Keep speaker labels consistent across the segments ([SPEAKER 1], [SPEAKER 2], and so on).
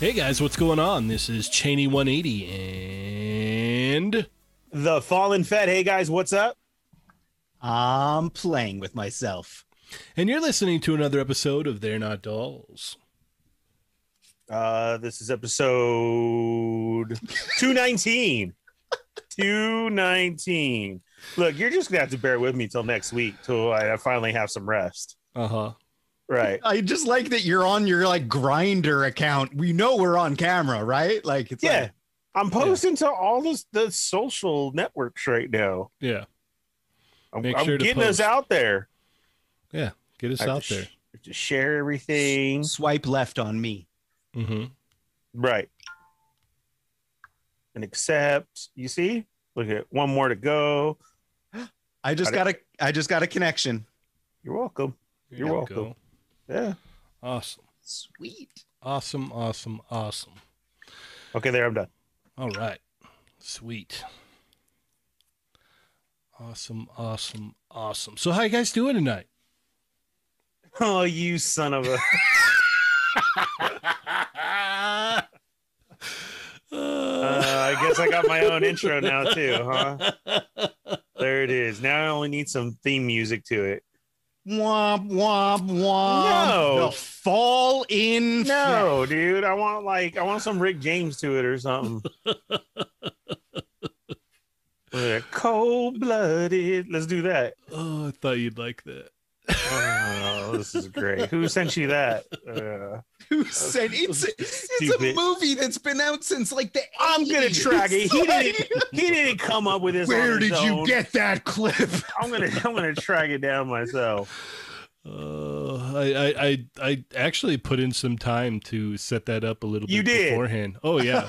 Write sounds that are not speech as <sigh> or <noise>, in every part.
[SPEAKER 1] Hey guys, what's going on? This is Cheney 180 and
[SPEAKER 2] The Fallen Fed. Hey guys, what's up?
[SPEAKER 3] I'm playing with myself.
[SPEAKER 1] and you're listening to another episode of They're Not Dolls.
[SPEAKER 2] Uh, this is
[SPEAKER 1] <laughs>
[SPEAKER 2] episode 219. 219. Look, you're just gonna have to bear with me till next week till I I finally have some rest.
[SPEAKER 1] Uh-huh. <laughs>
[SPEAKER 2] Right.
[SPEAKER 3] I just like that you're on your like grinder account. We know we're on camera, right? Like it's
[SPEAKER 2] Yeah.
[SPEAKER 3] like,
[SPEAKER 2] I'm posting to all this, the social networks right now.
[SPEAKER 1] Yeah.
[SPEAKER 2] I'm,
[SPEAKER 1] Make
[SPEAKER 2] I'm
[SPEAKER 1] sure to
[SPEAKER 2] getting us
[SPEAKER 1] post.
[SPEAKER 2] out there.
[SPEAKER 1] Get us
[SPEAKER 2] I have
[SPEAKER 1] out
[SPEAKER 2] to
[SPEAKER 1] there.
[SPEAKER 2] sh- I have to share everything.
[SPEAKER 3] swipe left on me.
[SPEAKER 1] Mm-hmm.
[SPEAKER 2] Right. And accept. You see? Look at one more to go.
[SPEAKER 3] I just
[SPEAKER 2] Got
[SPEAKER 3] got a I just got a connection.
[SPEAKER 2] You're welcome. You're welcome. Yeah.
[SPEAKER 1] Awesome.
[SPEAKER 3] Sweet.
[SPEAKER 1] Awesome. Awesome. Awesome.
[SPEAKER 2] Okay, there I'm done.
[SPEAKER 1] All right. Sweet. Awesome. Awesome. Awesome. So how you guys doing tonight?
[SPEAKER 2] <laughs> Oh, you son of a
[SPEAKER 1] Uh,
[SPEAKER 2] Uh, I guess I got my own intro now too, huh? There it is. Now I only need some theme music to it.
[SPEAKER 3] Womp womp womp.
[SPEAKER 2] No.
[SPEAKER 3] The fall in
[SPEAKER 2] No, dude, I want like I want some Rick James to it or something. Cold blooded. Let's do that.
[SPEAKER 1] <laughs> oh, I thought you'd like that.
[SPEAKER 2] Oh, this is great. Who sent you that? Uh,
[SPEAKER 3] Who said
[SPEAKER 2] <laughs>
[SPEAKER 3] it's it's a
[SPEAKER 2] Stupid.
[SPEAKER 3] movie that's been out since like the
[SPEAKER 2] I'm gonna
[SPEAKER 3] 80s.
[SPEAKER 2] track it. He
[SPEAKER 3] Like,
[SPEAKER 2] didn't. He didn't come up with this. on
[SPEAKER 3] Where
[SPEAKER 2] his
[SPEAKER 3] did you
[SPEAKER 2] own.
[SPEAKER 3] get
[SPEAKER 2] <laughs>
[SPEAKER 3] that clip?
[SPEAKER 2] I'm gonna. I'm gonna track it down myself.
[SPEAKER 1] Uh, I, I, I, I actually put in some time to set that up a little
[SPEAKER 2] You
[SPEAKER 1] bit
[SPEAKER 2] did.
[SPEAKER 1] beforehand. Oh yeah,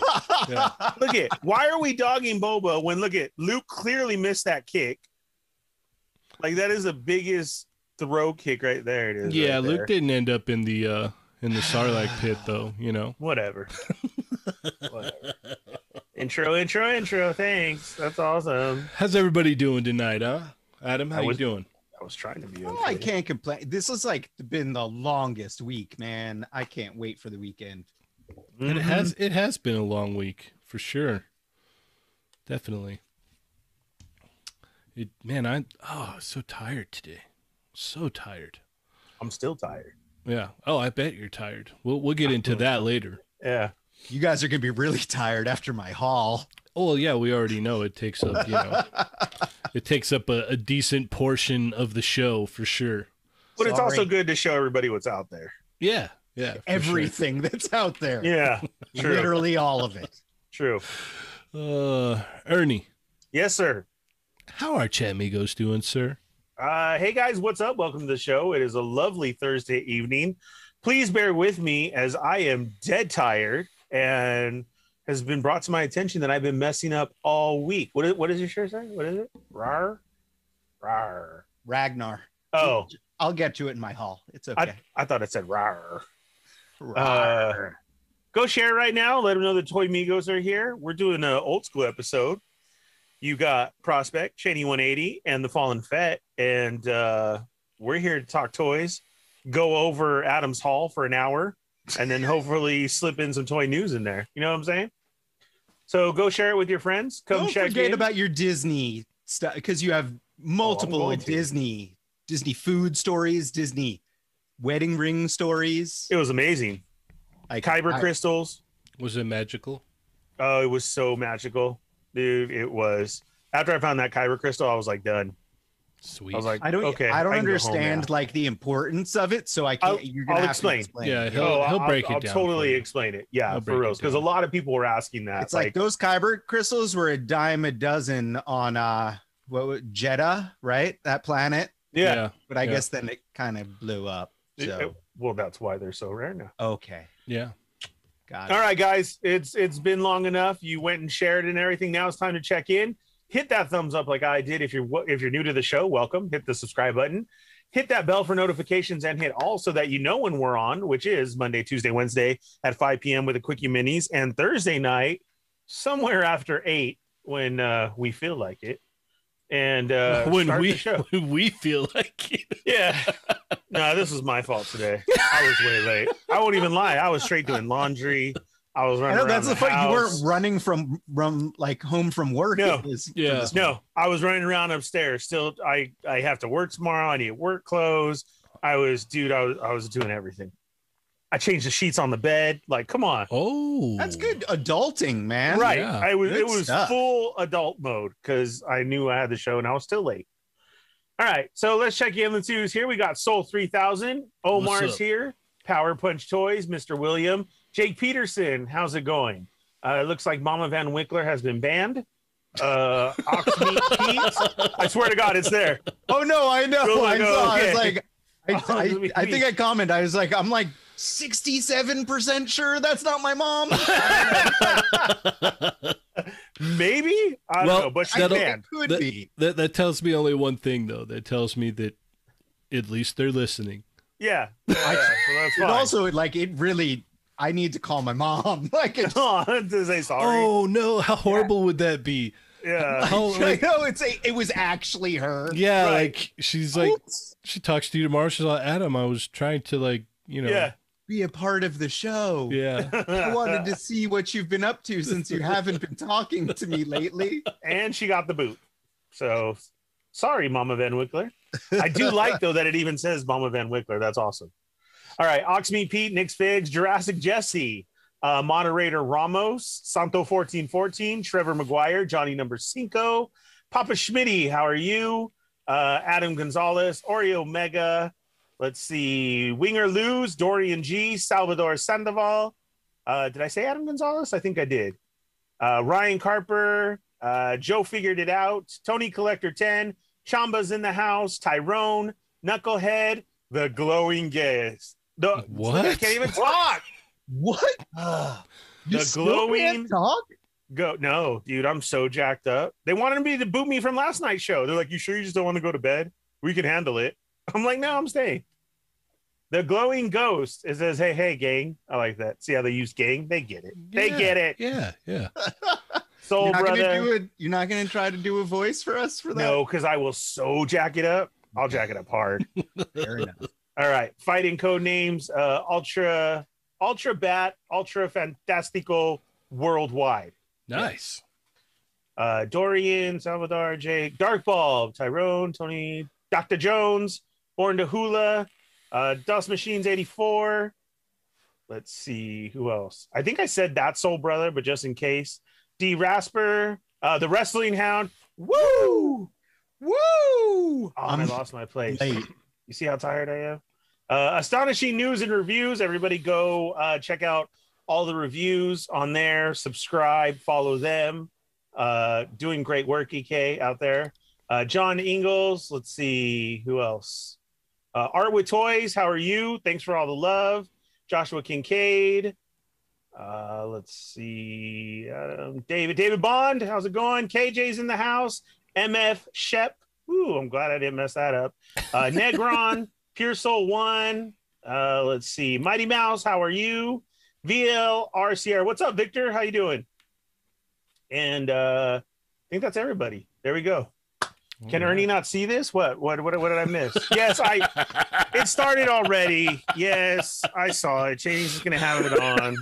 [SPEAKER 1] Yeah.
[SPEAKER 2] Look at. Why are we dogging Boba when look at Luke clearly missed that kick. Like that is the biggest throw kick right there. <laughs> It is.
[SPEAKER 1] yeah.
[SPEAKER 2] right
[SPEAKER 1] Luke
[SPEAKER 2] there.
[SPEAKER 1] didn't end up in the uh in the Sarlacc pit though. You know.
[SPEAKER 2] Whatever. Whatever. Intro, intro, intro. Thanks. That's awesome.
[SPEAKER 1] How's everybody doing tonight, huh? Adam, how
[SPEAKER 2] I
[SPEAKER 1] you
[SPEAKER 2] was-
[SPEAKER 1] doing?
[SPEAKER 2] I was trying to be.
[SPEAKER 3] Well, Oh, I
[SPEAKER 2] okay.
[SPEAKER 3] can't complain. This has like been the longest week, man. I can't wait for the weekend.
[SPEAKER 1] It
[SPEAKER 2] Mhm.
[SPEAKER 1] has it has been a long week for sure. Definitely. It man, I oh I was so tired today. So tired.
[SPEAKER 2] I'm still tired.
[SPEAKER 1] Yeah. Oh, I bet you're tired. We'll we'll get into that later.
[SPEAKER 2] Yeah.
[SPEAKER 3] You guys are gonna be really <laughs> tired after my haul.
[SPEAKER 1] Oh well, yeah, we already know it takes up you know
[SPEAKER 2] <laughs>
[SPEAKER 1] it takes up a, a decent portion of the show for sure.
[SPEAKER 2] But it's also
[SPEAKER 3] Sorry.
[SPEAKER 2] good to show everybody what's out there.
[SPEAKER 1] Yeah, yeah. for sure.
[SPEAKER 3] Everything that's out there,
[SPEAKER 2] Yeah. True.
[SPEAKER 3] literally all of it.
[SPEAKER 2] True.
[SPEAKER 1] Uh, Ernie,
[SPEAKER 2] Yes, sir.
[SPEAKER 1] how are Chamigos doing, sir?
[SPEAKER 2] Uh, hey guys, what's up? Welcome to the show. It is a lovely Thursday evening. Please bear with me as I am dead tired and has been brought to my attention that I've been messing up all week. What is, what is your shirt say? What is it? Rar, rar.
[SPEAKER 3] Ragnar.
[SPEAKER 2] Oh,
[SPEAKER 3] I'll get to it in my haul. It's okay.
[SPEAKER 2] I thought it said rar. Uh,
[SPEAKER 3] Rawr.
[SPEAKER 2] go share right now. Let them know the Toy Migos are here. We're doing an old school episode. You got Prospect, Cheney 180, and the Fallen Fett. And uh, we're here to talk toys, go over Adams Hall for an hour, and then hopefully <laughs> slip in some toy news in there. You know what I'm saying? So go share it with your friends. Come
[SPEAKER 3] Don't
[SPEAKER 2] check
[SPEAKER 3] forget
[SPEAKER 2] in.
[SPEAKER 3] about your Disney stuff because you have multiple
[SPEAKER 2] Oh, going to.
[SPEAKER 3] Disney Disney food stories, Disney wedding ring stories.
[SPEAKER 2] it was amazing.
[SPEAKER 3] I
[SPEAKER 2] Kyber
[SPEAKER 3] I-
[SPEAKER 2] crystals.
[SPEAKER 1] Was it magical?
[SPEAKER 2] Oh, it was so magical, dude. It was. After I found that Kyber crystal, I was like done.
[SPEAKER 1] Sweet.
[SPEAKER 2] I was like,
[SPEAKER 3] I don't.
[SPEAKER 2] Okay,
[SPEAKER 3] I don't
[SPEAKER 2] I can go home
[SPEAKER 3] understand like the importance of it, so I can't.
[SPEAKER 2] I'll-
[SPEAKER 3] you're gonna
[SPEAKER 2] I'll
[SPEAKER 3] have
[SPEAKER 2] explain.
[SPEAKER 3] to explain.
[SPEAKER 1] yeah, he'll,
[SPEAKER 2] Oh,
[SPEAKER 1] he'll
[SPEAKER 2] I'll-
[SPEAKER 1] break
[SPEAKER 2] I'll,
[SPEAKER 1] it down.
[SPEAKER 2] I'll
[SPEAKER 1] for
[SPEAKER 2] totally
[SPEAKER 1] you.
[SPEAKER 2] explain it. Yeah,
[SPEAKER 1] He'll
[SPEAKER 2] for
[SPEAKER 1] break
[SPEAKER 2] real.
[SPEAKER 1] it
[SPEAKER 2] Because a
[SPEAKER 1] down.
[SPEAKER 2] lot of people were asking that.
[SPEAKER 3] it's like, those kyber crystals were a dime a dozen on uh what was, Jeddah, right? That planet.
[SPEAKER 2] yeah.
[SPEAKER 3] But I
[SPEAKER 1] Yeah.
[SPEAKER 3] guess then it kind of blew up.
[SPEAKER 2] It-
[SPEAKER 3] So
[SPEAKER 2] it- well, that's why they're so rare now.
[SPEAKER 3] okay,
[SPEAKER 1] yeah,
[SPEAKER 3] got it.
[SPEAKER 2] All right, guys, it's it's been long enough. You went and shared and everything. Now it's time to check in. Hit that thumbs up like I did. If you're if you're new to the show, welcome. Hit the subscribe button. Hit that bell for notifications and hit all so that you know when we're on, which is Monday, Tuesday, Wednesday at 5 p.m. with the Quickie Minis, and Thursday night somewhere after eight when uh, we feel like it. And uh,
[SPEAKER 1] when
[SPEAKER 2] start
[SPEAKER 1] we
[SPEAKER 2] the show.
[SPEAKER 1] when <laughs> we feel like it.
[SPEAKER 2] Yeah. No, this was my fault today. I was way late. I won't even lie. I was straight doing laundry. I was
[SPEAKER 3] I
[SPEAKER 2] running.
[SPEAKER 3] know
[SPEAKER 2] around
[SPEAKER 3] that's the
[SPEAKER 2] the
[SPEAKER 3] fight. You
[SPEAKER 2] house.
[SPEAKER 3] weren't running from from like home from work.
[SPEAKER 2] No.
[SPEAKER 3] It was-
[SPEAKER 1] Yeah.
[SPEAKER 3] for this-
[SPEAKER 2] No, I was running around upstairs. Still, I I have to work tomorrow. I need work clothes. I was, dude. I was, I was doing everything. I changed the sheets on the bed. Like, come on,
[SPEAKER 1] <laughs> Oh,
[SPEAKER 3] That's good adulting, man.
[SPEAKER 2] right?
[SPEAKER 1] yeah.
[SPEAKER 2] I was.
[SPEAKER 3] Good
[SPEAKER 2] it was
[SPEAKER 3] stuff.
[SPEAKER 2] full adult mode because I knew I had the show and I was still late. All right, so let's check in. Let's see who's here. We got Soul Three Thousand.
[SPEAKER 1] What's
[SPEAKER 2] Omar's
[SPEAKER 1] up?
[SPEAKER 2] here. Power Punch Toys. Mister William. Jake Peterson. How's it going? Uh, it looks like Mama Van Winkler has been banned. Uh, Oxmeat Pete. I swear to God, it's there. <laughs>
[SPEAKER 3] Oh no, I know.
[SPEAKER 2] Go,
[SPEAKER 3] I
[SPEAKER 2] go,
[SPEAKER 3] saw. I
[SPEAKER 2] okay.
[SPEAKER 3] was like,
[SPEAKER 2] <laughs> Oh,
[SPEAKER 3] I,
[SPEAKER 2] we-
[SPEAKER 3] I, I think I commented. I was like, I'm like 67 percent sure that's not my mom.
[SPEAKER 2] Maybe
[SPEAKER 1] Well,
[SPEAKER 2] I don't know, but she
[SPEAKER 3] I
[SPEAKER 1] That'll-
[SPEAKER 3] think
[SPEAKER 2] can.
[SPEAKER 3] it could
[SPEAKER 1] that-
[SPEAKER 3] be.
[SPEAKER 1] That that tells me only one thing though. That tells me that at least they're listening.
[SPEAKER 2] Yeah, yeah so that's
[SPEAKER 3] It
[SPEAKER 2] fine.
[SPEAKER 3] also, it, like, it really. I need to call my mom. <laughs> Like, it's,
[SPEAKER 2] <laughs> to say sorry. Uh,
[SPEAKER 1] Oh no! How horrible would that be?
[SPEAKER 2] Yeah, <laughs>
[SPEAKER 1] How,
[SPEAKER 3] <laughs> I
[SPEAKER 1] like,
[SPEAKER 3] know it's a, it was actually her.
[SPEAKER 1] yeah,
[SPEAKER 2] Right.
[SPEAKER 1] like she's like she talks to you tomorrow. She's like Adam. I was trying to like you know
[SPEAKER 2] yeah.
[SPEAKER 3] Be a part of the show.
[SPEAKER 2] <laughs>
[SPEAKER 1] yeah.
[SPEAKER 3] I wanted to see what you've been up to since you haven't been talking to
[SPEAKER 2] <laughs>
[SPEAKER 3] me lately.
[SPEAKER 2] and she got the boot. So sorry, Mama Van Wickler. I do like though that it even says Mama Van Wickler. That's awesome. All right, Oxmeat Pete, Nick's Figs, Jurassic Jesse, uh, moderator Ramos, Santo fourteen fourteen, Trevor McGuire, Johnny Number Cinco, Papa Schmitty. How are you? Uh, Adam Gonzalez, Oreo Mega. Let's see, Winger Lose, Dorian G, Salvador Sandoval. Uh, did I say Adam Gonzalez? I think I did uh, Ryan Carper, uh, Joe figured it out, Tony Collector 10, Chamba's in the house, Tyrone, Knucklehead, the glowing guest. The,
[SPEAKER 1] What?
[SPEAKER 2] I can't even talk.
[SPEAKER 3] What? Ah, You
[SPEAKER 2] The
[SPEAKER 3] still
[SPEAKER 2] glowing-
[SPEAKER 3] can't talk?
[SPEAKER 2] Go no, dude, I'm so jacked up. They wanted me to boot me from last night's show. They're like, "You sure you just don't want to go to bed? We can handle it." I'm like, "No, I'm staying." The glowing ghost. It says, "Hey, hey, gang." I like that. See how they use "gang"? They get it. They
[SPEAKER 1] Yeah.
[SPEAKER 2] get it.
[SPEAKER 1] Yeah, yeah.
[SPEAKER 2] Soul
[SPEAKER 3] you're not
[SPEAKER 2] Oh, brother.
[SPEAKER 3] gonna do it. You're not gonna try to do a voice for us for that.
[SPEAKER 2] No, because I will so jack it up. I'll jack it up
[SPEAKER 3] <laughs>
[SPEAKER 2] hard.
[SPEAKER 3] Fair enough.
[SPEAKER 2] All right, fighting code names: uh, Ultra, Ultra Bat, Ultra Fantastico, Worldwide.
[SPEAKER 1] Nice.
[SPEAKER 2] Uh, Dorian, Salvador, Jake, Darkball, Tyrone, Tony, Doctor Jones, Born to Hula, uh, Dust Machines eighty four. Let's see who else. I think I said that Soul Brother, but just in case, D Rasper, uh, the Wrestling Hound. Woo! Oh,
[SPEAKER 3] Woo!
[SPEAKER 2] I lost my place.
[SPEAKER 3] late.
[SPEAKER 2] You see how tired I am? Uh, astonishing news and reviews. Everybody go uh, check out all the reviews on there. Subscribe, follow them. Uh, doing great work, EK, out there. Uh, John Ingalls. Let's see who else. Uh, Art with Toys. How are you? Thanks for all the love. Joshua Kincaid. Uh, let's see. Um, David. David Bond. How's it going? KJ's in the house. MF Shep. Ooh, I'm glad I didn't mess that up. Uh, Negron, <laughs> Pure Soul One. Uh, let's see. Mighty Mouse. How are you? VLRCR. What's up, Victor? How you doing? And uh, I think that's everybody. There we go. Can Ernie not see this? What? What? What? What did I miss? yes, I. It started already. Yes, I saw it. Cheney's is gonna have it on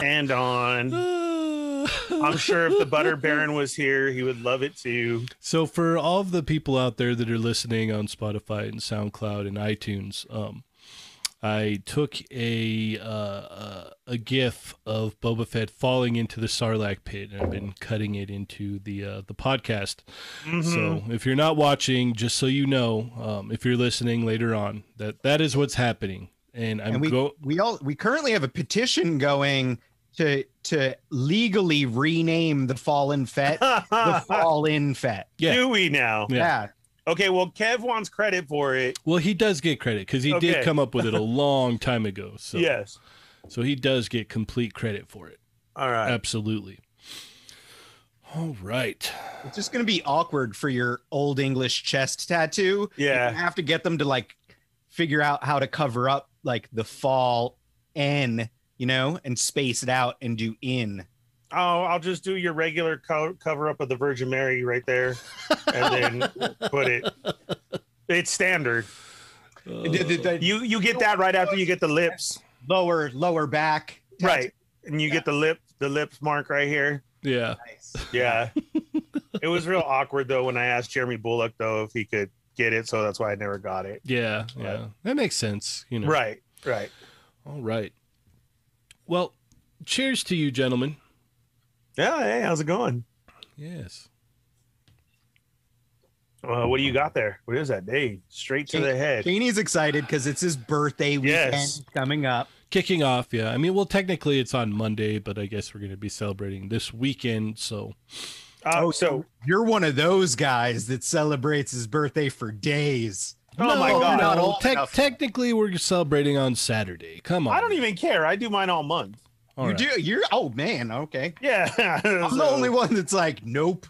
[SPEAKER 2] and on. I'm sure if the Butter Baron was here, he would love it too.
[SPEAKER 1] <laughs> So for all of the people out there that are listening on Spotify and SoundCloud and iTunes, um, I took a uh, uh, a GIF of Boba Fett falling into the Sarlacc pit, and I've been cutting it into the uh, the podcast.
[SPEAKER 2] Mhm. <laughs>
[SPEAKER 1] So if you're not watching, just so you know, um, if you're listening later on, that that is what's happening. And I'm
[SPEAKER 3] And we
[SPEAKER 1] go-
[SPEAKER 3] we all we currently have a petition going to to legally rename the fallen
[SPEAKER 2] <laughs>
[SPEAKER 3] fet the fallen fet.
[SPEAKER 1] Yeah.
[SPEAKER 2] Do we now?
[SPEAKER 1] Yeah.
[SPEAKER 3] Yeah.
[SPEAKER 2] Okay, well, Kev wants credit for it.
[SPEAKER 1] well, he does get credit because he
[SPEAKER 2] Okay.
[SPEAKER 1] did come up with
[SPEAKER 2] <laughs>
[SPEAKER 1] it a long time ago. So
[SPEAKER 2] Yes.
[SPEAKER 1] so he does get complete credit for it.
[SPEAKER 2] All right.
[SPEAKER 1] uh, Absolutely. All right.
[SPEAKER 3] It's just gonna be awkward for your old English chest tattoo.
[SPEAKER 2] Yeah.
[SPEAKER 3] You have to get them to like figure out how to cover up like the fall N, you know, and space it out and do in.
[SPEAKER 2] Oh, I'll just do your regular co- cover up of the Virgin Mary right there, and then put it. It's standard.
[SPEAKER 1] Uh,
[SPEAKER 3] Did- did they-
[SPEAKER 2] You you get that right after you get the lips,
[SPEAKER 3] lower lower back. tattoo.
[SPEAKER 2] right? and you get the lip the lips mark right here.
[SPEAKER 1] Yeah.
[SPEAKER 3] Nice.
[SPEAKER 2] Yeah. it was real awkward though when I asked Jeremy Bullock though if he could get it, so that's why I never got it.
[SPEAKER 1] Yeah. Yeah. That makes sense. You know.
[SPEAKER 2] Right, right.
[SPEAKER 1] All right. Well, cheers to you, gentlemen.
[SPEAKER 2] Yeah, hey, how's it going?
[SPEAKER 1] Yes.
[SPEAKER 2] Uh, what do you got there? What is that? Hey, straight to the head.
[SPEAKER 3] Janie's excited because it's his birthday weekend
[SPEAKER 2] Yes.
[SPEAKER 3] coming up.
[SPEAKER 1] Kicking off. Yeah. I mean, well, technically it's on Monday, but I guess we're going to be celebrating this weekend. So,
[SPEAKER 2] Uh,
[SPEAKER 3] Oh,
[SPEAKER 2] so
[SPEAKER 3] You're one of those guys that celebrates his birthday for days.
[SPEAKER 2] Oh my
[SPEAKER 1] No,
[SPEAKER 2] God.
[SPEAKER 1] no,
[SPEAKER 3] Not
[SPEAKER 1] tec-
[SPEAKER 3] enough.
[SPEAKER 1] technically, we're celebrating on Saturday. Come on.
[SPEAKER 2] I don't even care. I do mine all month.
[SPEAKER 1] All
[SPEAKER 3] you
[SPEAKER 1] right.
[SPEAKER 3] do. You're oh man. Okay.
[SPEAKER 2] Yeah. <laughs>
[SPEAKER 3] I'm the only one that's like, nope,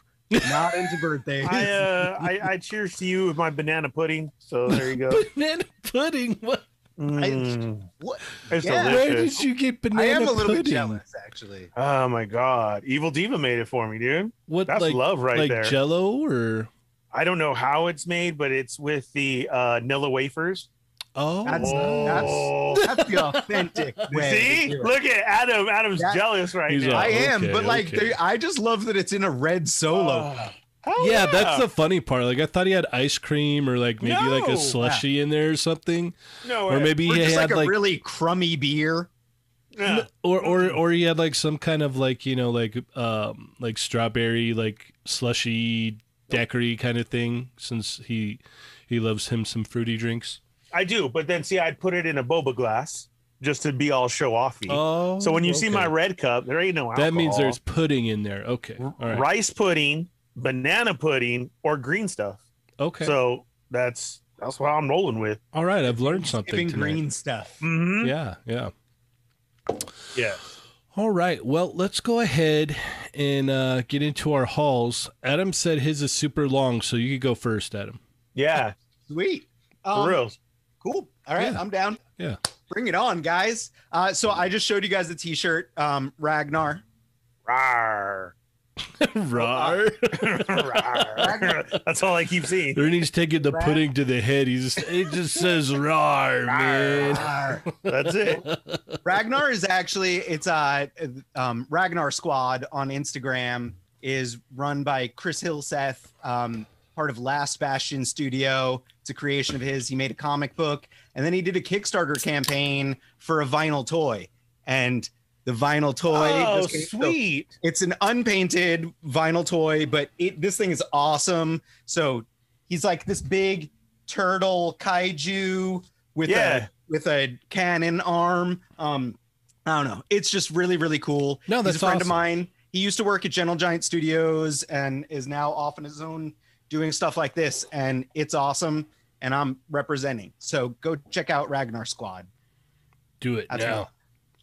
[SPEAKER 3] not into birthdays.
[SPEAKER 2] I, uh, I I cheers to you with my banana pudding. So there
[SPEAKER 1] <laughs>
[SPEAKER 2] you go.
[SPEAKER 1] <laughs> Banana pudding. What?
[SPEAKER 2] Mm,
[SPEAKER 3] <laughs> what?
[SPEAKER 2] it's
[SPEAKER 3] Yeah.
[SPEAKER 1] Where
[SPEAKER 2] delicious.
[SPEAKER 1] did you get banana
[SPEAKER 3] I
[SPEAKER 1] pudding?
[SPEAKER 3] am a little bit jealous, actually.
[SPEAKER 2] Oh my god, Evil Diva made it for me, dude.
[SPEAKER 1] What
[SPEAKER 2] That's
[SPEAKER 1] like
[SPEAKER 2] love right
[SPEAKER 1] like
[SPEAKER 2] there.
[SPEAKER 1] Jello or
[SPEAKER 2] I don't know how it's made, but it's with the uh, Nilla wafers.
[SPEAKER 1] oh
[SPEAKER 3] That's-
[SPEAKER 2] oh.
[SPEAKER 3] That's the authentic way. to
[SPEAKER 2] see,
[SPEAKER 3] do it.
[SPEAKER 2] look at Adam. Adam's
[SPEAKER 3] That-
[SPEAKER 2] jealous right
[SPEAKER 1] He's
[SPEAKER 2] now.
[SPEAKER 1] all-
[SPEAKER 3] I am,
[SPEAKER 1] Oh, Okay,
[SPEAKER 3] but like,
[SPEAKER 1] okay.
[SPEAKER 3] they- I just love that it's in a red solo.
[SPEAKER 2] Oh, hell
[SPEAKER 1] yeah, that's the funny part. Like I thought he had ice cream or like maybe like
[SPEAKER 2] No.
[SPEAKER 1] a slushy in there or something,
[SPEAKER 2] no
[SPEAKER 1] or
[SPEAKER 2] way.
[SPEAKER 1] maybe
[SPEAKER 3] Or
[SPEAKER 1] he
[SPEAKER 3] just
[SPEAKER 1] had
[SPEAKER 3] like a
[SPEAKER 1] like,
[SPEAKER 3] really crummy beer.
[SPEAKER 2] Yeah.
[SPEAKER 1] or or or he had like some kind of like you know like um like strawberry like slushy daiquiri kind of thing since he he loves him some fruity drinks.
[SPEAKER 2] I do, but then see, I'd put it in a boba glass just to be all show offy.
[SPEAKER 1] Oh,
[SPEAKER 2] so when you see
[SPEAKER 1] okay.
[SPEAKER 2] my red cup, there ain't no alcohol.
[SPEAKER 1] that means there's pudding in there. Okay, all right,
[SPEAKER 2] rice pudding, banana pudding, or green stuff.
[SPEAKER 1] okay,
[SPEAKER 2] So that's that's what I'm rolling with.
[SPEAKER 1] all right. I've learned something.
[SPEAKER 3] Giving
[SPEAKER 1] Tonight.
[SPEAKER 3] green stuff.
[SPEAKER 2] Mm-hmm.
[SPEAKER 1] Yeah, yeah.
[SPEAKER 2] Yeah.
[SPEAKER 1] All right. Well, let's go ahead and uh, get into our hauls. Adam said his is super long, so you could go first, Adam.
[SPEAKER 2] Yeah.
[SPEAKER 3] Sweet.
[SPEAKER 2] For
[SPEAKER 3] Um,
[SPEAKER 2] real.
[SPEAKER 3] Cool. All right,
[SPEAKER 1] Yeah.
[SPEAKER 3] I'm down.
[SPEAKER 1] Yeah. Mm.
[SPEAKER 3] Bring it on, guys. Uh, so I just showed you guys the T-shirt, um, Ragnar.
[SPEAKER 2] Rawr. <laughs>
[SPEAKER 1] Rawr.
[SPEAKER 2] Rawr. That's all I keep seeing.
[SPEAKER 1] Ernie's taking the pudding to the head. He's it just says rawr, man.
[SPEAKER 2] That's it.
[SPEAKER 3] Oh, Ragnar is actually it's uh um, Ragnar Squad on Instagram is run by Chris Hillseth, um, part of Last Bastion Studio. It's a creation of his. He made a comic book, and then he did a Kickstarter campaign for a vinyl toy, and the vinyl toy.
[SPEAKER 2] Oh,
[SPEAKER 3] just came- so
[SPEAKER 2] sweet.
[SPEAKER 3] it's an unpainted vinyl toy, but it this thing is awesome. So he's like this big turtle kaiju with
[SPEAKER 2] Yeah.
[SPEAKER 3] a with a cannon arm. Um, I don't know. It's just really really cool.
[SPEAKER 1] No, that's
[SPEAKER 3] he's a friend
[SPEAKER 1] awesome.
[SPEAKER 3] of mine. He used to work at Gentle Giant Studios and is now off on his own doing stuff like this, and it's awesome. And I'm representing. So go check out Ragnar Squad.
[SPEAKER 1] Do it
[SPEAKER 3] That's
[SPEAKER 1] now.
[SPEAKER 3] all.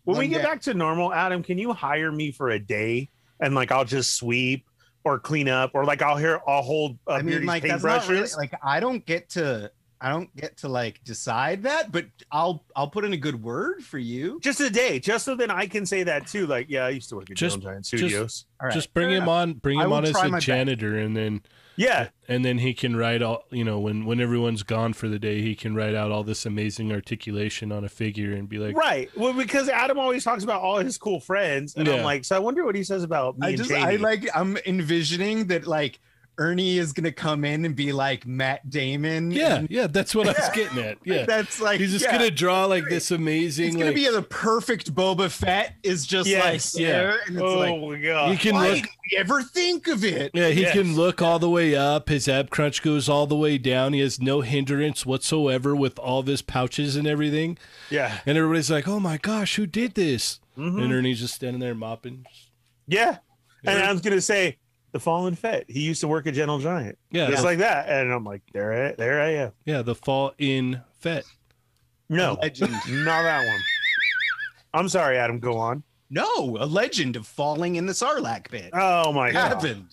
[SPEAKER 2] When we
[SPEAKER 3] One
[SPEAKER 2] get
[SPEAKER 3] day.
[SPEAKER 2] back to normal, Adam, can you hire me for a day and like I'll just sweep or clean up or like I'll hear I'll hold uh,
[SPEAKER 3] I mean,
[SPEAKER 2] Beardy's
[SPEAKER 3] like that's not
[SPEAKER 2] paintbrushes.
[SPEAKER 3] really like I don't get to I don't get to like decide that, but I'll I'll put in a good word for you.
[SPEAKER 2] just a day, just so then I can say that too. Like, yeah, I used to work at
[SPEAKER 1] Just-
[SPEAKER 2] Just, Giant
[SPEAKER 1] just-
[SPEAKER 2] Studios.
[SPEAKER 3] All right,
[SPEAKER 1] Just bring
[SPEAKER 3] fair
[SPEAKER 1] him
[SPEAKER 3] enough.
[SPEAKER 1] on. Bring
[SPEAKER 3] I
[SPEAKER 1] him
[SPEAKER 3] will
[SPEAKER 1] on as
[SPEAKER 3] try
[SPEAKER 1] a
[SPEAKER 3] my best.
[SPEAKER 1] janitor, and then
[SPEAKER 2] yeah,
[SPEAKER 1] and then he can write all you know when when everyone's gone for the day, he can write out all this amazing articulation on a figure and be like,
[SPEAKER 2] right. Well, because Adam always talks about all his cool friends, and
[SPEAKER 1] Yeah.
[SPEAKER 2] I'm like, so I wonder what he says about me
[SPEAKER 3] I
[SPEAKER 2] and
[SPEAKER 3] just
[SPEAKER 2] Jamie.
[SPEAKER 3] I like I'm envisioning that like Ernie is gonna come in and be like Matt Damon.
[SPEAKER 1] yeah,
[SPEAKER 3] and
[SPEAKER 1] yeah, that's what I was getting at. Yeah,
[SPEAKER 3] that's <laughs> like
[SPEAKER 1] he's just
[SPEAKER 3] yeah,
[SPEAKER 1] gonna draw like this amazing.
[SPEAKER 3] It's gonna
[SPEAKER 1] like,
[SPEAKER 3] be the perfect Boba Fett is just
[SPEAKER 2] Yes,
[SPEAKER 3] like
[SPEAKER 1] yeah.
[SPEAKER 3] there, and it's
[SPEAKER 2] oh
[SPEAKER 3] like
[SPEAKER 2] my god,
[SPEAKER 1] you can
[SPEAKER 3] why
[SPEAKER 1] look.
[SPEAKER 3] did we ever think of it?
[SPEAKER 1] Yeah, he
[SPEAKER 2] Yes.
[SPEAKER 1] can look all the way up. His ab crunch goes all the way down. He has no hindrance whatsoever with all of his pouches and everything.
[SPEAKER 2] yeah,
[SPEAKER 1] And everybody's like, "Oh my gosh, who did this?"
[SPEAKER 2] Mhm.
[SPEAKER 1] And Ernie's just standing there mopping.
[SPEAKER 2] yeah. And
[SPEAKER 1] Yeah.
[SPEAKER 2] I was gonna say the Fallen Fett. He used to work at Gentle Giant,
[SPEAKER 1] Yeah,
[SPEAKER 2] just
[SPEAKER 1] the,
[SPEAKER 2] like that. And I'm like, there, I, there I am.
[SPEAKER 1] yeah, the fall in fet.
[SPEAKER 2] No,
[SPEAKER 3] A legend.
[SPEAKER 2] not that one. I'm sorry, Adam. Go on.
[SPEAKER 3] No, a legend of falling in the Sarlacc pit.
[SPEAKER 2] Oh my god.
[SPEAKER 3] happened.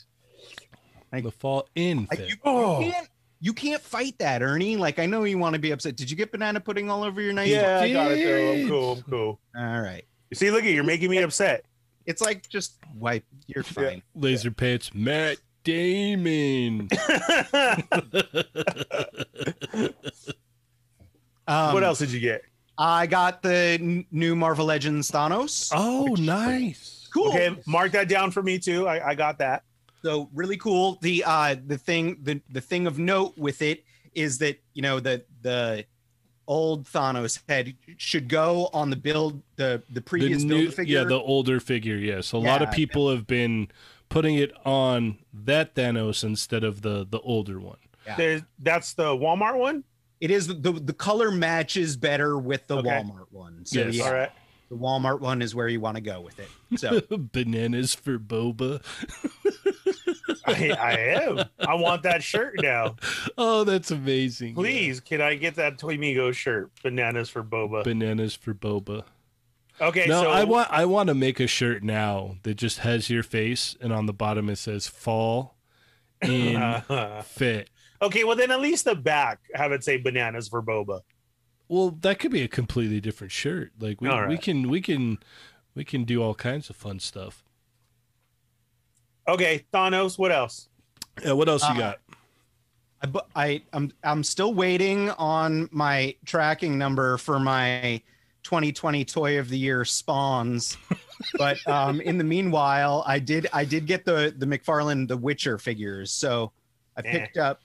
[SPEAKER 1] The fall in
[SPEAKER 3] Like,
[SPEAKER 1] fet.
[SPEAKER 3] you,
[SPEAKER 2] Oh.
[SPEAKER 3] you can't you can't fight that, Ernie. Like I know you want to be upset. Did you get banana pudding all over your night?
[SPEAKER 2] Yeah, I got it though. I'm cool. I'm cool.
[SPEAKER 3] All right.
[SPEAKER 2] See, look at you're making me upset. <laughs>
[SPEAKER 3] It's like just wipe. You're fine.
[SPEAKER 1] Laser pants. Matt Damon.
[SPEAKER 3] Um, Um,
[SPEAKER 2] what else did you get?
[SPEAKER 3] I got the n- new Marvel Legends Thanos.
[SPEAKER 1] Oh, nice.
[SPEAKER 3] cool.
[SPEAKER 2] Uh, Okay, mark that down for me too. I, I got that.
[SPEAKER 3] So really cool. The uh the thing the the thing of note with it is that you know the the old Thanos head should go on the build the the previous
[SPEAKER 1] the new-
[SPEAKER 3] build figure.
[SPEAKER 1] Yeah, the older figure. Yes, a lot of
[SPEAKER 3] Yeah.
[SPEAKER 1] people have been putting it on that Thanos instead of the the older one.
[SPEAKER 3] Yeah.
[SPEAKER 2] There's, that's the Walmart one.
[SPEAKER 3] it is the the color matches better with the
[SPEAKER 2] Okay.
[SPEAKER 3] Walmart one. So
[SPEAKER 1] Yes.
[SPEAKER 3] yeah,
[SPEAKER 2] All right.
[SPEAKER 3] the Walmart one is where you want to go
[SPEAKER 2] <laughs>
[SPEAKER 3] with it. So
[SPEAKER 1] <laughs> Bananas for boba.
[SPEAKER 2] I, I am. I want that shirt
[SPEAKER 3] <laughs>
[SPEAKER 2] now.
[SPEAKER 1] Oh, that's amazing.
[SPEAKER 2] Please, can I get that Toymigo shirt? Bananas for
[SPEAKER 1] Yeah.
[SPEAKER 2] boba.
[SPEAKER 1] Bananas for boba.
[SPEAKER 2] Okay,
[SPEAKER 1] no,
[SPEAKER 2] so
[SPEAKER 1] I want I want to make a shirt now that just has your face and on the bottom it says fall in
[SPEAKER 2] Uh-huh.
[SPEAKER 1] fit.
[SPEAKER 2] <laughs> okay, well then at least the back have it say bananas for boba.
[SPEAKER 1] Well, that could be a completely different shirt. Like we,
[SPEAKER 2] All right.
[SPEAKER 1] we can we can we can do all kinds of fun stuff.
[SPEAKER 2] Okay, Thanos. What else?
[SPEAKER 1] Yeah, what else
[SPEAKER 3] Uh,
[SPEAKER 1] you got?
[SPEAKER 3] I, bu- I I'm I'm still waiting on my tracking number for my 2020 toy of the
[SPEAKER 2] <laughs>
[SPEAKER 3] year spawns. but um, in the meanwhile, I did I did get the the McFarlane the Witcher figures. So I
[SPEAKER 2] Eh,
[SPEAKER 3] picked up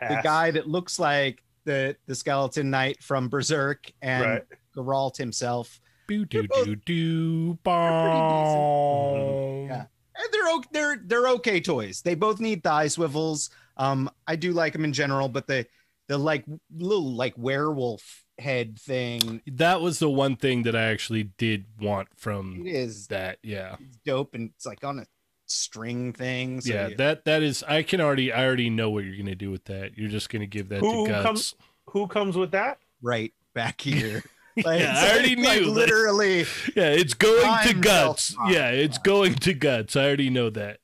[SPEAKER 3] the
[SPEAKER 2] Pass.
[SPEAKER 3] guy that looks like the the skeleton knight from Berserk and
[SPEAKER 2] Right.
[SPEAKER 3] Geralt himself.
[SPEAKER 1] Boo doo
[SPEAKER 3] both-
[SPEAKER 1] doo doo
[SPEAKER 2] Mhm.
[SPEAKER 1] bomb.
[SPEAKER 3] Yeah. And Eh, they're o- they're they're okay toys. They both need thigh swivels. Um, I do like them in general, but the the like little like werewolf head thing
[SPEAKER 1] That was the one thing that I actually did want from
[SPEAKER 3] it is
[SPEAKER 1] that. Yeah.
[SPEAKER 3] dope and it's like on a string thing. So
[SPEAKER 1] yeah,
[SPEAKER 3] you-
[SPEAKER 1] that that is I can already I already know what you're gonna do with that. You're just gonna give that
[SPEAKER 2] Who
[SPEAKER 1] to guts.
[SPEAKER 2] comes- Who comes with that?
[SPEAKER 3] right
[SPEAKER 1] <laughs>
[SPEAKER 3] back here. Like,
[SPEAKER 1] Yeah, I already
[SPEAKER 3] like,
[SPEAKER 1] knew, like-
[SPEAKER 3] literally.
[SPEAKER 1] Yeah, it's going to
[SPEAKER 3] Time
[SPEAKER 1] guts.
[SPEAKER 3] will-
[SPEAKER 1] Yeah, it's going to guts. I already know
[SPEAKER 3] <laughs>
[SPEAKER 1] that.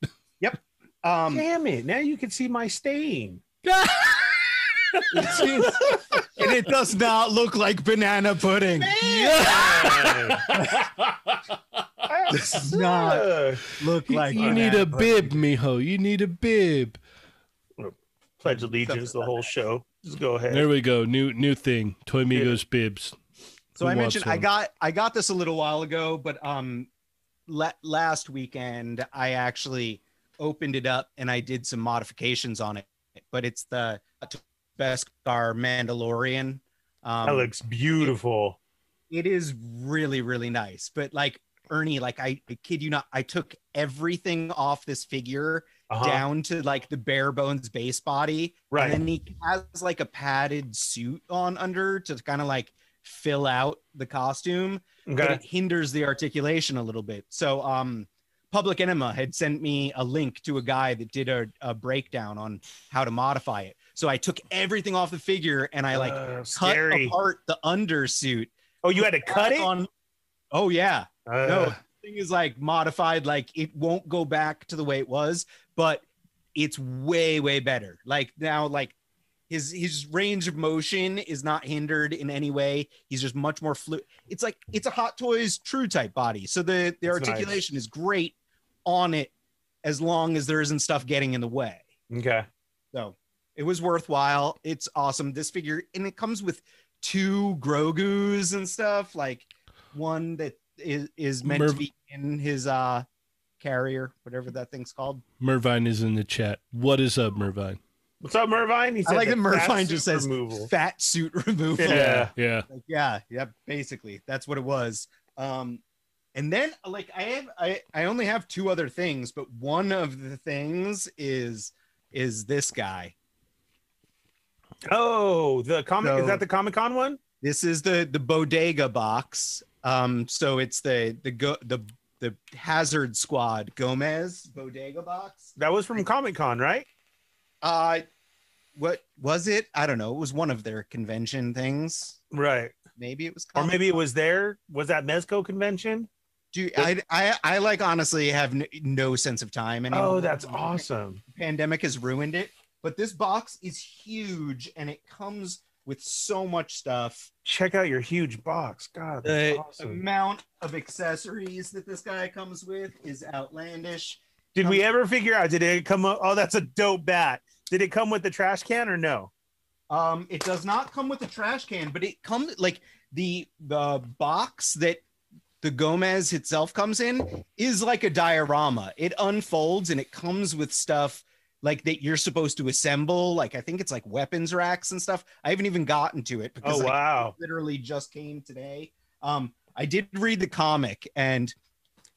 [SPEAKER 3] Um, <laughs>
[SPEAKER 2] Damn it! Now you can see my <laughs> stain.
[SPEAKER 3] and it does not look like banana pudding. This is not
[SPEAKER 2] Uh,
[SPEAKER 3] Look like oh,
[SPEAKER 1] you need
[SPEAKER 3] banana
[SPEAKER 1] a
[SPEAKER 3] pudding.
[SPEAKER 1] bib, mijo. You need a bib.
[SPEAKER 2] Pledge allegiance the whole show. Just go ahead.
[SPEAKER 1] There we go. New new thing. Toy Migos bibs. Who
[SPEAKER 3] So I
[SPEAKER 1] wants
[SPEAKER 3] mentioned I
[SPEAKER 1] one?
[SPEAKER 3] got I got this a little while ago, but um, la- last weekend I actually opened it up and I did some modifications on it. But it's the Beskar Mandalorian. Um,
[SPEAKER 2] That looks beautiful.
[SPEAKER 3] it is really really nice but like ernie like i, I kid you not i took everything off this figure
[SPEAKER 2] Uh-huh.
[SPEAKER 3] down to like the bare bones base body
[SPEAKER 2] Right.
[SPEAKER 3] and then he has like a padded suit on under to kind of like fill out the costume but
[SPEAKER 2] Okay.
[SPEAKER 3] it hinders the articulation a little bit so um public enema had sent me a link to a guy that did a, a breakdown on how to modify it so i took everything off the figure and i like
[SPEAKER 2] Uh,
[SPEAKER 3] cut
[SPEAKER 2] scary.
[SPEAKER 3] apart the undersuit
[SPEAKER 2] Oh, you had to cut it.
[SPEAKER 3] on oh yeah
[SPEAKER 2] Uh,
[SPEAKER 3] no the thing is like modified like it won't go back to the way it was but it's way way better like now like his his range of motion is not hindered in any way he's just much more fluid it's like it's a hot toys true type body so the the
[SPEAKER 2] That's nice.
[SPEAKER 3] articulation is great on it as long as there isn't stuff getting in the way
[SPEAKER 2] Okay.
[SPEAKER 3] so it was worthwhile it's awesome this figure and it comes with two grogu's and stuff like one that is, is meant to
[SPEAKER 1] Merv-
[SPEAKER 3] be in his uh carrier whatever that thing's called
[SPEAKER 1] Mervine is in the chat. What is up, Mervine?
[SPEAKER 2] What's up, Mervine? He
[SPEAKER 3] i
[SPEAKER 2] said
[SPEAKER 3] like that
[SPEAKER 2] the fat
[SPEAKER 3] mervine
[SPEAKER 2] suit
[SPEAKER 3] just says
[SPEAKER 2] removal.
[SPEAKER 3] fat suit <laughs> removal
[SPEAKER 2] Yeah.
[SPEAKER 1] Yeah.
[SPEAKER 3] like yeah yeah basically that's what it was um and then like i have i i only have two other things but one of the things is is this guy
[SPEAKER 2] Oh, the comic
[SPEAKER 3] So-
[SPEAKER 2] is that the Comic Con one?
[SPEAKER 3] This is the the bodega box. Um, so it's the the go the the hazard squad Gomez bodega box.
[SPEAKER 2] That was from Comic Con, right?
[SPEAKER 3] Uh what was it? I don't know. It was one of their convention things.
[SPEAKER 2] Right.
[SPEAKER 3] Maybe it was.
[SPEAKER 2] Or
[SPEAKER 3] Comic-
[SPEAKER 2] maybe it was there. Was that Mezco convention?
[SPEAKER 3] Do I I I like honestly have n- no sense of time anymore.
[SPEAKER 2] Oh, that's awesome.
[SPEAKER 3] pandemic has ruined it. But this box is huge and it comes with so much stuff.
[SPEAKER 2] Check out your huge box. God, that's
[SPEAKER 3] the
[SPEAKER 2] awesome.
[SPEAKER 3] amount of accessories that this guy comes with is outlandish.
[SPEAKER 2] Did we ever figure out? Did it come up? Oh, that's a dope bat. Did it come with the trash can or no?
[SPEAKER 3] Um, it does not come with a trash can, but it comes like the the box that the Gomez itself comes in is like a diorama. It unfolds and it comes with stuff like that you're supposed to assemble. Like I think it's like weapons racks and stuff. I haven't even gotten to it because
[SPEAKER 2] Oh
[SPEAKER 3] like,
[SPEAKER 2] wow.
[SPEAKER 3] literally just came today. Um, I did read the comic and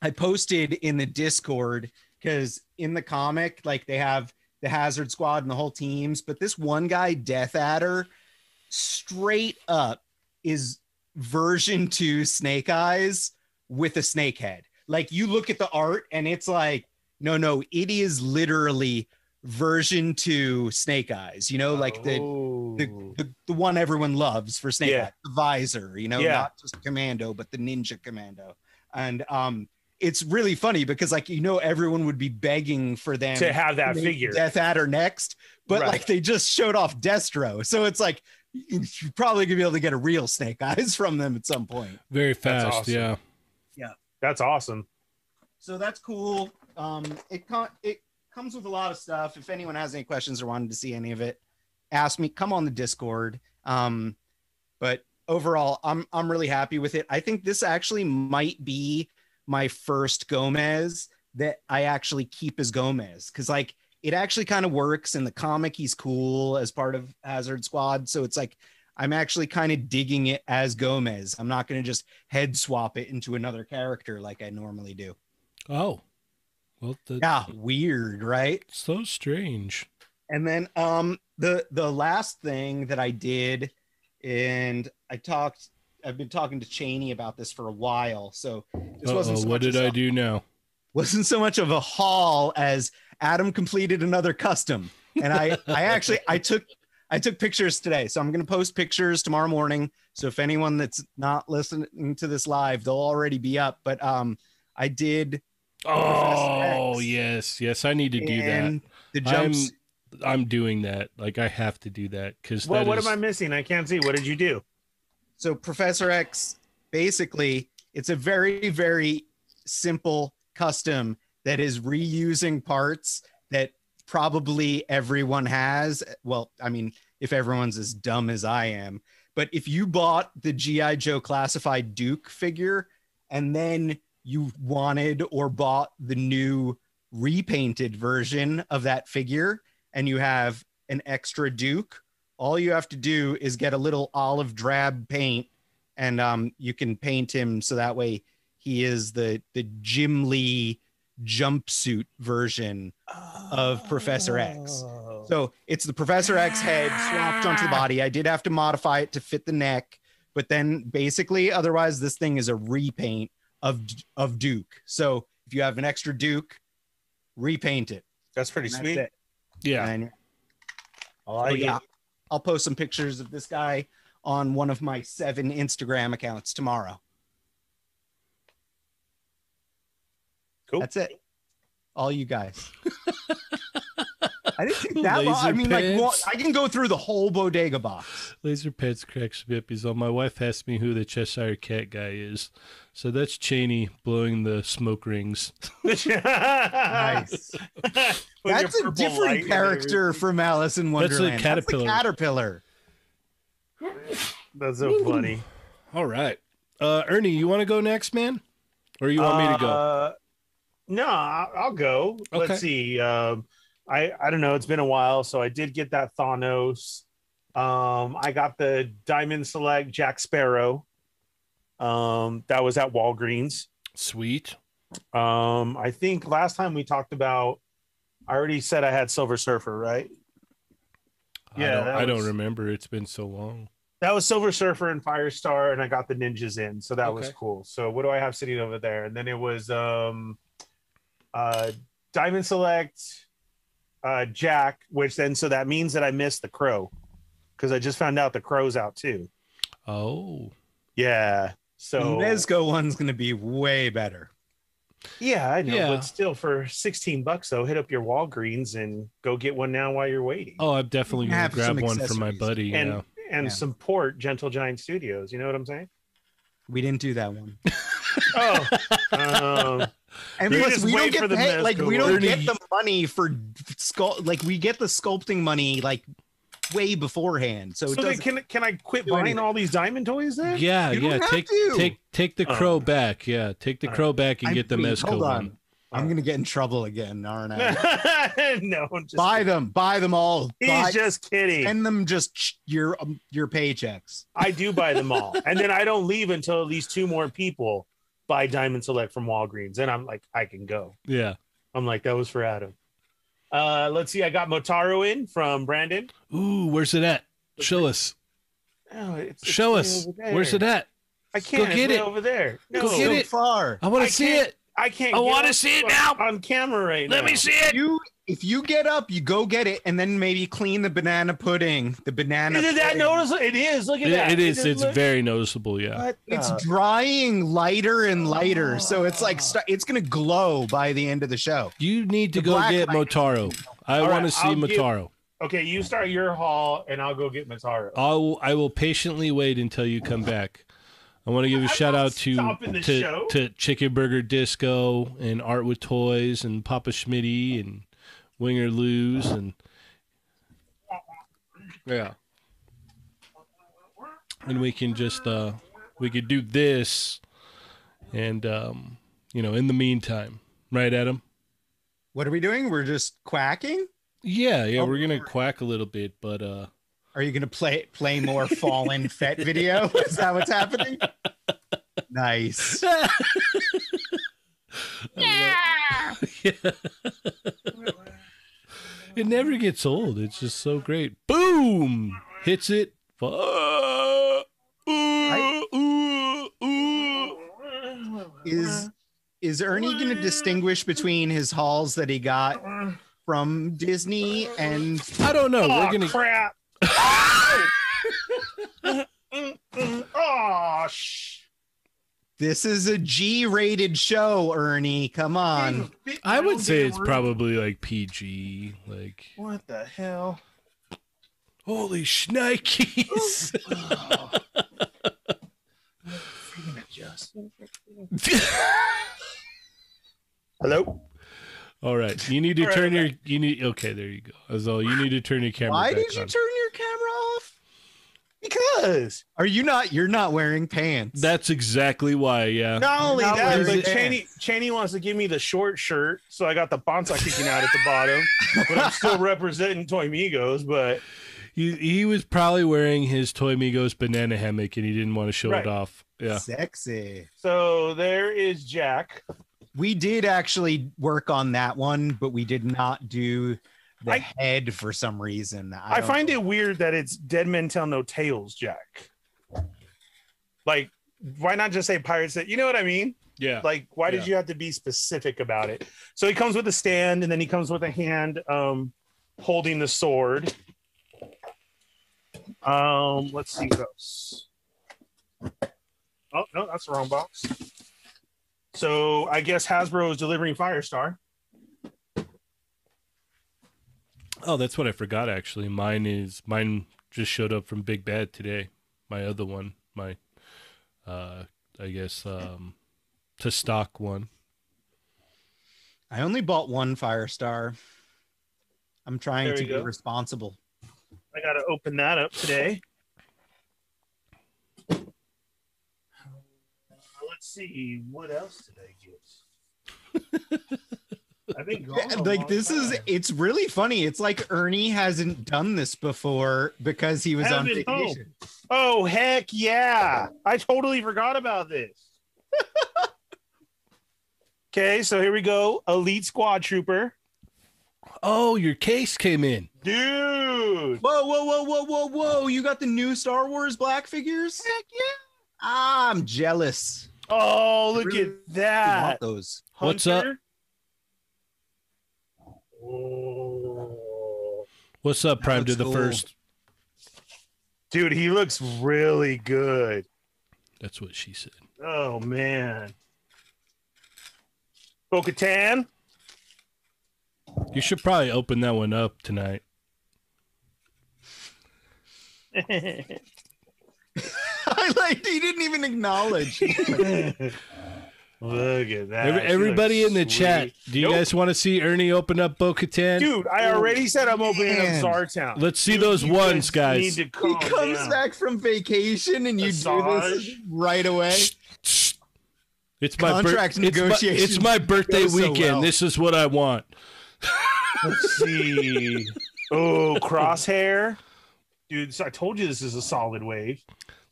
[SPEAKER 3] I posted in the Discord because in the comic, like they have the Hazard Squad and the whole teams, but this one guy, Death Adder, straight up is version two Snake Eyes with a snake head. Like you look at the art and it's like, no, no, it is literally version two Snake Eyes. You know, oh, like the Oh.
[SPEAKER 2] the,
[SPEAKER 3] the, the one everyone loves for Snake
[SPEAKER 2] Yeah.
[SPEAKER 3] Eyes, the visor, you know,
[SPEAKER 2] Yeah.
[SPEAKER 3] not just Commando, but the Ninja Commando. And um, it's really funny because, like, you know, everyone would be begging for them
[SPEAKER 2] to have that
[SPEAKER 3] make
[SPEAKER 2] figure.
[SPEAKER 3] Death Adder next, but
[SPEAKER 2] Right.
[SPEAKER 3] like they just showed off Destro, so it's like you're probably gonna be able to get a real Snake Eyes <laughs> from them at some point.
[SPEAKER 1] Very fast,
[SPEAKER 2] awesome.
[SPEAKER 1] yeah.
[SPEAKER 2] That's awesome.
[SPEAKER 3] So that's cool. Um, it con- it comes with a lot of stuff. If anyone has any questions or wanted to see any of it, ask me. Come on the Discord. Um, but overall, I'm I'm really happy with it. I think this actually might be my first Gomez that I actually keep as Gomez because like it actually kind of works in the comic. He's cool as part of Hazard Squad, so it's like. I'm actually kind of digging it as Gomez. I'm not going to just head swap it into another character like I normally do.
[SPEAKER 1] Oh, well, that's
[SPEAKER 3] Yeah, weird, right?
[SPEAKER 1] so strange.
[SPEAKER 3] And then um the the last thing that I did and I talked I've been talking to Cheney about this for a while. So this wasn't
[SPEAKER 1] Uh-oh,
[SPEAKER 3] so
[SPEAKER 1] what
[SPEAKER 3] much
[SPEAKER 1] did
[SPEAKER 3] as
[SPEAKER 1] I
[SPEAKER 3] a-
[SPEAKER 1] do now?
[SPEAKER 3] wasn't so much of a haul as Adam completed another custom. And I I actually I took I took pictures today. So I'm going to post pictures tomorrow morning. So if anyone that's not listening to this live, they'll already be up, but um I did
[SPEAKER 1] Oh
[SPEAKER 3] Professor X.
[SPEAKER 1] yes, yes, I need to do
[SPEAKER 3] in the
[SPEAKER 1] that.
[SPEAKER 3] jumps
[SPEAKER 1] I'm I'm doing that. Like I have to do that because
[SPEAKER 2] Well, what am I missing? I can't see. What did you do?
[SPEAKER 3] so professor x basically it's a very very simple custom that is reusing parts that probably everyone has well i mean if everyone's as dumb as i am but if you bought the gi joe classified duke figure and then you wanted or bought the new repainted version of that figure and you have an extra duke all you have to do is get a little olive drab paint and um, you can paint him so that way he is the the Jim Lee jumpsuit version Of Professor X. so it's the Professor X head swapped onto the body. I did have to modify it to fit the neck, but then basically, otherwise, this thing is a repaint of of Duke. So if you have an extra Duke, repaint it.
[SPEAKER 2] that's pretty
[SPEAKER 3] And that's
[SPEAKER 2] sweet.
[SPEAKER 3] it.
[SPEAKER 1] Yeah,
[SPEAKER 3] And-
[SPEAKER 2] I like
[SPEAKER 3] So, Oh, yeah,
[SPEAKER 2] it.
[SPEAKER 3] I'll post some pictures of this guy on one of my seven Instagram accounts tomorrow.
[SPEAKER 2] Cool. <laughs>
[SPEAKER 3] That's it. All you guys. I didn't think that
[SPEAKER 1] Laser
[SPEAKER 3] long. I mean, like, one,
[SPEAKER 1] pants.
[SPEAKER 3] I can go through the whole bodega
[SPEAKER 2] <laughs>
[SPEAKER 3] box.
[SPEAKER 1] laser pets cracks bippies on. My wife asked me who the Cheshire Cat guy is, so that's Cheney blowing the smoke rings.
[SPEAKER 3] Nice.
[SPEAKER 2] With your
[SPEAKER 3] That's a
[SPEAKER 2] purple light
[SPEAKER 3] different
[SPEAKER 2] and
[SPEAKER 3] character
[SPEAKER 2] everything.
[SPEAKER 3] from Alice in
[SPEAKER 1] That's the
[SPEAKER 3] Wonderland.
[SPEAKER 1] caterpillar.
[SPEAKER 3] caterpillar.
[SPEAKER 2] That's so funny.
[SPEAKER 1] All right, uh, Ernie, you want to go next, man, or you want me to go?
[SPEAKER 2] Uh, no, I- I'll go.
[SPEAKER 1] Okay.
[SPEAKER 2] Let's see. Um, I I don't know. It's been a while, so I did get that Thanos. Um, I got the Diamond Select Jack Sparrow. Um, that was at Walgreens.
[SPEAKER 1] Sweet.
[SPEAKER 2] Um, I think last time we talked about. I already said I had Silver Surfer, right?
[SPEAKER 1] I
[SPEAKER 2] Yeah,
[SPEAKER 1] don't,
[SPEAKER 2] that
[SPEAKER 1] I don't
[SPEAKER 2] was-
[SPEAKER 1] remember. It's been so long.
[SPEAKER 2] That was Silver Surfer and Firestar, and I got the ninjas in, so that was
[SPEAKER 1] Okay.
[SPEAKER 2] cool. So what do I have sitting over there? And then it was um, uh, Diamond Select, uh, Jack, which then so that means that I missed the Crow, because I just found out the Crow's out too.
[SPEAKER 1] Oh,
[SPEAKER 2] Yeah.
[SPEAKER 3] The
[SPEAKER 2] So
[SPEAKER 3] Mezco one's going to be way better.
[SPEAKER 2] yeah, I know,
[SPEAKER 1] Yeah.
[SPEAKER 2] but still for sixteen bucks though, hit up your Walgreens and go get one now while you're waiting.
[SPEAKER 1] oh, I'm definitely
[SPEAKER 3] You
[SPEAKER 1] gonna
[SPEAKER 3] have
[SPEAKER 1] grab
[SPEAKER 3] some
[SPEAKER 1] one for my
[SPEAKER 3] accessories.
[SPEAKER 1] buddy.
[SPEAKER 2] and
[SPEAKER 1] yeah.
[SPEAKER 2] and
[SPEAKER 3] Yeah.
[SPEAKER 2] support Gentle Giant Studios. You know what
[SPEAKER 1] <laughs>
[SPEAKER 2] I'm saying?
[SPEAKER 3] We didn't do
[SPEAKER 2] <laughs>
[SPEAKER 3] that one.
[SPEAKER 2] Oh. um,
[SPEAKER 3] And
[SPEAKER 2] Dude,
[SPEAKER 3] plus,
[SPEAKER 2] just
[SPEAKER 3] we
[SPEAKER 2] wait
[SPEAKER 3] don't
[SPEAKER 2] for
[SPEAKER 3] get
[SPEAKER 2] the
[SPEAKER 3] paid,
[SPEAKER 2] mess
[SPEAKER 3] like
[SPEAKER 2] to
[SPEAKER 3] we don't
[SPEAKER 1] work.
[SPEAKER 3] get the money for sculpt. Like we get the sculpting money like way beforehand. So,
[SPEAKER 2] So
[SPEAKER 3] it
[SPEAKER 2] then
[SPEAKER 3] doesn't.
[SPEAKER 2] can can I quit
[SPEAKER 3] do
[SPEAKER 2] buying
[SPEAKER 3] anything.
[SPEAKER 2] all these diamond toys then?
[SPEAKER 1] Yeah,
[SPEAKER 3] You don't
[SPEAKER 1] yeah.
[SPEAKER 3] have
[SPEAKER 1] Take
[SPEAKER 3] to.
[SPEAKER 1] take take the
[SPEAKER 2] Oh.
[SPEAKER 1] crow back. Yeah, take the
[SPEAKER 2] All
[SPEAKER 1] crow back and
[SPEAKER 3] I
[SPEAKER 1] get the
[SPEAKER 3] mean,
[SPEAKER 1] Mezco
[SPEAKER 3] Hold on.
[SPEAKER 1] one.
[SPEAKER 3] I'm gonna get in trouble again, aren't
[SPEAKER 2] <laughs>
[SPEAKER 3] I?
[SPEAKER 2] no, I'm just
[SPEAKER 3] buy them, buy them all.
[SPEAKER 2] He's
[SPEAKER 3] Buy,
[SPEAKER 2] just kidding.
[SPEAKER 3] send them just ch- your um, your paychecks.
[SPEAKER 2] I do buy them all, and then I don't leave until at least two more people buy Diamond Select from Walgreens, and I'm like, I can go.
[SPEAKER 1] Yeah.
[SPEAKER 2] I'm like, that was for Adam. Uh, let's see. I got Motaro in from Brandon.
[SPEAKER 1] Ooh, where's it at? Show us.
[SPEAKER 2] Oh, it's, it's
[SPEAKER 1] Show
[SPEAKER 2] way
[SPEAKER 1] us.
[SPEAKER 2] over there.
[SPEAKER 1] Where's it at?
[SPEAKER 2] I can't
[SPEAKER 1] get
[SPEAKER 2] get
[SPEAKER 1] it.
[SPEAKER 2] it over there. No,
[SPEAKER 1] Go get
[SPEAKER 3] so
[SPEAKER 1] it.
[SPEAKER 3] far.
[SPEAKER 1] I want
[SPEAKER 2] I
[SPEAKER 1] to see
[SPEAKER 2] can't-
[SPEAKER 1] it.
[SPEAKER 2] I can't.
[SPEAKER 1] I
[SPEAKER 2] get
[SPEAKER 1] wanna
[SPEAKER 2] up
[SPEAKER 1] see it
[SPEAKER 2] on-
[SPEAKER 1] now.
[SPEAKER 2] on camera right
[SPEAKER 1] Let
[SPEAKER 2] now.
[SPEAKER 1] me see it.
[SPEAKER 3] You, if you get up, you go get it, and then maybe clean the banana pudding. The banana.
[SPEAKER 2] Isn't that
[SPEAKER 3] pudding.
[SPEAKER 2] noticeable? It is. Look at that.
[SPEAKER 1] Yeah, it is.
[SPEAKER 2] just
[SPEAKER 1] It's
[SPEAKER 2] look-
[SPEAKER 1] very noticeable. Yeah.
[SPEAKER 2] What
[SPEAKER 3] It's
[SPEAKER 2] the-
[SPEAKER 3] drying lighter and lighter, so it's like
[SPEAKER 2] Oh.
[SPEAKER 3] st- it's gonna glow by the end of the show.
[SPEAKER 1] You need to
[SPEAKER 3] The
[SPEAKER 1] go
[SPEAKER 3] black
[SPEAKER 1] get
[SPEAKER 3] light.
[SPEAKER 1] Motaro. I
[SPEAKER 2] All right,
[SPEAKER 1] want to see
[SPEAKER 2] I'll get-
[SPEAKER 1] Motaro.
[SPEAKER 2] okay. You start your haul, and I'll go get Mataro.
[SPEAKER 1] I'll I will patiently wait until you come back. I want to give a
[SPEAKER 2] I'm
[SPEAKER 1] shout
[SPEAKER 2] not
[SPEAKER 1] out to
[SPEAKER 2] stopping the
[SPEAKER 1] to,
[SPEAKER 2] show.
[SPEAKER 1] to Chicken Burger Disco and Art with Toys and Papa Schmitty and Winger Lou's and yeah. And we can just uh we could do this and um you know in the meantime, right Adam?
[SPEAKER 3] What are we doing? We're just quacking.
[SPEAKER 1] Yeah, yeah,
[SPEAKER 3] Oh,
[SPEAKER 1] we're gonna
[SPEAKER 3] sure.
[SPEAKER 1] quack a little bit, but uh
[SPEAKER 3] Are you gonna play play more Fallen Fett video? <laughs> Is that
[SPEAKER 2] <laughs>
[SPEAKER 3] what's happening? Nice.
[SPEAKER 1] <laughs> It never gets old. It's just so great. Boom! Hits it. Fu- uh, Ooh, ooh, ooh.
[SPEAKER 2] Uh-huh.
[SPEAKER 3] Is is Ernie gonna distinguish between his hauls that he got from Disney and
[SPEAKER 1] I don't know.
[SPEAKER 2] oh
[SPEAKER 1] We're gonna.
[SPEAKER 2] crap! oh sh!
[SPEAKER 3] this is a G-rated show, Ernie? Come on.
[SPEAKER 1] <laughs> I would say it's probably like PG. Like
[SPEAKER 2] What the hell?
[SPEAKER 1] holy shnikes! <laughs> <laughs>
[SPEAKER 2] Hello.
[SPEAKER 1] All right, you need to
[SPEAKER 2] All right,
[SPEAKER 1] turn your. You need. Okay, there you go. That's all. You need to turn your camera.
[SPEAKER 3] Why
[SPEAKER 1] back
[SPEAKER 3] did you
[SPEAKER 1] on.
[SPEAKER 3] turn your camera off?
[SPEAKER 2] Because
[SPEAKER 3] Are you not? You're not wearing pants.
[SPEAKER 1] That's exactly why. Yeah.
[SPEAKER 2] not only
[SPEAKER 3] Not
[SPEAKER 2] that,
[SPEAKER 3] really
[SPEAKER 2] but
[SPEAKER 3] there.
[SPEAKER 2] Cheney Cheney wants to give me the short shirt, so I got the bonsai kicking out at the bottom. But I'm still representing Toy Migos, but
[SPEAKER 1] He he was probably wearing his Toy Migos banana hammock and he didn't want to show
[SPEAKER 2] Right.
[SPEAKER 1] it off. Yeah.
[SPEAKER 3] sexy.
[SPEAKER 2] so there is Jack.
[SPEAKER 3] We did actually work on that one, but we did not do the
[SPEAKER 2] I-
[SPEAKER 3] head for some reason.
[SPEAKER 2] I,
[SPEAKER 3] don't-
[SPEAKER 2] find it weird that it's Dead Men Tell No Tales, Jack. Like, why not just say Pirates? That you know what I mean?
[SPEAKER 1] Yeah.
[SPEAKER 2] Like, why did
[SPEAKER 1] Yeah.
[SPEAKER 2] you have to be specific about it? So he comes with a stand, and then he comes with a hand um, holding the sword. Um, let's see what else. Oh no, that's the wrong box. So I guess Hasbro is delivering Firestar.
[SPEAKER 1] Oh, that's what I forgot actually. Mine is mine just showed up from Big Bad today. My other one, my uh I guess um to stock one.
[SPEAKER 3] I only bought one Firestar. I'm trying
[SPEAKER 2] There
[SPEAKER 3] to
[SPEAKER 2] you
[SPEAKER 3] be
[SPEAKER 2] go.
[SPEAKER 3] responsible.
[SPEAKER 2] I gotta open that up today. Uh, Let's see what else did I get.
[SPEAKER 3] <laughs>
[SPEAKER 2] I've been gone a
[SPEAKER 3] Like
[SPEAKER 2] long
[SPEAKER 3] this is
[SPEAKER 2] time.
[SPEAKER 3] it's really funny. It's like Ernie hasn't done this before because he was on
[SPEAKER 2] Haven't, oh.
[SPEAKER 3] vacation.
[SPEAKER 2] Oh heck yeah! I totally forgot about <laughs> this. okay, so here we go. Elite Squad Trooper,
[SPEAKER 1] Oh, your case came in.
[SPEAKER 2] dude.
[SPEAKER 3] Whoa, whoa, whoa, whoa, whoa, whoa. You got the new Star Wars black figures? Heck yeah. I'm jealous.
[SPEAKER 2] Oh look
[SPEAKER 3] Really?
[SPEAKER 2] at
[SPEAKER 3] I
[SPEAKER 2] that.
[SPEAKER 3] want those.
[SPEAKER 1] What's up?
[SPEAKER 2] Hunter. Oh.
[SPEAKER 1] What's up, Prime
[SPEAKER 3] looks
[SPEAKER 1] to the
[SPEAKER 3] cool.
[SPEAKER 1] first?
[SPEAKER 3] <laughs>
[SPEAKER 2] Dude, he looks really good.
[SPEAKER 1] That's what she said.
[SPEAKER 2] Oh man. Bo <laughs> Katan.
[SPEAKER 1] You should probably open that one up tonight.
[SPEAKER 3] I like he didn't even acknowledge.
[SPEAKER 2] Look at that.
[SPEAKER 1] Every,
[SPEAKER 2] She
[SPEAKER 1] everybody
[SPEAKER 2] looks
[SPEAKER 1] in the
[SPEAKER 2] sweet.
[SPEAKER 1] chat, do you
[SPEAKER 2] Nope.
[SPEAKER 1] guys want to see Ernie open up Bo Katan?
[SPEAKER 2] Dude, I already said I'm opening up
[SPEAKER 3] oh, Man.
[SPEAKER 2] Zartown.
[SPEAKER 1] Let's see
[SPEAKER 2] Dude,
[SPEAKER 1] those
[SPEAKER 2] you
[SPEAKER 1] ones,
[SPEAKER 2] Need
[SPEAKER 1] guys.
[SPEAKER 2] to
[SPEAKER 3] He
[SPEAKER 2] calm
[SPEAKER 3] comes
[SPEAKER 2] down.
[SPEAKER 3] back from vacation and you do
[SPEAKER 2] Oh, Massage.
[SPEAKER 3] this right away.
[SPEAKER 1] It's my bir-
[SPEAKER 3] Contract
[SPEAKER 1] it's my- It's
[SPEAKER 3] negotiations
[SPEAKER 1] my, birthday
[SPEAKER 3] go so
[SPEAKER 1] weekend.
[SPEAKER 3] well.
[SPEAKER 1] This is what I want.
[SPEAKER 2] Let's see. Oh, crosshair. Dude, so I told you this is a solid wave.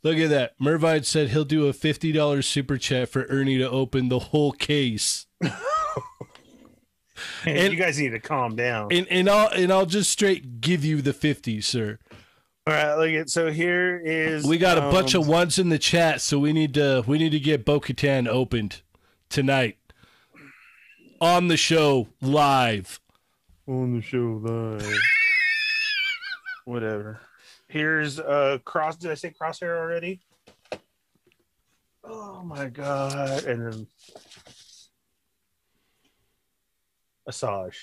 [SPEAKER 1] Look at that. Mervine said he'll do a fifty dollars super chat for Ernie to open the whole case. And-
[SPEAKER 2] you guys need to calm down.
[SPEAKER 1] And and I'll and I'll just straight give you the fifty, sir.
[SPEAKER 2] All right, look at so here is
[SPEAKER 1] We got a
[SPEAKER 2] um,
[SPEAKER 1] bunch of ones in the chat, so we need to we need to get Bo Katan opened tonight. On the show live.
[SPEAKER 2] on the show live. Whatever. Here's uh cross. Did I say crosshair already? Oh my god! And then Asajj.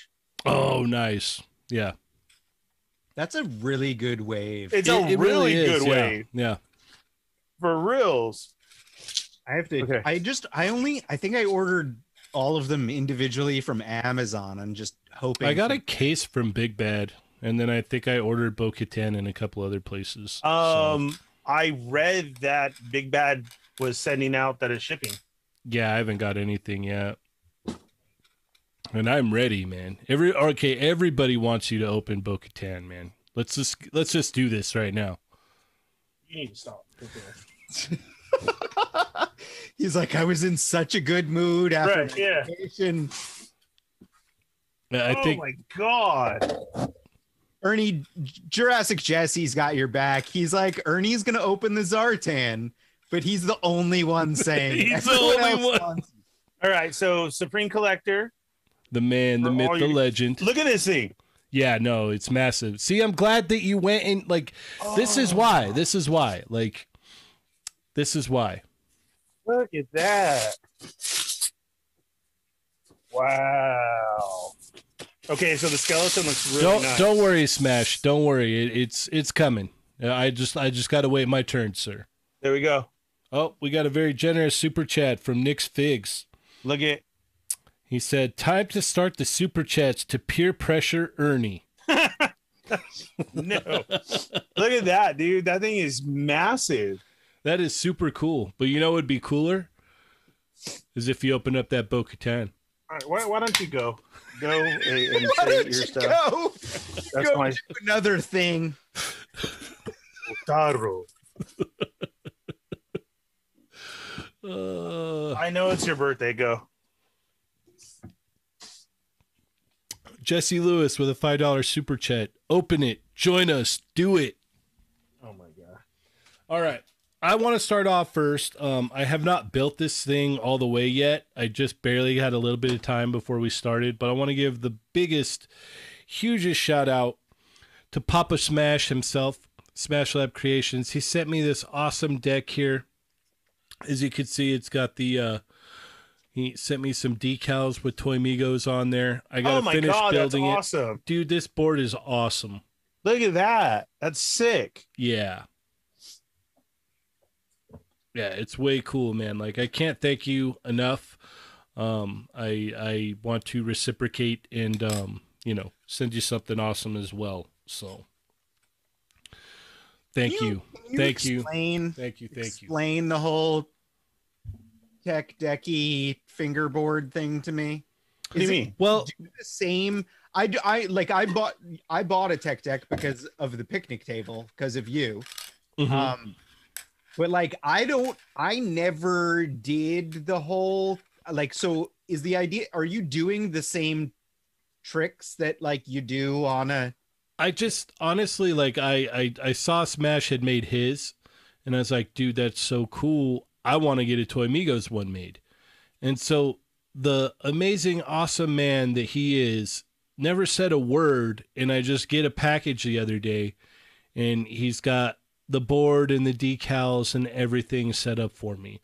[SPEAKER 1] Oh nice. Yeah.
[SPEAKER 3] That's a really good wave.
[SPEAKER 2] It's
[SPEAKER 1] It-
[SPEAKER 2] a
[SPEAKER 1] it
[SPEAKER 2] really,
[SPEAKER 1] is,
[SPEAKER 2] good
[SPEAKER 1] yeah,
[SPEAKER 2] wave
[SPEAKER 1] Yeah.
[SPEAKER 2] for reals.
[SPEAKER 3] I have to.
[SPEAKER 2] Okay.
[SPEAKER 3] I just. I only. I think I ordered all of them individually from Amazon. I'm just hoping.
[SPEAKER 1] I got
[SPEAKER 3] for-
[SPEAKER 1] a case from Big Bad, and then I think I ordered Bo Katan and a couple other places. so-
[SPEAKER 2] Um, I read that Big Bad was sending out that it's shipping.
[SPEAKER 1] Yeah, I haven't got anything yet. And I'm ready, man. Every okay, everybody wants you to open Bo Katan, man. Let's just let's just do this right now.
[SPEAKER 2] You need to stop.
[SPEAKER 3] <laughs> He's like, I was in such a good mood after
[SPEAKER 2] Right, yeah.
[SPEAKER 3] vacation.
[SPEAKER 1] I
[SPEAKER 2] oh
[SPEAKER 1] think
[SPEAKER 2] my god!
[SPEAKER 3] Ernie Jurassic Jesse's got your back. He's like, Ernie's gonna open the Zartan, but he's the
[SPEAKER 1] <laughs>
[SPEAKER 3] only one saying. it.
[SPEAKER 1] He's the
[SPEAKER 3] Everyone
[SPEAKER 1] only
[SPEAKER 3] else
[SPEAKER 1] one.
[SPEAKER 3] wants-
[SPEAKER 2] All right, so Supreme Collector,
[SPEAKER 1] the man, the
[SPEAKER 2] For
[SPEAKER 1] myth,
[SPEAKER 2] all
[SPEAKER 1] the
[SPEAKER 2] you-
[SPEAKER 1] legend.
[SPEAKER 2] look at this thing.
[SPEAKER 1] Yeah, no, it's massive. See, I'm glad that you went and like this is
[SPEAKER 2] Oh,
[SPEAKER 1] why. This is why. Like this is why.
[SPEAKER 2] Look at that! Wow. Okay, so the skeleton looks really
[SPEAKER 1] don't
[SPEAKER 2] nice.
[SPEAKER 1] don't worry, Smash. Don't worry. It, it's it's coming. Uh, I just I just got to wait my turn, sir.
[SPEAKER 2] There we go.
[SPEAKER 1] Oh, we got a very generous super chat from Nick's Figs.
[SPEAKER 2] Look at.
[SPEAKER 1] He said, "Time to start the super chats to peer pressure Ernie." <laughs>
[SPEAKER 2] No. Look at that, dude. That thing is massive.
[SPEAKER 1] That is super cool. But you know what would be cooler is if you opened up that Bo Katan.
[SPEAKER 2] All right, why, why don't you go?
[SPEAKER 3] <laughs>
[SPEAKER 2] Go and, and say
[SPEAKER 3] Why don't
[SPEAKER 2] your
[SPEAKER 3] you
[SPEAKER 2] stuff.
[SPEAKER 3] go
[SPEAKER 2] That's
[SPEAKER 3] Go.
[SPEAKER 2] my
[SPEAKER 3] do another thing?
[SPEAKER 2] Taro.
[SPEAKER 1] Uh,
[SPEAKER 2] I know it's your birthday. Go.
[SPEAKER 1] Jesse Lewis with a five dollar super chat. Open it. Join us. Do it.
[SPEAKER 2] Oh my god.
[SPEAKER 1] All right. I want to start off first. Um, I have not built this thing all the way yet. I just barely had a little bit of time before we started, but I want to give the biggest, hugest shout out to Papa Smash himself, Smash Lab Creations. He sent me this awesome deck here. As you can see, it's got the. Uh, he sent me some decals with Toy Migos on there. I got
[SPEAKER 2] Oh
[SPEAKER 1] to
[SPEAKER 2] my
[SPEAKER 1] finish
[SPEAKER 2] god, that's
[SPEAKER 1] building it.
[SPEAKER 2] awesome.
[SPEAKER 1] Dude, this board is awesome.
[SPEAKER 2] Look at that. That's sick.
[SPEAKER 1] Yeah. Yeah, it's way cool, man. Like I can't thank you enough. Um I I want to reciprocate and um, you know, send you something awesome as well. So Thank you.
[SPEAKER 3] Can
[SPEAKER 1] Thank you.
[SPEAKER 3] Explain,
[SPEAKER 1] Thank you. Thank you.
[SPEAKER 3] explain the whole tech decky fingerboard thing to me.
[SPEAKER 2] What do you
[SPEAKER 3] Is it
[SPEAKER 2] mean?
[SPEAKER 1] Well,
[SPEAKER 3] the same. I d- I- like I bought I bought a tech deck because of the picnic table because of you.
[SPEAKER 1] mhm.
[SPEAKER 3] Um, but like I don't I never did the whole like so is the idea are you doing the same tricks that like you do on a
[SPEAKER 1] I just honestly like I, I I saw Smash had made his, and I was like, dude, that's so cool. I want to get a Toy Migos one made, and so the amazing, awesome man that he is never said a word, and I just get a package the other day, and he's got the board and the decals and everything set up for me.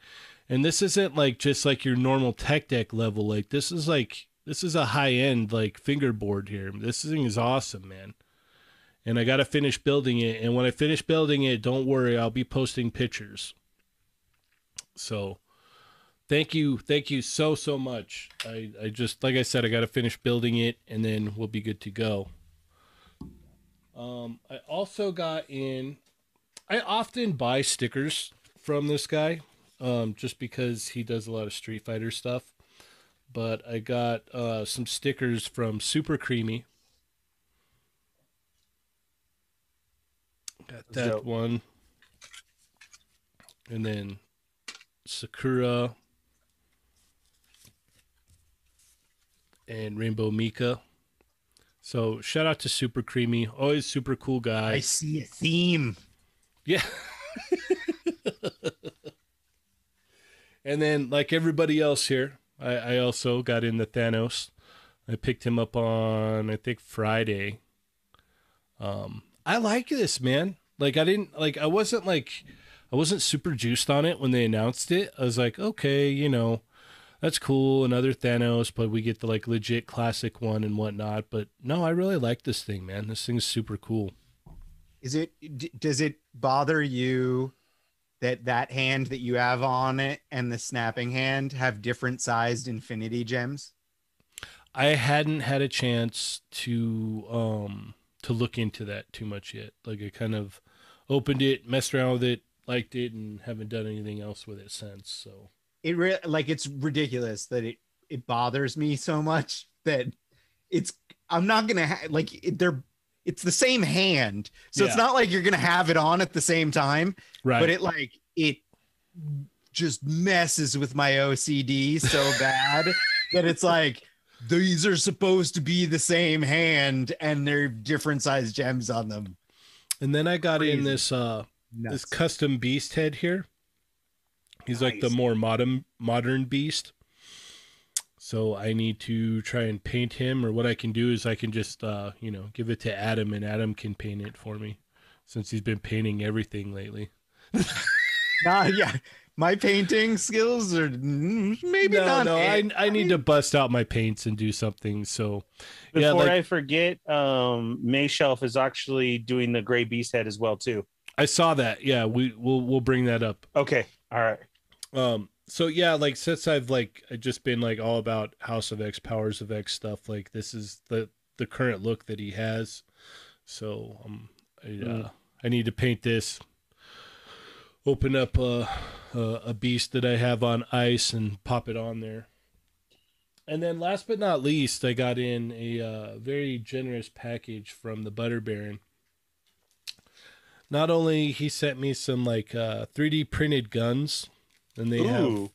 [SPEAKER 1] And this isn't like just like your normal tech deck level. Like this is like this is a high end like fingerboard here. This thing is awesome, man and I got to finish building it. And when I finish building it, don't worry, I'll be posting pictures. So thank you, thank you so so much. I I just like I said, I got to finish building it, and then we'll be good to go. Um, I also got in. I often buy stickers from this guy, um, just because he does a lot of Street Fighter stuff. But I got uh, some stickers from Super Creamy. Got that
[SPEAKER 2] Dope.
[SPEAKER 1] one, and then Sakura and Rainbow Mika. So shout out to Super Creamy, always super cool guy.
[SPEAKER 3] I see a theme.
[SPEAKER 1] Yeah. and then, like everybody else here, I, I also got into Thanos. I picked him up on, I think, Friday. Um, I like this, man. Like, I didn't, like, I wasn't, like, I wasn't super juiced on it when they announced it. I was like, okay, you know, that's cool, another Thanos, but we get the, like, legit classic one and whatnot. But no, I really like this thing, man. This thing's super cool.
[SPEAKER 3] Is it? d- Does it bother you that that hand that you have on it and the snapping hand have different sized infinity gems?
[SPEAKER 1] I hadn't had a chance to um to look into that too much yet. Like I kind of opened it, messed around with it, liked it, and haven't done anything else with it since. So
[SPEAKER 3] It re- like it's ridiculous that it it bothers me so much that it's I'm not gonna ha- like it, they're it's the same hand, so it's
[SPEAKER 1] Yeah.
[SPEAKER 3] not like you're gonna have it on at the same time.
[SPEAKER 1] right,
[SPEAKER 3] but it like it just messes with my OCD
[SPEAKER 1] <laughs>
[SPEAKER 3] so bad that it's like these are supposed to be the same hand and they're different size gems on them.
[SPEAKER 1] and then I got in
[SPEAKER 3] Crazy.
[SPEAKER 1] this uh this
[SPEAKER 3] Nuts. <laughs>
[SPEAKER 1] custom beast head here. He's like the
[SPEAKER 3] Nice.
[SPEAKER 1] more modern modern beast. So I need to try and paint him, or what I can do is I can just uh you know give it to Adam, and Adam can paint it for me, since he's been painting everything lately.
[SPEAKER 3] Nah, yeah, my painting skills are mm, maybe
[SPEAKER 1] no,
[SPEAKER 3] not.
[SPEAKER 1] no,
[SPEAKER 3] it.
[SPEAKER 1] I, I need to bust out my paints and do something. So,
[SPEAKER 2] Before
[SPEAKER 1] yeah, like
[SPEAKER 2] I forget, um, Mayshelf is actually doing the Gray Beast head as well too.
[SPEAKER 1] I saw that. Yeah, we we'll we'll bring that up.
[SPEAKER 2] Okay, all right.
[SPEAKER 1] Um, so yeah, like since I've like I've just been like all about House of X, Powers of X stuff. Like this is the the current look that he has. So um, I, uh,
[SPEAKER 2] Mm.
[SPEAKER 1] I need to paint this. Open up a, a a beast that I have on ice and pop it on there. And then last but not least, I got in a uh, very generous package from the Butter Baron. Not only he sent me some like uh, 3D printed guns, and they have
[SPEAKER 2] Ooh,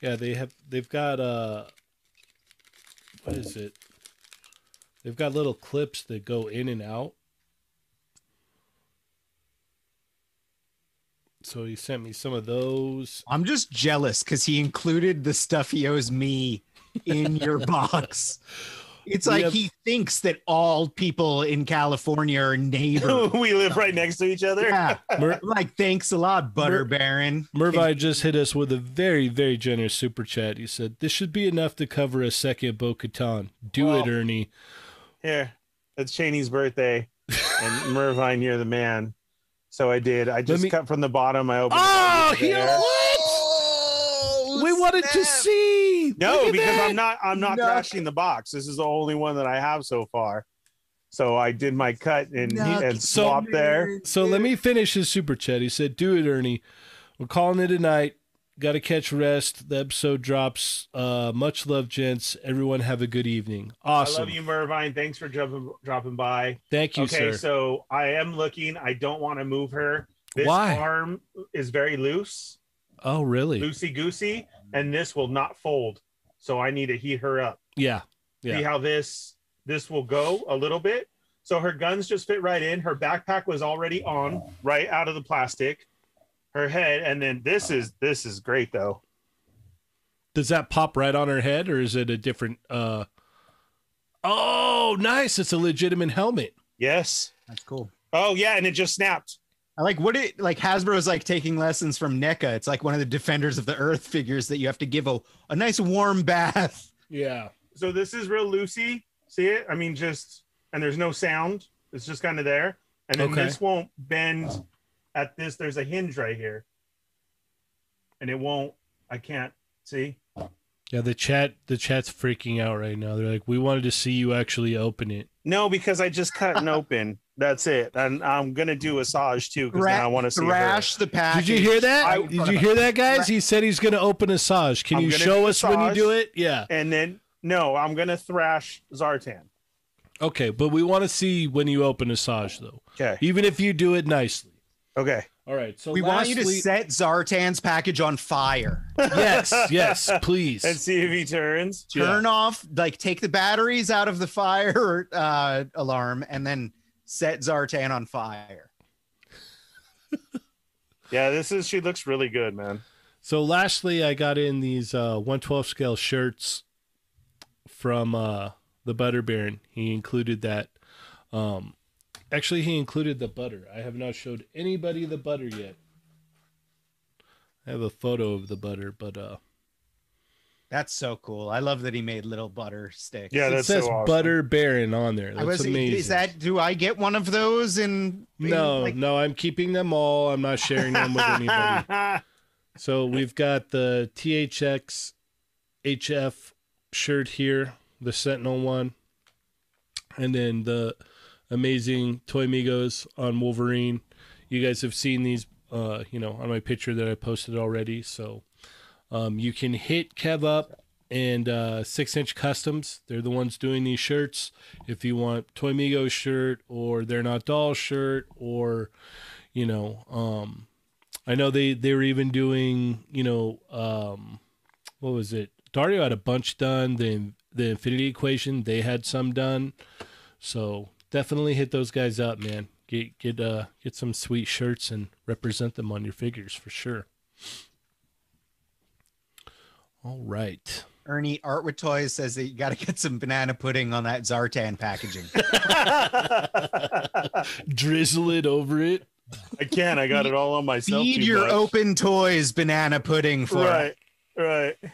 [SPEAKER 1] yeah, they have they've got uh what is it? They've got little clips that go in and out. So he sent me some of those.
[SPEAKER 3] I'm just jealous because he included the stuff he owes me
[SPEAKER 1] <laughs>
[SPEAKER 3] in your box. It's
[SPEAKER 1] We
[SPEAKER 3] like
[SPEAKER 1] have-
[SPEAKER 3] he thinks that all people in California
[SPEAKER 1] <laughs>
[SPEAKER 3] are neighbors.
[SPEAKER 2] <laughs> we live right next to each other.
[SPEAKER 3] yeah.
[SPEAKER 1] Mer-
[SPEAKER 3] Like, thanks a lot, Butter Baron.
[SPEAKER 1] <laughs> Mervi just hit us with a very, very generous super chat. He said, This should be enough to cover a second Bo Katan. Do
[SPEAKER 2] Wow.
[SPEAKER 1] it, Ernie.
[SPEAKER 2] Here, it's Cheney's birthday,
[SPEAKER 1] <laughs>
[SPEAKER 2] and Mervine, you're the man. So I did. I just
[SPEAKER 1] me-
[SPEAKER 2] cut from the bottom. I opened. it
[SPEAKER 1] Oh,
[SPEAKER 2] up
[SPEAKER 1] he
[SPEAKER 2] there.
[SPEAKER 3] Oh,
[SPEAKER 1] we wanted to
[SPEAKER 3] snap.
[SPEAKER 1] see. Look
[SPEAKER 2] No,
[SPEAKER 1] at
[SPEAKER 2] because
[SPEAKER 1] that.
[SPEAKER 2] I'm not. I'm not
[SPEAKER 3] No.
[SPEAKER 2] thrashing the box. This is the only one that I have so far. So I did my cut and he,
[SPEAKER 3] Knock
[SPEAKER 2] and
[SPEAKER 3] it
[SPEAKER 1] So-
[SPEAKER 2] swap there.
[SPEAKER 1] So let me finish his super chat. He said, "Do it, Ernie. We're calling it a night. Got to catch rest. The episode drops. Uh, much love, gents. Everyone have a good evening. Awesome.
[SPEAKER 2] I love you, Mervine. Thanks for jumping, dropping by.
[SPEAKER 1] Thank you,
[SPEAKER 2] okay,
[SPEAKER 1] sir.
[SPEAKER 2] so I am looking. I don't want to move her. This
[SPEAKER 1] Why?
[SPEAKER 2] arm is very loose,
[SPEAKER 1] oh, really?
[SPEAKER 2] loosey goosey, and this will not fold. So I need to heat her up.
[SPEAKER 1] Yeah. Yeah.
[SPEAKER 2] See how this this will go a little bit. So her guns just fit right in. Her backpack was already on, right out of the plastic. Her head, and then this is this is great though.
[SPEAKER 1] Does that pop right on her head, or is it a different? uh Oh, nice. It's a legitimate helmet.
[SPEAKER 2] Yes.
[SPEAKER 3] That's cool.
[SPEAKER 2] Oh yeah, and it just snapped.
[SPEAKER 3] I like what it like Hasbro's like taking lessons from NECA. It's like one of the Defenders of the Earth figures that you have to give a, a nice warm bath.
[SPEAKER 1] Yeah.
[SPEAKER 2] So this is real loosey. See it? I mean, just and there's no sound. It's just kind of there. And then
[SPEAKER 1] Okay.
[SPEAKER 2] this won't bend at this. There's a hinge right here, and it won't. I can't See,
[SPEAKER 1] Yeah, the chat the chat's freaking out right now. They're like, we wanted to see you actually open it.
[SPEAKER 2] no, because I just cut
[SPEAKER 3] <laughs>
[SPEAKER 2] and open. That's it, and I'm gonna do Asajj too because
[SPEAKER 3] Thra-
[SPEAKER 2] now I want to see her.
[SPEAKER 3] thrash the package.
[SPEAKER 1] Did you hear that?
[SPEAKER 2] I-
[SPEAKER 1] Did you hear that,
[SPEAKER 2] <laughs>
[SPEAKER 1] guys? He said he's gonna open Asajj. Can
[SPEAKER 2] I'm
[SPEAKER 1] you
[SPEAKER 2] gonna
[SPEAKER 1] show
[SPEAKER 2] do
[SPEAKER 1] us when you
[SPEAKER 2] Asajj.
[SPEAKER 1] do it? Yeah.
[SPEAKER 2] And then no, I'm gonna thrash Zartan.
[SPEAKER 1] Okay, but we want to see when you open Asajj though,
[SPEAKER 2] Okay,
[SPEAKER 1] even if you do it nicely.
[SPEAKER 2] okay.
[SPEAKER 1] All right. So
[SPEAKER 3] We want you to
[SPEAKER 1] lastly-
[SPEAKER 3] set Zartan's package on fire.
[SPEAKER 1] <laughs> yes,
[SPEAKER 3] <laughs>
[SPEAKER 1] yes, please.
[SPEAKER 2] And see if he turns.
[SPEAKER 1] Yeah.
[SPEAKER 3] Turn off, like, take the batteries out of the fire <laughs> uh, alarm, and then set Zartan on fire.
[SPEAKER 2] Yeah, this is. She looks really good, man.
[SPEAKER 1] So lastly, I got in these uh, 112 scale shirts from uh, the Butter Baron. He included that. Um, actually, he included the butter. I have not showed anybody the butter yet. I have a photo of the butter, but uh,
[SPEAKER 3] That's so cool. I love that he made little butter sticks.
[SPEAKER 2] Yeah,
[SPEAKER 1] it
[SPEAKER 2] that's so
[SPEAKER 1] says
[SPEAKER 2] awesome.
[SPEAKER 1] Butter Baron on there. That's
[SPEAKER 3] I was,
[SPEAKER 1] amazing.
[SPEAKER 3] Is that do I get one of those in? in,
[SPEAKER 1] no,
[SPEAKER 3] like-
[SPEAKER 1] no, I'm keeping them all. I'm not sharing them with anybody. So we've got the THX HF shirt here, the Sentinel one, and then the amazing Toy Migos on Wolverine. You guys have seen these, uh, you know, on my picture that I posted already. So um, you can hit Kev up and uh, Six Inch Customs. They're the ones doing these shirts. If you want Toy Migos shirt or They're Not Doll shirt or, you know, um, I know they they were even doing you know um, what was it? Dario had a bunch done. The the infinity equation they had some done. So definitely hit those guys up, man. Get get uh get some sweet shirts and represent them on your figures for sure. All right.
[SPEAKER 3] Ernie Art with Toys says that you got to get some banana pudding on that
[SPEAKER 1] <laughs>
[SPEAKER 3] Zartan packaging.
[SPEAKER 1] Drizzle it over it.
[SPEAKER 2] <laughs> I can. I got it all on myself.
[SPEAKER 3] Feed
[SPEAKER 2] too
[SPEAKER 3] your
[SPEAKER 2] much.
[SPEAKER 3] open toys banana pudding for us.
[SPEAKER 2] right, right.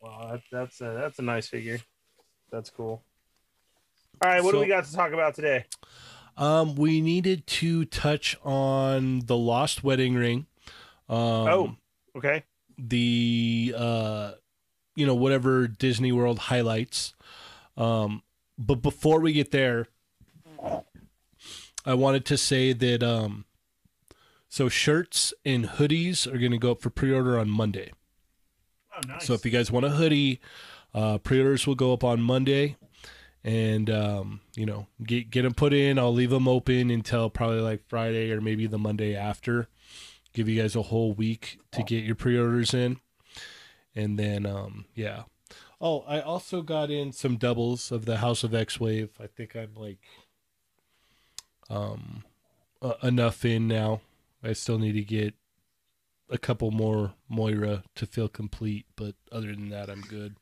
[SPEAKER 2] Wow, that, that's a, that's a nice figure. That's cool. All right, what
[SPEAKER 1] So-
[SPEAKER 2] do we got to talk about today?
[SPEAKER 1] Um, we needed to touch on the lost wedding ring. Um,
[SPEAKER 2] oh, okay.
[SPEAKER 1] the uh you know whatever Disney World highlights. Um but before we get there I wanted to say that um so shirts and hoodies are going to go up for pre-order on Monday.
[SPEAKER 2] Oh, nice.
[SPEAKER 1] So if you guys want a hoodie, uh, pre-orders will go up on Monday, and um, you know get get them put in. I'll leave them open until probably like Friday or maybe the Monday after. Give you guys a whole week to get your pre-orders in, and then um, yeah. Oh, I also got in some doubles of the House of X Wave. I think I'm like um uh, enough in now. I still need to get a couple more Moira to feel complete, but other than that, I'm good.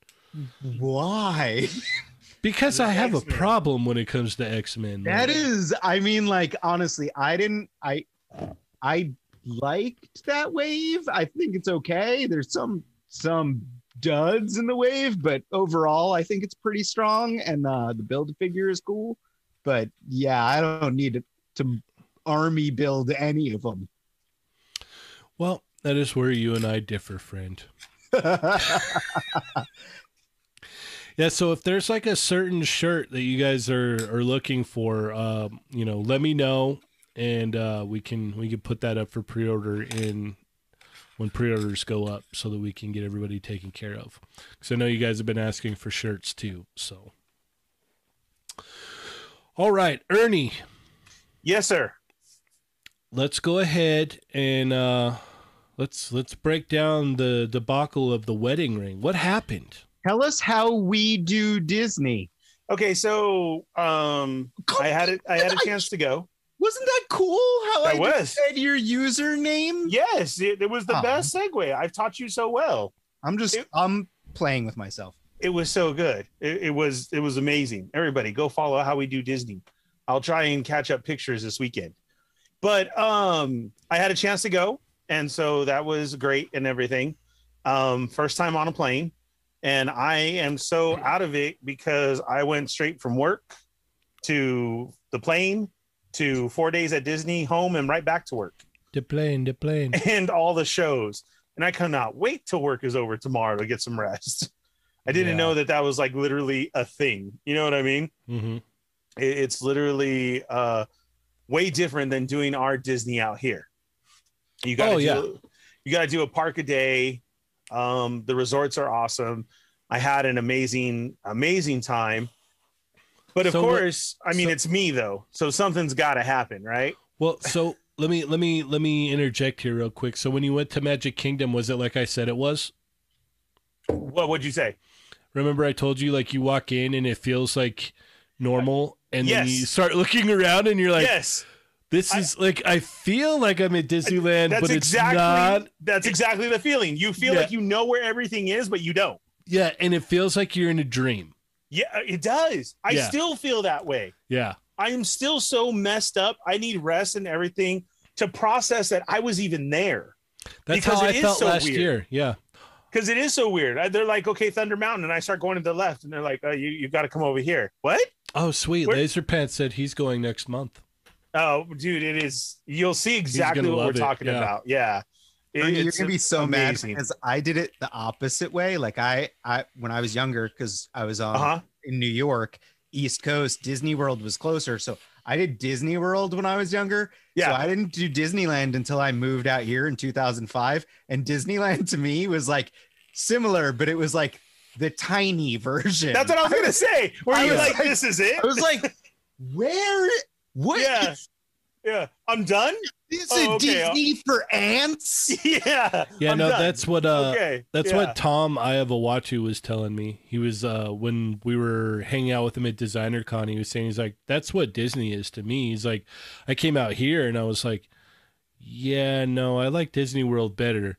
[SPEAKER 3] Why? <laughs>
[SPEAKER 1] Because I have a
[SPEAKER 2] X-Men.
[SPEAKER 1] problem when it comes to X Men.
[SPEAKER 3] That is, I mean, like honestly, I didn't, I, I liked that wave. I think it's okay. There's some some duds in the wave, but overall, I think it's pretty strong, and uh, the build figure is cool. But yeah, I don't need to, to army build any of them.
[SPEAKER 1] well, that is where you and I differ, friend. Yeah, so if there's like a certain shirt that you guys are are looking for, um, you know, let me know, and uh, we can we can put that up for pre order in when pre orders go up, so that we can get everybody taken care of. Because I know you guys have been asking for shirts too. So, all right, Ernie,
[SPEAKER 2] yes, sir.
[SPEAKER 1] let's go ahead and uh, let's let's break down the debacle of the wedding ring. What happened?
[SPEAKER 3] <laughs> Tell us how we do Disney.
[SPEAKER 2] Okay, so um, I had it. I had a chance to go.
[SPEAKER 3] Wasn't that cool? How
[SPEAKER 2] That
[SPEAKER 3] I
[SPEAKER 2] was
[SPEAKER 3] said your username.
[SPEAKER 2] yes. It, it was the
[SPEAKER 3] Aw.
[SPEAKER 2] best segue. I've taught you so well.
[SPEAKER 3] I'm just,
[SPEAKER 2] It-
[SPEAKER 3] I'm playing with myself.
[SPEAKER 2] it was so good. It, it was it was amazing. Everybody, go follow how we do Disney. I'll try and catch up pictures this weekend. But um, I had a chance to go, and so that was great and everything. Um, first time on a plane, and I am so out of it because I went straight from work to the plane to four days at Disney, home, and right back to work.
[SPEAKER 1] The plane, the plane.
[SPEAKER 2] and all the shows. And I cannot wait till work is over tomorrow to get some rest. <laughs> I didn't
[SPEAKER 1] Yeah.
[SPEAKER 2] know that that was like literally a thing. You know what I mean?
[SPEAKER 1] <laughs> Mm-hmm.
[SPEAKER 2] It- It's literally uh, way different than doing our Disney out here. You got to
[SPEAKER 1] Oh,
[SPEAKER 2] do,
[SPEAKER 1] yeah.
[SPEAKER 2] you got to do a park a day. Um, the resorts are awesome. I had an amazing, amazing time. But of
[SPEAKER 1] So what-
[SPEAKER 2] course, I mean,
[SPEAKER 1] so-
[SPEAKER 2] it's me though, so something's got to happen, right?
[SPEAKER 1] Well, so let me let me let me interject here real quick. So when you went to Magic Kingdom, was it like I said it was?
[SPEAKER 2] What would you say?
[SPEAKER 1] Remember I told you like you walk in and it feels like normal and then
[SPEAKER 2] Yes.
[SPEAKER 1] you start looking around and you're like
[SPEAKER 2] yes,
[SPEAKER 1] this
[SPEAKER 2] I-
[SPEAKER 1] is like I feel like I'm at Disneyland
[SPEAKER 2] that's
[SPEAKER 1] but it's
[SPEAKER 2] exactly
[SPEAKER 1] not
[SPEAKER 2] that's exactly the feeling. You feel
[SPEAKER 1] Yeah.
[SPEAKER 2] like you know where everything is, but you don't.
[SPEAKER 1] Yeah, and it feels like you're in a dream.
[SPEAKER 2] Yeah, uh, it does. I
[SPEAKER 1] Yeah.
[SPEAKER 2] still feel that way.
[SPEAKER 1] Yeah.
[SPEAKER 2] I am still so messed up. I need rest and everything to process that I was even there
[SPEAKER 1] That's
[SPEAKER 2] Because
[SPEAKER 1] how I
[SPEAKER 2] it is
[SPEAKER 1] felt
[SPEAKER 2] so
[SPEAKER 1] last
[SPEAKER 2] weird.
[SPEAKER 1] year. Yeah.
[SPEAKER 2] because it is so weird. I, they're like, okay, Thunder Mountain, and I start going to the left, and they're like, oh, you you got to come over here. What?
[SPEAKER 1] Oh, sweet.
[SPEAKER 2] Where-
[SPEAKER 1] Laser Pants said he's going next month.
[SPEAKER 2] Oh, dude, it is. You'll see exactly
[SPEAKER 1] gonna
[SPEAKER 2] what we're
[SPEAKER 1] love it,
[SPEAKER 2] talking
[SPEAKER 1] yeah.
[SPEAKER 2] about. Yeah, It-
[SPEAKER 3] Ernie, you're
[SPEAKER 2] it's
[SPEAKER 3] gonna be so
[SPEAKER 2] amazing.
[SPEAKER 3] mad because I did it the opposite way. Like I, I when I was younger, because I was on
[SPEAKER 2] Uh-huh.
[SPEAKER 3] in New York, East Coast, Disney World was closer. So I did Disney World when I was younger.
[SPEAKER 2] Yeah.
[SPEAKER 3] So I didn't do Disneyland until I moved out here in 2005. And Disneyland <laughs> to me was like similar, but it was like the tiny <laughs> version.
[SPEAKER 2] That's what I was gonna say. Where
[SPEAKER 3] I
[SPEAKER 2] you
[SPEAKER 3] was
[SPEAKER 2] like,
[SPEAKER 3] like-
[SPEAKER 2] this is it?
[SPEAKER 3] <laughs> I was like, where? What?
[SPEAKER 2] Yeah.
[SPEAKER 3] is
[SPEAKER 2] Yeah, I'm done. <laughs>
[SPEAKER 3] this
[SPEAKER 2] Oh,
[SPEAKER 3] a
[SPEAKER 2] okay, I'll-
[SPEAKER 3] Disney for ants?
[SPEAKER 2] yeah,
[SPEAKER 1] Yeah,
[SPEAKER 2] I'm
[SPEAKER 1] no,
[SPEAKER 2] done.
[SPEAKER 1] that's what uh
[SPEAKER 2] okay.
[SPEAKER 1] that's
[SPEAKER 2] yeah.
[SPEAKER 1] what
[SPEAKER 2] <laughs>
[SPEAKER 1] Tom Iavawatu was telling me. He was uh when we were hanging out with him at Designer Con, he was saying he's like, That's what Disney is to me. He's like, I came out here and I was like, Yeah, no, I like Disney World better.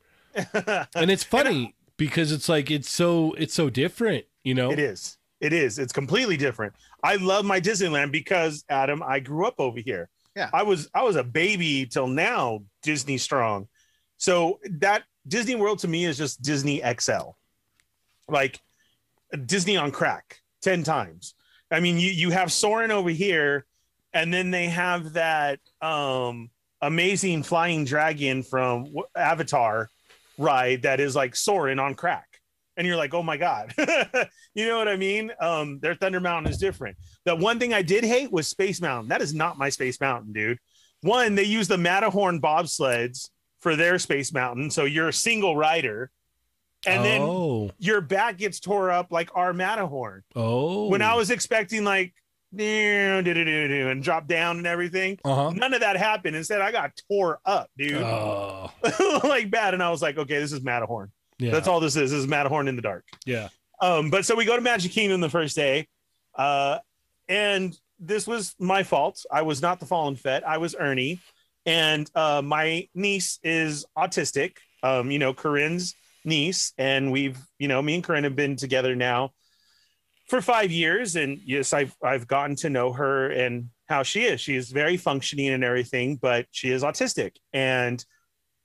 [SPEAKER 2] Uh,
[SPEAKER 1] And it's funny because it's like it's so it's so different, you know?
[SPEAKER 2] it is. It is. It's completely different. I love my Disneyland because Adam, I grew up over here.
[SPEAKER 3] Yeah.
[SPEAKER 2] I was I was a baby till now Disney strong. So that Disney World to me is just Disney XL. Like Disney on crack 10 times. I mean, you you have Soren over here and then they have that um amazing flying dragon from w- Avatar ride that is like Soren on crack. And you're like, "Oh my god." <laughs> you know what I mean? Um their Thunder Mountain is different. The one thing I did hate was Space Mountain. That is not my Space Mountain, dude. One, they use the Matterhorn bobsleds for their Space Mountain, so you're a single rider. And then
[SPEAKER 1] oh,
[SPEAKER 2] your back gets tore up like our Matterhorn.
[SPEAKER 1] oh
[SPEAKER 2] When I was expecting like "Doo, doo, doo, doo, doo," and drop down and everything,
[SPEAKER 1] uh-huh.
[SPEAKER 2] none of that happened. Instead, I got tore up, dude,
[SPEAKER 1] Oh,
[SPEAKER 2] <laughs> like bad. And I was like, okay, this is Matterhorn.
[SPEAKER 1] yeah.
[SPEAKER 2] That's all this is. This is Matterhorn in the dark.
[SPEAKER 1] Yeah.
[SPEAKER 2] Um, but so we go to Magic Kingdom the first day, uh, and this was my fault. I was not the fallen fet. I was Ernie, and uh, my niece is autistic. Um, you know, Corinne's niece, and we've you know me and Corinne have been together now for five years, and yes, I've I've gotten to know her and how she is. She is very functioning and everything, but she is autistic. And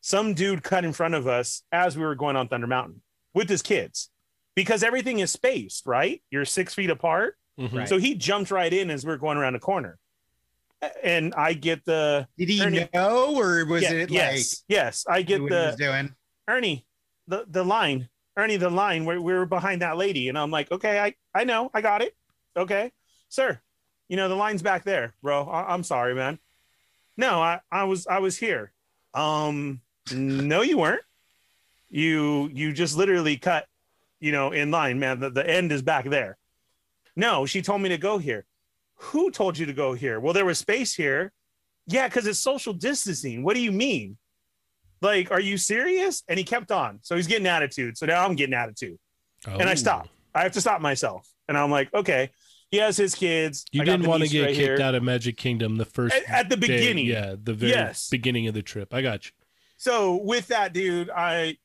[SPEAKER 2] some dude cut in front of us as we were going on Thunder Mountain with his kids because everything is spaced, right? You're six feet apart.
[SPEAKER 1] Mhm.
[SPEAKER 3] Right.
[SPEAKER 2] So he jumped right in as we are going around the corner. A- And I get the
[SPEAKER 3] Did he
[SPEAKER 2] Ernie-
[SPEAKER 3] know, or was
[SPEAKER 2] Yeah,
[SPEAKER 3] it like
[SPEAKER 2] yes, yes, I
[SPEAKER 3] knew
[SPEAKER 2] get
[SPEAKER 3] what he was
[SPEAKER 2] the
[SPEAKER 3] doing?
[SPEAKER 2] Ernie, the, the line, Ernie, the line where we were behind that lady. And I'm like, okay, I, I know, I got it. Okay, sir, you know, the line's back there, bro. I, I'm sorry, man. No, I, I was, I was here. Um, no, you weren't. You, you just literally cut, you know, in line, man. The, the end is back there. No, she told me to go here. Who told you to go here? Well, there was space here. Yeah, because it's social distancing. What do you mean? Like, are you serious? And he kept on. So he's getting attitude. So now I'm getting attitude. And I
[SPEAKER 1] Oh.
[SPEAKER 2] stop. I have to stop myself. And I'm like, okay, he has his kids.
[SPEAKER 1] You
[SPEAKER 2] I got
[SPEAKER 1] didn't
[SPEAKER 2] the
[SPEAKER 1] want to
[SPEAKER 2] niece
[SPEAKER 1] get
[SPEAKER 2] right
[SPEAKER 1] kicked
[SPEAKER 2] here.
[SPEAKER 1] out of Magic Kingdom the first
[SPEAKER 2] At, at the
[SPEAKER 1] day-
[SPEAKER 2] beginning.
[SPEAKER 1] yeah, the very
[SPEAKER 2] Yes.
[SPEAKER 1] beginning of the trip. I got you.
[SPEAKER 2] So with that, dude, I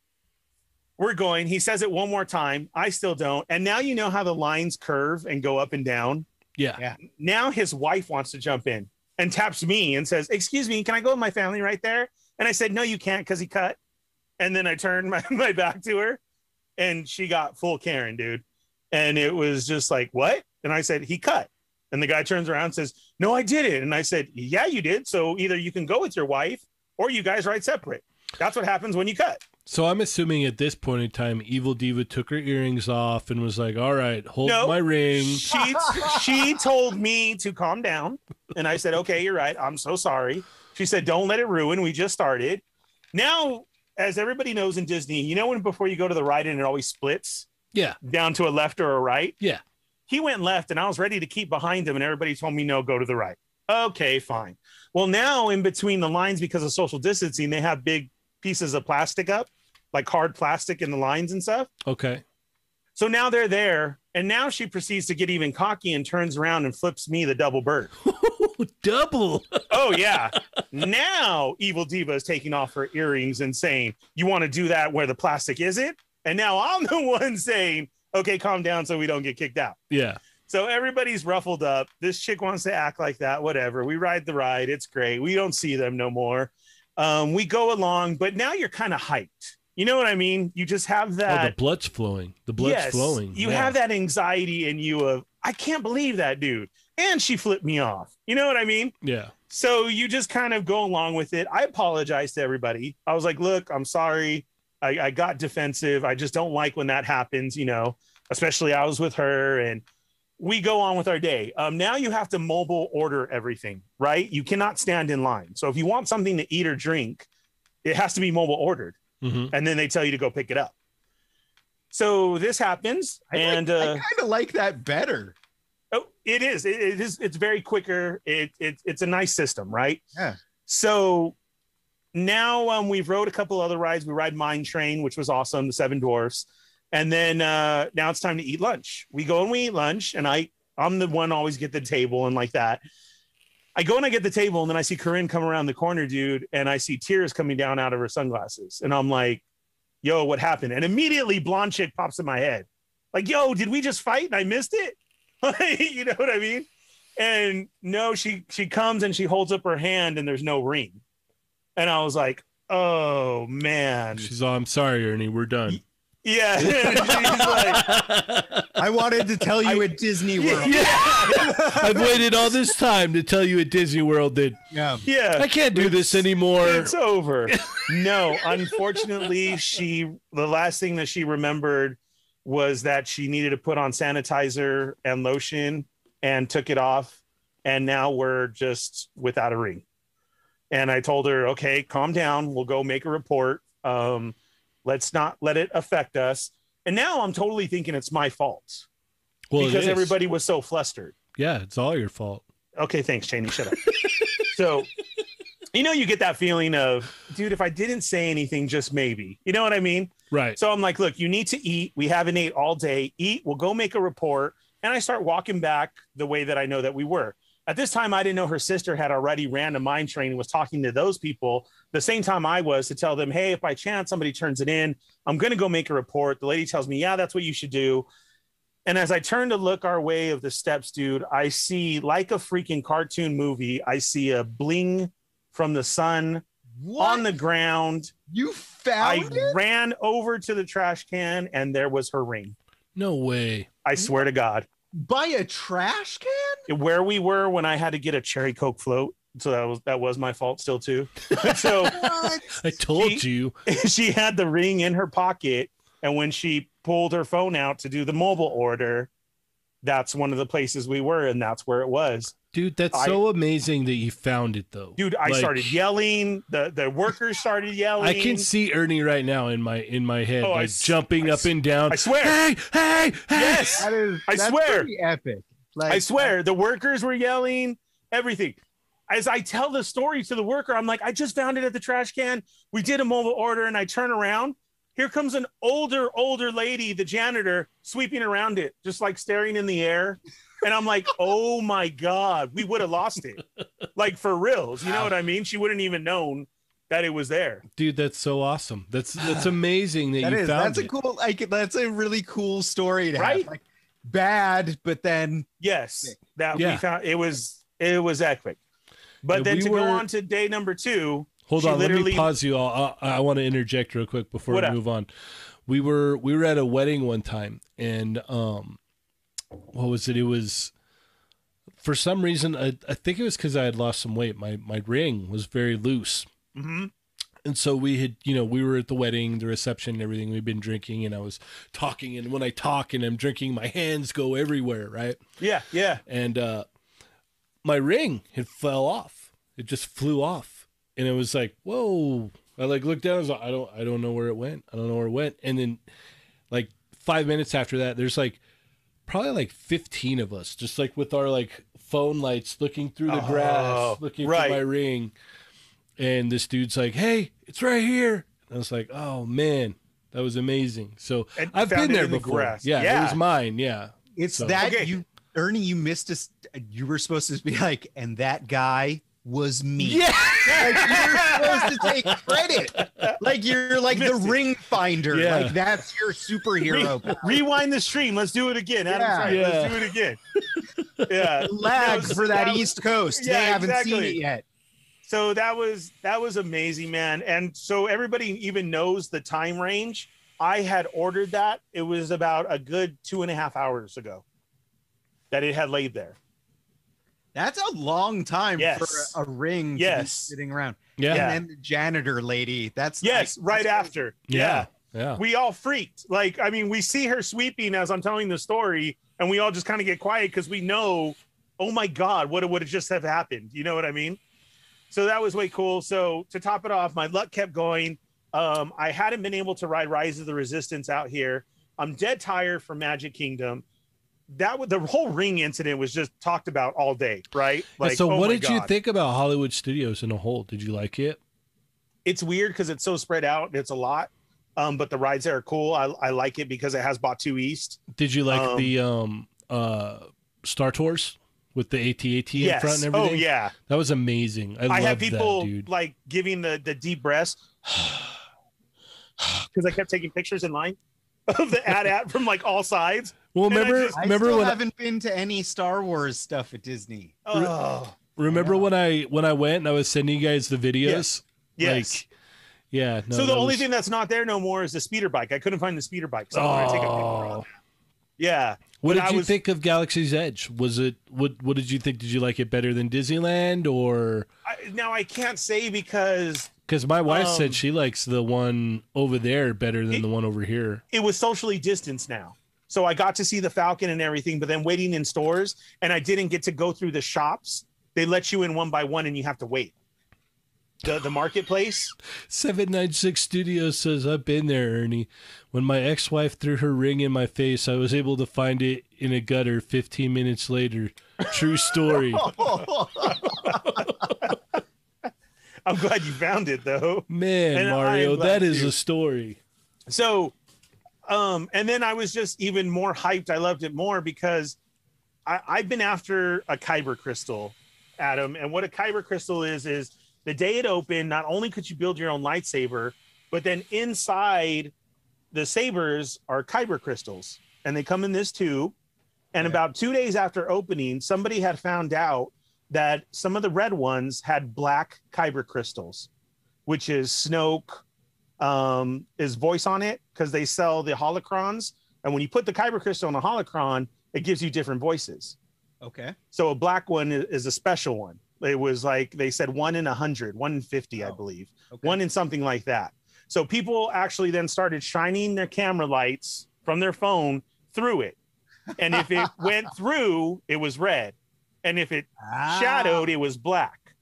[SPEAKER 2] we're going. He says it one more time. I still don't. And now you know how the lines curve and go up and down.
[SPEAKER 1] Yeah.
[SPEAKER 3] Yeah.
[SPEAKER 2] Now his wife wants to jump in and taps me and says, Excuse me, can I go with my family right there? And I said, No, you can't because he cut. And then I turned my, <laughs> my back to her and she got full Karen, dude. And it was just like, What? And I said, He cut. And the guy turns around and says, No, I didn't. And I said, Yeah, you did. So either you can go with your wife or you guys write separate. That's what happens when you cut.
[SPEAKER 1] So I'm assuming at this point in time, Evil Diva took her earrings off and was like, "All right, hold
[SPEAKER 2] No.
[SPEAKER 1] my ring."
[SPEAKER 2] She she told me to calm down, and I said, "Okay, you're right. I'm so sorry." She said, "Don't let it ruin. We just started." Now, as everybody knows in Disney, you know when before you go to the right and it always splits
[SPEAKER 1] Yeah,
[SPEAKER 2] down to a left or a right.
[SPEAKER 1] yeah.
[SPEAKER 2] He went left, and I was ready to keep behind him, and everybody told me no, go to the right. Okay, fine. Well, now in between the lines, because of social distancing, they have big pieces of plastic up, like hard plastic in the lines and stuff.
[SPEAKER 1] Okay.
[SPEAKER 2] So now they're there, and now she proceeds to get even cocky and turns around and flips me the double bird.
[SPEAKER 1] Double.
[SPEAKER 2] Oh yeah. now Evil Diva is taking off her earrings and saying, "You want to do that where the plastic isn't?" And now I'm the one saying, "Okay, calm down, so we don't get kicked out."
[SPEAKER 1] Yeah.
[SPEAKER 2] So everybody's ruffled up. This chick wants to act like that. Whatever. We ride the ride. It's great. We don't see them no more. Um, we go along, but now you're kind of hyped. You know what I mean? You just have that
[SPEAKER 1] oh, the blood's flowing. The blood's flowing.
[SPEAKER 2] you
[SPEAKER 1] Yeah.
[SPEAKER 2] have that anxiety in you of I can't believe that dude. And she flipped me off. You know what I mean?
[SPEAKER 1] Yeah.
[SPEAKER 2] So you just kind of go along with it. I apologize to everybody. I was like, look, I'm sorry. I, I got defensive. I just don't like when that happens, you know, especially I was with her and we go on with our day. Um, now you have to mobile order everything, right? You cannot stand in line. So if you want something to eat or drink, it has to be mobile ordered
[SPEAKER 1] hmm
[SPEAKER 2] and then they tell you to go pick it up. So this happens,
[SPEAKER 3] I
[SPEAKER 2] and
[SPEAKER 3] like, I
[SPEAKER 2] uh,
[SPEAKER 3] kind of like that better.
[SPEAKER 2] oh, it is, it, it is, it's very quicker. It, it, it's a nice system, right?
[SPEAKER 3] Yeah.
[SPEAKER 2] So now um, we've rode a couple other rides. We ride Mine Train, which was awesome, the Seven Dwarfs, and then uh, now it's time to eat lunch. We go and we eat lunch, and I, I'm the one always get the table and like that. I go and I get the table, and then I see Corinne come around the corner, dude, and I see tears coming down out of her sunglasses, and I'm like, "Yo, what happened?" And immediately, blonde chick pops in my head, like, "Yo, did we just fight and I missed it?" <laughs> Like, you know what I mean? And no, she she comes and she holds up her hand, and there's no ring, and I was like, "Oh man,
[SPEAKER 1] She's all, I'm sorry, Ernie. We're done.
[SPEAKER 2] yeah." And <laughs> she's
[SPEAKER 1] <laughs>
[SPEAKER 2] like,
[SPEAKER 3] I wanted to tell you
[SPEAKER 2] I-
[SPEAKER 3] at Disney World.
[SPEAKER 2] yeah,
[SPEAKER 1] I've waited all this time to tell you at Disney World that
[SPEAKER 3] Yeah.
[SPEAKER 2] yeah.
[SPEAKER 1] I can't do this anymore.
[SPEAKER 2] It's over. No, unfortunately, she the last thing that she remembered was that she needed to put on sanitizer and lotion and took it off. And now we're just without a ring. And I told her, okay, calm down. We'll go make a report. Um, let's not let it affect us. And now I'm totally thinking it's my fault
[SPEAKER 1] Well, it
[SPEAKER 2] because
[SPEAKER 1] is.
[SPEAKER 2] everybody was so flustered.
[SPEAKER 1] Yeah, it's all your fault.
[SPEAKER 2] Okay, thanks, Cheney. Shut up. so, you know, you get that feeling of, dude, if I didn't say anything, just maybe. You know what I mean?
[SPEAKER 1] Right.
[SPEAKER 2] So I'm like, look, you need to eat. We haven't ate all day. Eat. We'll go make a report. And I start walking back the way that I know that we were. At this time, I didn't know her sister had already ran a mind train and was talking to those people the same time I was to tell them, hey, if by chance somebody turns it in, I'm going to go make a report. The lady tells me, yeah, that's what you should do. And as I turn to look our way of the steps, dude, I see like a freaking cartoon movie. I see a bling from the sun
[SPEAKER 3] What?
[SPEAKER 2] on the ground.
[SPEAKER 3] you
[SPEAKER 2] I
[SPEAKER 3] found it?
[SPEAKER 2] ran over to the trash can and there was her ring.
[SPEAKER 1] no way.
[SPEAKER 2] I swear to God.
[SPEAKER 3] by a trash can?
[SPEAKER 2] Where we were when I had to get a cherry coke float. So that was that was my fault still too. <laughs> so
[SPEAKER 3] What?
[SPEAKER 1] I told
[SPEAKER 2] She-
[SPEAKER 1] you.
[SPEAKER 2] she had the ring in her pocket and when she pulled her phone out to do the mobile order, that's one of the places we were and that's where it was.
[SPEAKER 1] Dude, that's
[SPEAKER 2] I-
[SPEAKER 1] so amazing that you found it though.
[SPEAKER 2] Dude, I
[SPEAKER 1] Like,
[SPEAKER 2] started yelling. The the workers started yelling.
[SPEAKER 1] I can see Ernie right now in my in my head,
[SPEAKER 2] Oh, I
[SPEAKER 1] like
[SPEAKER 2] s-
[SPEAKER 1] jumping
[SPEAKER 2] I
[SPEAKER 1] up
[SPEAKER 2] s-
[SPEAKER 1] and down.
[SPEAKER 2] I swear.
[SPEAKER 1] Hey, hey, hey!
[SPEAKER 2] Yes.
[SPEAKER 3] That is,
[SPEAKER 2] I
[SPEAKER 3] that's
[SPEAKER 2] swear.
[SPEAKER 3] pretty epic. Like,
[SPEAKER 2] I swear, the workers were yelling, everything. As I tell the story to the worker, I'm like, I just found it at the trash can. We did a mobile order, and I turn around. Here comes an older, older lady, the janitor, sweeping around it, just like staring in the air. And I'm like, <laughs> oh my God, we would have lost it. Like for reals. You know what I mean? She wouldn't even known that it was there.
[SPEAKER 1] Dude, that's so awesome. That's
[SPEAKER 2] <sighs>
[SPEAKER 1] that's amazing that,
[SPEAKER 3] That
[SPEAKER 1] you
[SPEAKER 3] is.
[SPEAKER 1] found
[SPEAKER 3] That's
[SPEAKER 1] it.
[SPEAKER 3] a cool. Like that's a really cool story to
[SPEAKER 2] Right?
[SPEAKER 3] have. Like bad, but then
[SPEAKER 2] Yes, that we
[SPEAKER 1] Yeah.
[SPEAKER 2] found it was it was epic. But
[SPEAKER 1] Yeah,
[SPEAKER 2] then
[SPEAKER 1] we
[SPEAKER 2] to
[SPEAKER 1] were-
[SPEAKER 2] go on to day number two,
[SPEAKER 1] Hold
[SPEAKER 2] She
[SPEAKER 1] on, let me
[SPEAKER 2] literally-
[SPEAKER 1] pause you all. I, I want to interject real quick before
[SPEAKER 2] What
[SPEAKER 1] we
[SPEAKER 2] up?
[SPEAKER 1] move on. We were we were at a wedding one time, and um, what was it? It was for some reason I, I think it was because I had lost some weight. My my ring was very loose,
[SPEAKER 2] Mm-hmm.
[SPEAKER 1] And so we had, you know, we were at the wedding, the reception, and everything. We'd been drinking, and I was talking. And when I talk and I'm drinking, my hands go everywhere, right?
[SPEAKER 2] Yeah, yeah.
[SPEAKER 1] And uh, my ring had fell off. It just flew off, and it was like, whoa! I like looked down. I was like, I don't, I don't know where it went. I don't know where it went. And then, like five minutes after that, there's like probably like 15 of us, just like with our like phone lights, looking through the
[SPEAKER 2] Oh,
[SPEAKER 1] grass, looking
[SPEAKER 2] right.
[SPEAKER 1] for my ring. And this dude's like, "Hey, it's right here." And I was like, "Oh man, that was amazing." So
[SPEAKER 2] And
[SPEAKER 1] I've
[SPEAKER 2] found
[SPEAKER 1] been
[SPEAKER 2] it
[SPEAKER 1] there
[SPEAKER 2] in the
[SPEAKER 1] before.
[SPEAKER 2] grass.
[SPEAKER 1] Yeah,
[SPEAKER 2] Yeah.
[SPEAKER 1] it
[SPEAKER 2] <laughs>
[SPEAKER 1] was mine. Yeah,
[SPEAKER 3] It's
[SPEAKER 1] So-
[SPEAKER 3] that
[SPEAKER 2] Okay.
[SPEAKER 3] you, Ernie, you missed us. You were supposed to be like, and that guy was me. Like, you're supposed to
[SPEAKER 2] <laughs>
[SPEAKER 3] take credit. Like you're like the
[SPEAKER 2] Missed it.
[SPEAKER 3] ring finder.
[SPEAKER 1] Yeah.
[SPEAKER 3] Like that's your superhero. power.
[SPEAKER 2] Rewind the stream. Let's do it again. Adam's
[SPEAKER 3] Yeah.
[SPEAKER 2] right. Let's
[SPEAKER 1] Yeah.
[SPEAKER 2] do it again. Yeah.
[SPEAKER 3] Lag
[SPEAKER 2] No,
[SPEAKER 3] for that
[SPEAKER 2] that was-
[SPEAKER 3] East Coast.
[SPEAKER 2] Yeah,
[SPEAKER 3] they haven't seen
[SPEAKER 2] exactly.
[SPEAKER 3] it yet.
[SPEAKER 2] So that was that was amazing, man. And so everybody even knows the time range. I had ordered that. It was about a good two and a half hours ago that it had laid there.
[SPEAKER 3] That's a long time
[SPEAKER 2] Yes.
[SPEAKER 3] for a ring to be
[SPEAKER 2] Yes.
[SPEAKER 3] sitting around.
[SPEAKER 1] yeah,
[SPEAKER 2] Yeah.
[SPEAKER 3] And then the janitor lady. That's
[SPEAKER 2] Yes,
[SPEAKER 3] like-
[SPEAKER 2] right
[SPEAKER 3] that's-
[SPEAKER 2] after.
[SPEAKER 1] yeah, yeah.
[SPEAKER 2] we all freaked. Like, I mean, we see her sweeping as I'm telling the story, and we all just kind of get quiet because we know, oh my God, what would have just have happened? You know what I mean? So that was way cool. So to top it off, my luck kept going. Um, I hadn't been able to ride Rise of the Resistance out here. I'm dead tired from Magic Kingdom. That was the whole ring incident was just talked about all day, right?
[SPEAKER 1] And so,
[SPEAKER 2] oh
[SPEAKER 1] what
[SPEAKER 2] my
[SPEAKER 1] did you
[SPEAKER 2] God.
[SPEAKER 1] think about Hollywood Studios in a whole? Did you like it?
[SPEAKER 2] it's weird because it's so spread out. and It's a lot. Um, but the rides there are cool. I, I like it because it has Batu East.
[SPEAKER 1] Did you like
[SPEAKER 2] Um,
[SPEAKER 1] the um uh Star Tours with the ATAT in
[SPEAKER 2] Yes.
[SPEAKER 1] front and everything?
[SPEAKER 2] Oh yeah.
[SPEAKER 1] that was amazing. I,
[SPEAKER 2] I,
[SPEAKER 1] love
[SPEAKER 2] had people
[SPEAKER 1] that, dude.
[SPEAKER 2] like giving the the deep breaths <sighs> because I kept taking pictures in line <laughs> of the ad at from like all sides.
[SPEAKER 1] Well,
[SPEAKER 2] and I
[SPEAKER 1] remember,
[SPEAKER 2] just-
[SPEAKER 3] I
[SPEAKER 1] remember
[SPEAKER 3] still
[SPEAKER 1] when,
[SPEAKER 3] haven't been to any Star Wars stuff
[SPEAKER 2] <laughs>
[SPEAKER 3] at Disney.
[SPEAKER 2] Oh
[SPEAKER 1] remember
[SPEAKER 3] I know.
[SPEAKER 1] when I when I went and I was sending you guys the videos.
[SPEAKER 2] yes.
[SPEAKER 1] Like, yeah. No,
[SPEAKER 2] so the
[SPEAKER 1] that
[SPEAKER 2] only
[SPEAKER 1] was-
[SPEAKER 2] thing that's not there no more is the speeder bike. I couldn't find the speeder bike, so I wanted to take a picture.
[SPEAKER 1] Oh,
[SPEAKER 2] of it. Yeah.
[SPEAKER 1] what
[SPEAKER 2] when
[SPEAKER 1] did
[SPEAKER 2] I
[SPEAKER 1] you
[SPEAKER 2] was-
[SPEAKER 1] think of Galaxy's Edge? Was it what? What did you think? Did you like it better than Disneyland or?
[SPEAKER 2] I, now I can't say because
[SPEAKER 1] Because my wife
[SPEAKER 2] Um,
[SPEAKER 1] said she likes the one over there better than
[SPEAKER 2] it-
[SPEAKER 1] the one over here.
[SPEAKER 2] it was socially distanced now. So I got to see the Falcon and everything, but then waiting in stores, and I didn't get to go through the shops. They let you in one by one, and you have to wait. The the marketplace.
[SPEAKER 1] 796 Studios says, I've been there, Ernie. When my ex wife threw her ring in my face, I was able to find it in a gutter 15 minutes later. True
[SPEAKER 2] <laughs>
[SPEAKER 1] story.
[SPEAKER 2] Oh. I'm glad you found it though.
[SPEAKER 1] Man,
[SPEAKER 2] And I'm
[SPEAKER 1] Mario,
[SPEAKER 2] glad
[SPEAKER 1] that is
[SPEAKER 2] too.
[SPEAKER 1] a story.
[SPEAKER 2] So, um, and then I was just even more hyped. I loved it more because I, I've been after a kyber crystal, Adam. And what a kyber crystal is is the day it opened. Not only could you build your own lightsaber, but then inside the sabers are kyber crystals, and they come in this tube. And
[SPEAKER 3] Yeah.
[SPEAKER 2] about two days after opening, somebody had found out that some of the red ones had black kyber crystals, which is Snoke, um, his voice on it, because they sell the holocrons. And when you put the kyber crystal on a holocron, it gives you different voices.
[SPEAKER 3] okay.
[SPEAKER 2] So a black one i- is a special one. It was like they said one in a hundred, one in 50, I
[SPEAKER 3] Oh,
[SPEAKER 2] believe,
[SPEAKER 3] okay.
[SPEAKER 2] one in something like that. So people actually then started shining their camera lights from their phone through it. And if it went through, it was red. And if it
[SPEAKER 3] Ah,
[SPEAKER 2] shadowed, it was black.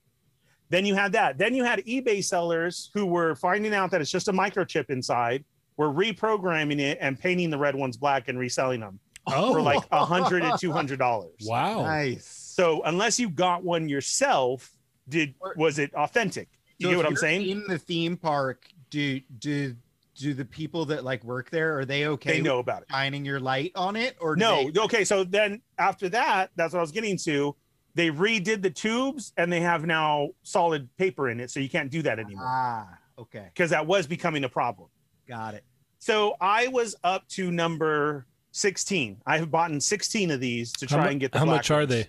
[SPEAKER 2] Then you had that. Then you had eBay sellers who were finding out that it's just a microchip inside, were reprogramming it and painting the red ones black and reselling them
[SPEAKER 1] Oh,
[SPEAKER 2] <laughs> for like a hundred and two hundred dollars.
[SPEAKER 1] wow.
[SPEAKER 3] Nice.
[SPEAKER 2] So unless you got one yourself, did was it authentic? You
[SPEAKER 3] So
[SPEAKER 2] get
[SPEAKER 3] if
[SPEAKER 2] what I'm
[SPEAKER 3] you're
[SPEAKER 2] saying?
[SPEAKER 3] In the theme park, do do do the people that like work there are they okay
[SPEAKER 2] They
[SPEAKER 3] with
[SPEAKER 2] know about it.
[SPEAKER 3] shining your light on it or do
[SPEAKER 2] No,
[SPEAKER 3] they-
[SPEAKER 2] okay. So then after that, that's what I was getting to. They redid the tubes and they have now solid paper in it, so you can't do that anymore
[SPEAKER 3] Ah, okay,
[SPEAKER 2] because that was becoming a problem.
[SPEAKER 3] got it.
[SPEAKER 2] So I was up to number 16. I have bought 16 of these to try
[SPEAKER 1] mu-
[SPEAKER 2] and get the
[SPEAKER 1] how
[SPEAKER 2] black
[SPEAKER 1] much are
[SPEAKER 2] ones.
[SPEAKER 1] they?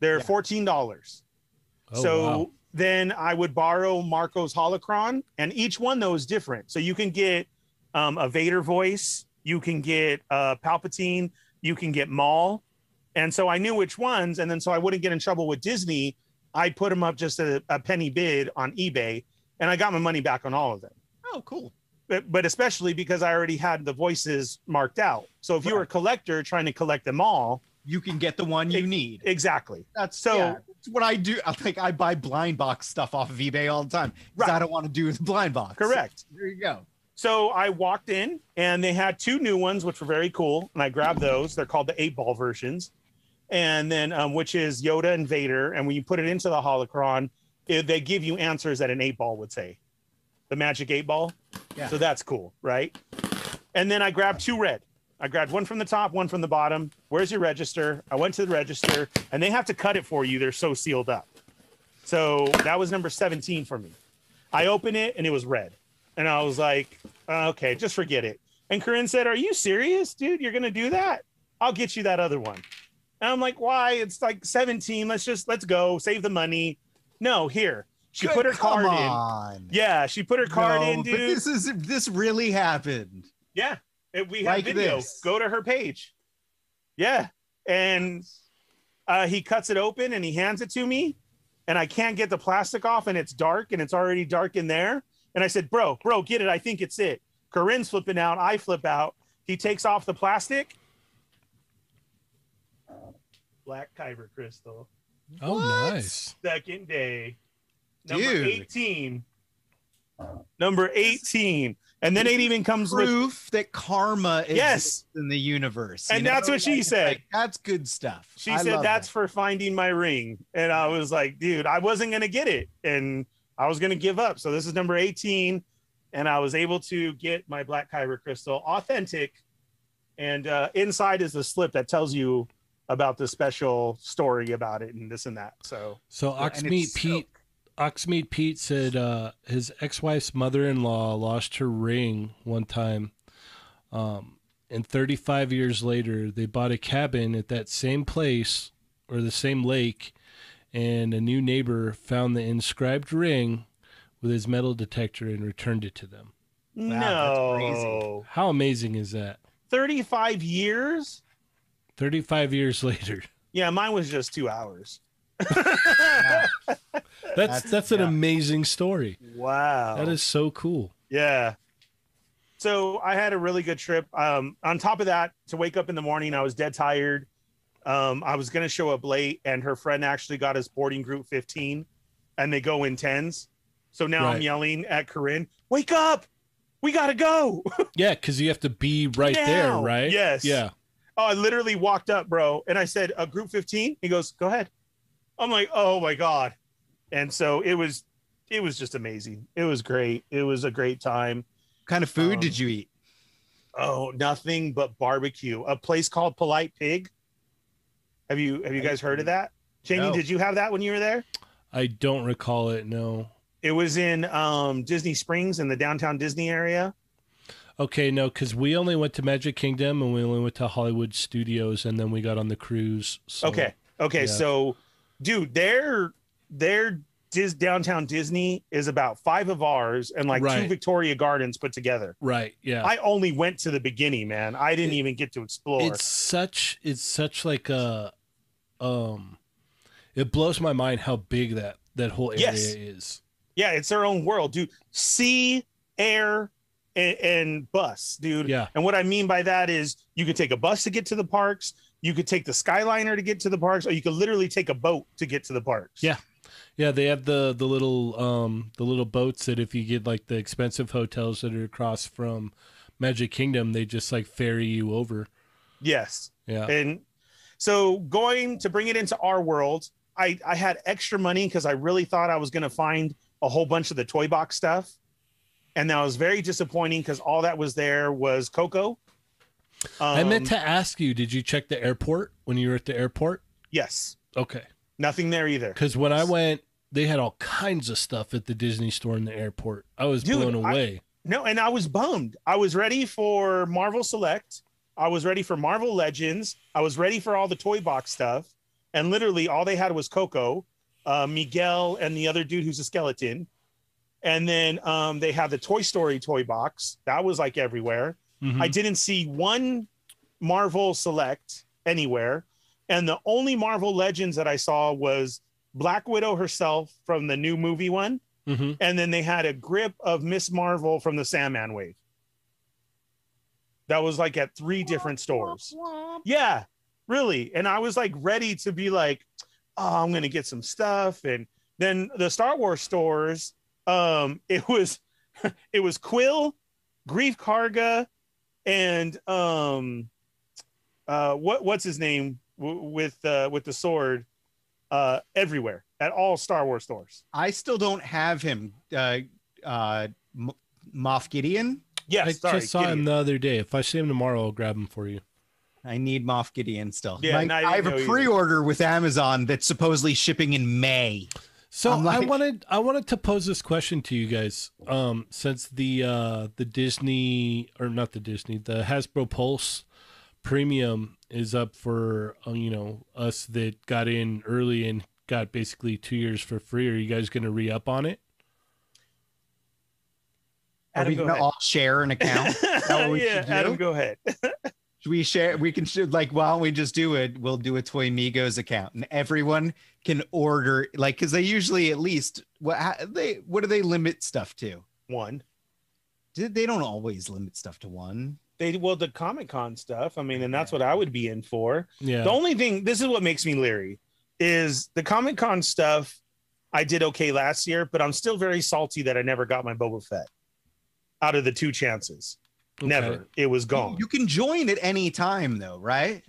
[SPEAKER 2] They're
[SPEAKER 3] Yeah.
[SPEAKER 2] $14.
[SPEAKER 1] Oh,
[SPEAKER 2] so
[SPEAKER 1] wow.
[SPEAKER 2] then I would borrow Marco's holocron, and each one though is different. So you can get um, a Vader voice, you can get uh, Palpatine, you can get Maul, and so I knew which ones. And then so I wouldn't get in trouble with Disney. I put them up just a, a penny bid on eBay, and I got my money back on all of them.
[SPEAKER 3] Oh, cool.
[SPEAKER 2] But, but especially because I already had the voices marked out. So if you were a collector trying to collect them all,
[SPEAKER 3] You can get the one you need.
[SPEAKER 2] exactly.
[SPEAKER 3] That's
[SPEAKER 2] So-
[SPEAKER 3] so. that's what I do. I think I buy blind box stuff off of eBay all the time. 'cause
[SPEAKER 2] Right.
[SPEAKER 3] I don't want to do the blind box.
[SPEAKER 2] Correct.
[SPEAKER 3] There you go.
[SPEAKER 2] So I walked in and they had two new ones, which were very cool. And I grabbed those. They're called the eight ball versions. And then, um, which is Yoda and Vader. And when you put it into the holocron, it, they give you answers that an eight ball would say the magic eight ball.
[SPEAKER 3] Yeah.
[SPEAKER 2] So that's cool, right? And then I grabbed two red. I grabbed one from the top, one from the bottom. Where's your register? I went to the register and they have to cut it for you. They're so sealed up. So that was number 17 for me. I opened it and it was red. And I was like, uh, okay, just forget it. And Corinne said, Are you serious, dude? You're gonna do that? I'll get you that other one. And I'm like, why? It's like 17. Let's just let's go, save the money. No, here. She
[SPEAKER 3] Good-
[SPEAKER 2] put her
[SPEAKER 3] come
[SPEAKER 2] card
[SPEAKER 3] on.
[SPEAKER 2] in. Yeah, she put her card in,
[SPEAKER 3] No, But
[SPEAKER 2] dude.
[SPEAKER 3] this is this really happened.
[SPEAKER 2] Yeah, it- we have
[SPEAKER 3] Like
[SPEAKER 2] video.
[SPEAKER 3] this.
[SPEAKER 2] Go to her page. Yeah, and uh, he cuts it open and he hands it to me, and I can't get the plastic off, and it's dark, and it's already dark in there. And I said, "Bro, bro, get it. I think it's it." Corinne's flipping out. I flip out. He takes off the plastic. Black Kyber crystal.
[SPEAKER 1] Oh,
[SPEAKER 3] What?
[SPEAKER 1] nice.
[SPEAKER 2] Second day. Number
[SPEAKER 3] Dude.
[SPEAKER 2] 18. Number 18. And then it even comes with
[SPEAKER 3] Proof that karma exists
[SPEAKER 2] Yes.
[SPEAKER 3] in the universe.
[SPEAKER 2] And that's what she
[SPEAKER 3] Like, it's
[SPEAKER 2] said.
[SPEAKER 3] like, that's good stuff.
[SPEAKER 2] She
[SPEAKER 3] I
[SPEAKER 2] said
[SPEAKER 3] love
[SPEAKER 2] that's
[SPEAKER 3] that.
[SPEAKER 2] for finding my ring. And I was like, dude, I wasn't gonna get it. And I was gonna give up. So this is number 18. And I was able to get my black kyber crystal authentic. And uh, inside is the slip that tells you about the special story about it and this and that. So
[SPEAKER 1] So
[SPEAKER 3] And it's
[SPEAKER 1] Oxmeat Pete Oxmeat Pete said uh, his ex-wife's mother-in-law lost her ring one time, um, and 35 years later, they bought a cabin at that same place or the same lake, and a new neighbor found the inscribed ring with his metal detector and returned it to them.
[SPEAKER 3] Wow, that's
[SPEAKER 2] no,
[SPEAKER 1] How amazing is that?
[SPEAKER 2] 35 years.
[SPEAKER 1] 35 years <laughs> later.
[SPEAKER 2] Yeah, mine was just
[SPEAKER 1] <laughs>
[SPEAKER 2] two hours. <laughs>
[SPEAKER 3] Yeah.
[SPEAKER 1] That's that's,
[SPEAKER 3] That's-
[SPEAKER 1] an
[SPEAKER 3] yeah.
[SPEAKER 1] amazing story.
[SPEAKER 2] Wow,
[SPEAKER 1] That is so cool.
[SPEAKER 2] Yeah. So I had a really good trip. Um, on top of that, to wake up in the morning, I was dead tired. Um, I was gonna show up late, and her friend actually got us boarding group 15, and they go in tens. So now I'm
[SPEAKER 1] Right.
[SPEAKER 2] yelling at Corinne, "Wake up! We gotta go!"
[SPEAKER 1] Yeah, because you have to be right there,
[SPEAKER 2] Now.
[SPEAKER 1] right?
[SPEAKER 2] Yes.
[SPEAKER 1] Yeah.
[SPEAKER 2] Oh, I literally walked up, bro, and I said, "A group 15." He goes, "Go ahead." I'm like, "Oh my god!" And so it was, it was just amazing. It was great. It was a great time.
[SPEAKER 3] what kind of
[SPEAKER 2] <laughs>
[SPEAKER 3] food
[SPEAKER 2] Um,
[SPEAKER 3] did you eat?
[SPEAKER 2] Oh, nothing but barbecue. A place called Polite Pig. Have you have you guys heard of that? Jamie,
[SPEAKER 3] No.
[SPEAKER 2] did you have that when you were there?
[SPEAKER 1] I don't recall it. No.
[SPEAKER 2] It was in um, Disney Springs in the downtown Disney area.
[SPEAKER 1] Okay, no, because we only went to Magic Kingdom and we only went to Hollywood Studios and then we got on the cruise. So.
[SPEAKER 2] okay, okay.
[SPEAKER 1] yeah.
[SPEAKER 2] So, dude, their their Dis- downtown Disney is about five of ours and like two
[SPEAKER 1] Right.
[SPEAKER 2] Victoria Gardens put together.
[SPEAKER 1] Right. Yeah.
[SPEAKER 2] I only went to the beginning, man. I didn't
[SPEAKER 1] It-
[SPEAKER 2] even get to explore.
[SPEAKER 1] it's such. It's such like a. Um, it blows my mind how big that that whole area
[SPEAKER 2] Yes.
[SPEAKER 1] is.
[SPEAKER 2] yeah, it's their own world, dude. Sea, air, and, and bus, dude.
[SPEAKER 1] Yeah.
[SPEAKER 2] And what I mean by that is you could take a bus to get to the parks, you could take the Skyliner to get to the parks, or you could literally take a boat to get to the parks.
[SPEAKER 1] Yeah. Yeah, they have the the little um the little boats that if you get like the expensive hotels that are across from Magic Kingdom, they just like ferry you over.
[SPEAKER 2] Yes.
[SPEAKER 1] Yeah.
[SPEAKER 2] And so going to bring it into our world, I, I had extra money because I really thought I was going to find a whole bunch of the toy box stuff. And that was very disappointing because all that was there was Coco.
[SPEAKER 1] I meant to
[SPEAKER 2] Um,
[SPEAKER 1] ask you, did you check the airport when you were at the airport?
[SPEAKER 2] Um, Yes.
[SPEAKER 1] Okay.
[SPEAKER 2] Nothing there either.
[SPEAKER 1] Because when I went, they had all kinds of stuff at the Disney store in the airport. I was
[SPEAKER 2] Dude,
[SPEAKER 1] blown
[SPEAKER 2] I-
[SPEAKER 1] away.
[SPEAKER 2] No, and I was bummed. I was ready for Marvel Select. I was ready for Marvel Legends. I was ready for all the toy box stuff. And literally, all they had was Coco, uh, Miguel, and the other dude who's a skeleton. And then um, they had the Toy Story toy box. That was like everywhere.
[SPEAKER 1] Mhm.
[SPEAKER 2] I didn't see one Marvel Select anywhere. And the only Marvel Legends that I saw was Black Widow herself from the new movie one
[SPEAKER 1] Mm-hmm.
[SPEAKER 2] and then they had a grip of Miss Marvel from the Sandman wave. That was like at three different stores. Yeah, really. And I was like ready to be like, oh, I'm gonna get some stuff. And then the Star Wars stores, um, <laughs> it was it was Quill, Grief Karga, and um uh what what's his name w- with uh with the sword uh everywhere at all Star Wars stores.
[SPEAKER 3] I still don't have him. Uh, uh, M- Moff Gideon.
[SPEAKER 2] Yes,
[SPEAKER 1] I
[SPEAKER 2] sorry.
[SPEAKER 1] just saw him
[SPEAKER 2] Gideon.
[SPEAKER 1] the other day. If I see him tomorrow, I'll grab him for you.
[SPEAKER 3] I need Moff Gideon still.
[SPEAKER 2] Yeah,
[SPEAKER 3] My-
[SPEAKER 2] and I
[SPEAKER 3] I,
[SPEAKER 2] didn't
[SPEAKER 3] have
[SPEAKER 2] know
[SPEAKER 3] a
[SPEAKER 2] either.
[SPEAKER 3] pre-order with Amazon that's supposedly shipping in May.
[SPEAKER 1] So
[SPEAKER 3] I'm
[SPEAKER 1] I
[SPEAKER 3] like-
[SPEAKER 1] wanted I wanted to pose this question to you guys. Um, since the uh, the Disney or not the Disney, the Hasbro Pulse premium is up for uh, you know us that got in early and got basically two years for free. Are you guys going to re up on it?
[SPEAKER 3] Are
[SPEAKER 2] Adam,
[SPEAKER 3] we
[SPEAKER 2] go
[SPEAKER 3] gonna
[SPEAKER 2] ahead.
[SPEAKER 3] all share
[SPEAKER 2] <laughs>
[SPEAKER 3] an account? what we
[SPEAKER 2] yeah,
[SPEAKER 3] should do?
[SPEAKER 2] Adam, go ahead.
[SPEAKER 3] Should we share? We can should, like why don't we just do it? We'll do a Toy Migos account, and everyone can order like because they usually at least what how, they what do they limit stuff to?
[SPEAKER 2] One.
[SPEAKER 3] Did- They don't always limit stuff to one.
[SPEAKER 2] They well the Comic Con stuff. I mean, and that's what I would be in for.
[SPEAKER 1] Yeah.
[SPEAKER 2] The only thing this is what makes me leery is the Comic Con stuff. I did okay last year, but I'm still very salty that I never got my Boba Fett. Out of the two chances,
[SPEAKER 1] Okay.
[SPEAKER 2] never it was gone.
[SPEAKER 3] You can join at any time though, right?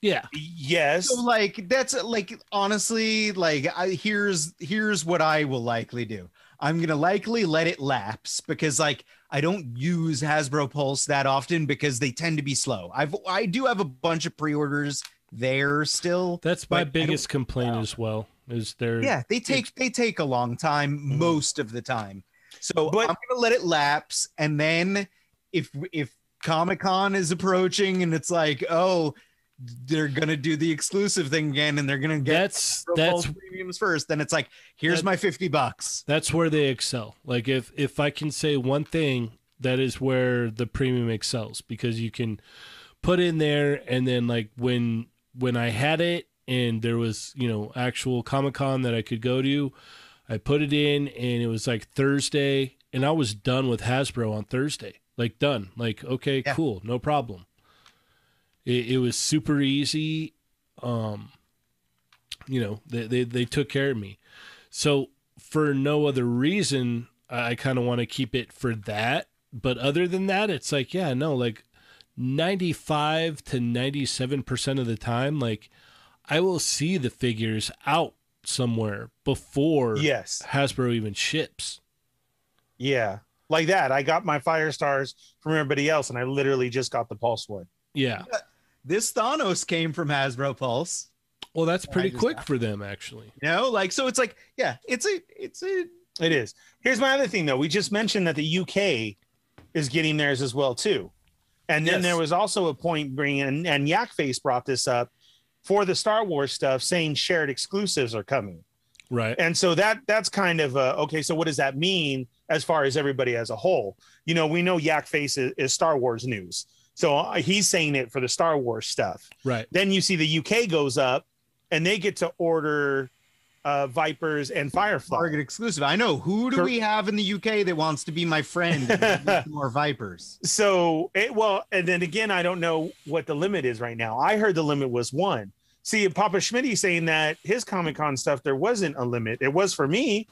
[SPEAKER 1] Yeah.
[SPEAKER 2] yes,
[SPEAKER 3] So like that's like honestly like I, here's here's what I will likely do. I'm gonna likely let it lapse because like I don't use Hasbro Pulse that often because they tend to be slow. I've I do have a bunch of pre-orders there still.
[SPEAKER 1] That's my
[SPEAKER 3] Like, I don't-
[SPEAKER 1] biggest complaint as well. Is there?
[SPEAKER 3] Yeah, they take they take a long time
[SPEAKER 1] Mhm.
[SPEAKER 3] most of the time. So
[SPEAKER 2] But-
[SPEAKER 3] I'm gonna let it lapse, and then if if Comic Con is approaching and it's like, oh, they're gonna do the exclusive thing again, and they're gonna get
[SPEAKER 1] That's
[SPEAKER 3] Pro Bowl
[SPEAKER 1] that's
[SPEAKER 3] premiums first, then it's like, here's
[SPEAKER 1] That-
[SPEAKER 3] my fifty bucks.
[SPEAKER 1] that's where they excel. Like if if I can say one thing, that is where the premium excels because you can put in there and then like when when I had it and there was, you know, actual Comic-Con that I could go to, I put it in and it was like Thursday and I was done with Hasbro on Thursday. Like done. Like okay,
[SPEAKER 3] Yeah.
[SPEAKER 1] cool, no problem. It, it was super easy. Um you know, they, they they took care of me. So for no other reason, I, I kind of want to keep it for that. But other than that, it's like, yeah, no, like 95 to 97% of the time, like I will see the figures out somewhere before
[SPEAKER 2] yes,
[SPEAKER 1] Hasbro even ships.
[SPEAKER 2] yeah, like that. I got my fire stars from everybody else, and I literally just got the Pulse one.
[SPEAKER 1] Yeah.
[SPEAKER 3] This Thanos came from Hasbro Pulse.
[SPEAKER 1] Well, that's
[SPEAKER 3] I
[SPEAKER 1] pretty
[SPEAKER 3] just-
[SPEAKER 1] quick for them, actually.
[SPEAKER 3] You know, like so it's like, yeah, it's a it's a
[SPEAKER 2] It is. Here's my other thing though. We just mentioned that the UK is getting theirs as well too. And then
[SPEAKER 1] Yes.
[SPEAKER 2] there was also a point bringing and, and Yakface brought this up for the Star Wars stuff saying shared exclusives are coming.
[SPEAKER 1] Right.
[SPEAKER 2] And so that that's kind of a, okay, so what does that mean as far as everybody as a whole? You know, we know Yakface is, is Star Wars news. So uh, he's saying it for the Star Wars stuff.
[SPEAKER 1] Right.
[SPEAKER 2] Then you see the UK goes up and they get to order uh, Vipers and Firefly.
[SPEAKER 3] Target exclusive. I know who do
[SPEAKER 2] Cor-
[SPEAKER 3] we have in the UK that wants to be my
[SPEAKER 2] <laughs>
[SPEAKER 3] friend? and make more Vipers.
[SPEAKER 2] so it, well and then again i don't know what the limit is right now i heard the limit was one see papa schmidt saying that his comic-con stuff there wasn't a limit it was for me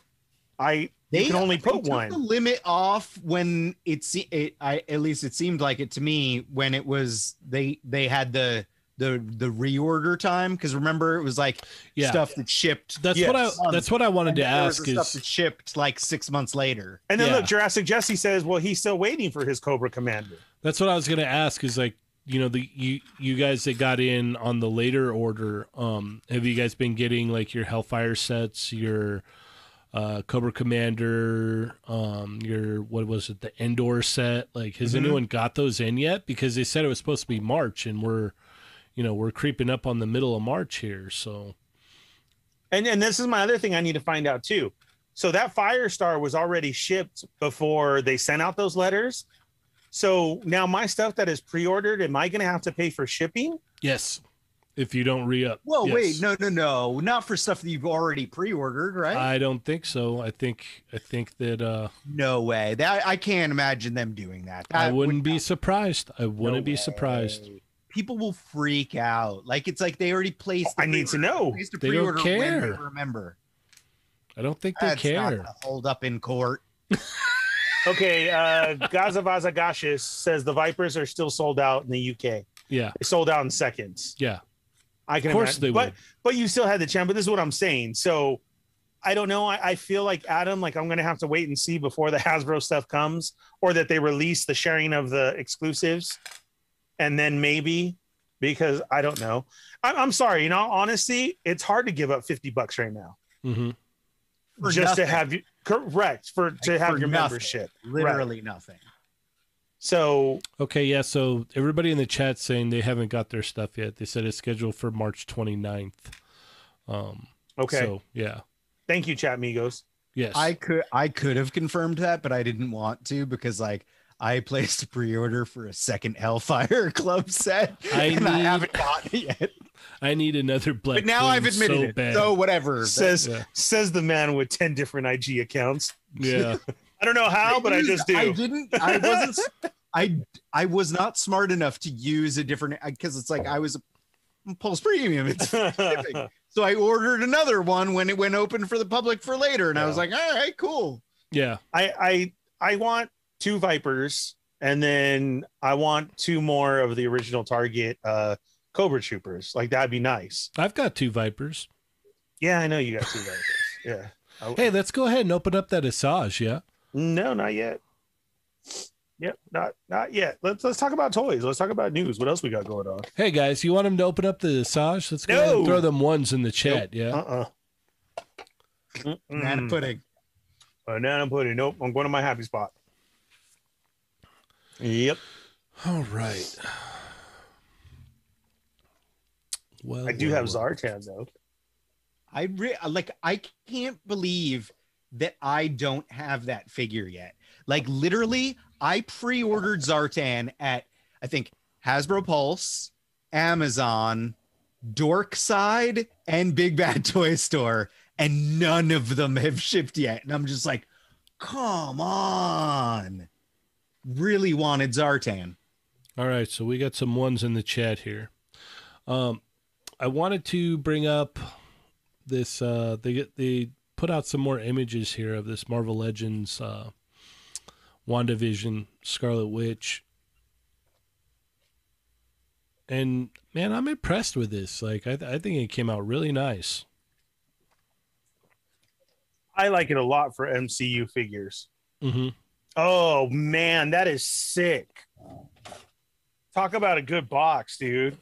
[SPEAKER 2] i you can only
[SPEAKER 3] they
[SPEAKER 2] put
[SPEAKER 3] took The
[SPEAKER 2] one
[SPEAKER 3] limit off when it, se- it I at least it seemed like it to me when it was they they had the the the reorder time because remember it was like
[SPEAKER 1] Yeah.
[SPEAKER 3] stuff that shipped.
[SPEAKER 1] That's
[SPEAKER 2] Yes.
[SPEAKER 1] what I that's what I wanted
[SPEAKER 3] and
[SPEAKER 1] to
[SPEAKER 3] then there was
[SPEAKER 1] ask
[SPEAKER 3] the stuff that
[SPEAKER 1] is
[SPEAKER 3] shipped like six months later.
[SPEAKER 2] and then
[SPEAKER 1] yeah.
[SPEAKER 2] look jurassic jesse says well he's still waiting for his cobra commander
[SPEAKER 1] That's what I was gonna ask. Is like you know the you you guys that got in on the later order. Um, have you guys been getting like your Hellfire sets, your uh, Cobra Commander, um, your what was it, the Endor set? Like, has
[SPEAKER 2] Mhm.
[SPEAKER 3] Mm-hmm.
[SPEAKER 1] anyone got those in yet? Because they said it was supposed to be March, and we're you know we're creeping up on the middle of March here. So
[SPEAKER 2] and and this is my other thing i need to find out too so that firestar was already shipped before they sent out those letters so now my stuff that is pre-ordered am i going to have to pay for shipping
[SPEAKER 1] yes, if you don't re up.
[SPEAKER 3] Whoa,
[SPEAKER 1] Yes.
[SPEAKER 3] wait, no, no, no, not for stuff that you've already pre-ordered, right?
[SPEAKER 1] I don't think so. I think I think that uh,
[SPEAKER 3] no way. That I can't imagine them doing that.
[SPEAKER 1] I
[SPEAKER 3] That
[SPEAKER 1] wouldn't
[SPEAKER 3] would
[SPEAKER 1] be
[SPEAKER 3] not-
[SPEAKER 1] surprised. I wouldn't be
[SPEAKER 3] way.
[SPEAKER 1] surprised.
[SPEAKER 3] People will freak out. Like it's like they already placed.
[SPEAKER 2] I need to know.
[SPEAKER 3] Placed a
[SPEAKER 1] They don't
[SPEAKER 3] pre-order when we
[SPEAKER 1] care.
[SPEAKER 3] remember.
[SPEAKER 1] I don't think they
[SPEAKER 3] That's not
[SPEAKER 1] care.
[SPEAKER 3] gonna hold up in court.
[SPEAKER 2] Okay, uh, Gazavazagashis says the Vipers are still sold out in the UK. They
[SPEAKER 1] yeah,
[SPEAKER 2] sold out in seconds.
[SPEAKER 1] yeah.
[SPEAKER 2] I can
[SPEAKER 1] Of course
[SPEAKER 2] imagine.
[SPEAKER 1] they
[SPEAKER 2] but,
[SPEAKER 1] would.
[SPEAKER 2] But you still had the chance. But this is what I'm saying. So I don't know. I, I feel like Adam, like I'm gonna have to wait and see before the <laughs> Hasbro stuff comes, or that they release the sharing of the exclusives, and then maybe because I don't know. I'm, I'm sorry. In all honesty, it's hard to give up 50 bucks right now
[SPEAKER 1] hmm
[SPEAKER 3] For
[SPEAKER 2] just
[SPEAKER 3] nothing.
[SPEAKER 2] to have you correct for to
[SPEAKER 3] Like,
[SPEAKER 2] have
[SPEAKER 3] for
[SPEAKER 2] your
[SPEAKER 3] nothing.
[SPEAKER 2] membership.
[SPEAKER 3] Literally nothing.
[SPEAKER 2] So
[SPEAKER 1] Okay, yeah. So everybody in the chat saying they haven't got their stuff yet. They said it's scheduled for March 29th. Um,
[SPEAKER 2] okay,
[SPEAKER 1] So yeah,
[SPEAKER 2] thank you, chat amigos.
[SPEAKER 1] yes.
[SPEAKER 3] I could I could have confirmed that, but I didn't want to because like I placed a pre-order for a second Hellfire <laughs> Club set,
[SPEAKER 1] I
[SPEAKER 3] and I
[SPEAKER 1] need-
[SPEAKER 3] haven't gotten it yet.
[SPEAKER 1] I need another black.
[SPEAKER 3] But now I've
[SPEAKER 1] Queen
[SPEAKER 3] admitted
[SPEAKER 1] so
[SPEAKER 3] it,
[SPEAKER 1] Bad.
[SPEAKER 3] so whatever.
[SPEAKER 2] Says
[SPEAKER 1] yeah.
[SPEAKER 2] says the man with 10 different IG accounts.
[SPEAKER 3] <laughs>
[SPEAKER 1] yeah,
[SPEAKER 2] I don't know how, but I
[SPEAKER 3] used-
[SPEAKER 2] just do. <laughs>
[SPEAKER 3] I didn't. I wasn't. s- I I was not smart enough to use a different because it's like I was a Pulse Premium. It's specific. so I ordered another one when it went open for the public for later, and I was like, all right, cool.
[SPEAKER 1] yeah.
[SPEAKER 2] I I I want two Vipers and then I want two more of the original Target uh Cobra Troopers. Like that'd be nice.
[SPEAKER 1] I've got two vipers.
[SPEAKER 2] Yeah, I know you got two Vipers. Yeah. I-
[SPEAKER 1] Hey, let's go ahead and open up that Asajj. Yeah.
[SPEAKER 2] No, not yet. Yep, not not yet. Let's let's talk about toys. Let's talk about news. What else we got going on?
[SPEAKER 1] Hey guys, you want them to open up the Asajj? Let's go ahead
[SPEAKER 2] No.
[SPEAKER 1] and throw them ones in the chat. Yeah.
[SPEAKER 2] Uh uh
[SPEAKER 1] Hmm.
[SPEAKER 3] Banana pudding.
[SPEAKER 2] Banana pudding. Nope. I'm going to my happy spot. Yep.
[SPEAKER 1] All right. Well,
[SPEAKER 2] I do
[SPEAKER 1] well,
[SPEAKER 2] have
[SPEAKER 1] well.
[SPEAKER 2] Zartan though.
[SPEAKER 3] I re- uh, like I can't believe that I don't have that figure yet. Like literally, I pre-ordered Zartan at I think Hasbro Pulse, Amazon, Dorkside, and Big Bad Toy Store, and none of them have shipped yet. And I'm just like, come on. Really wanted Zartan.
[SPEAKER 1] All right, so we got some ones in the chat here. Um, I wanted to bring up this. Uh, they get- they put out some more images here of this Marvel Legends, uh, WandaVision, Scarlet Witch, and man, I'm impressed with this. Like, I, I think it came out really nice.
[SPEAKER 2] I like it a lot for MCU figures.
[SPEAKER 1] Mm-hmm.
[SPEAKER 2] Oh man, that is sick. Talk about a good box, dude.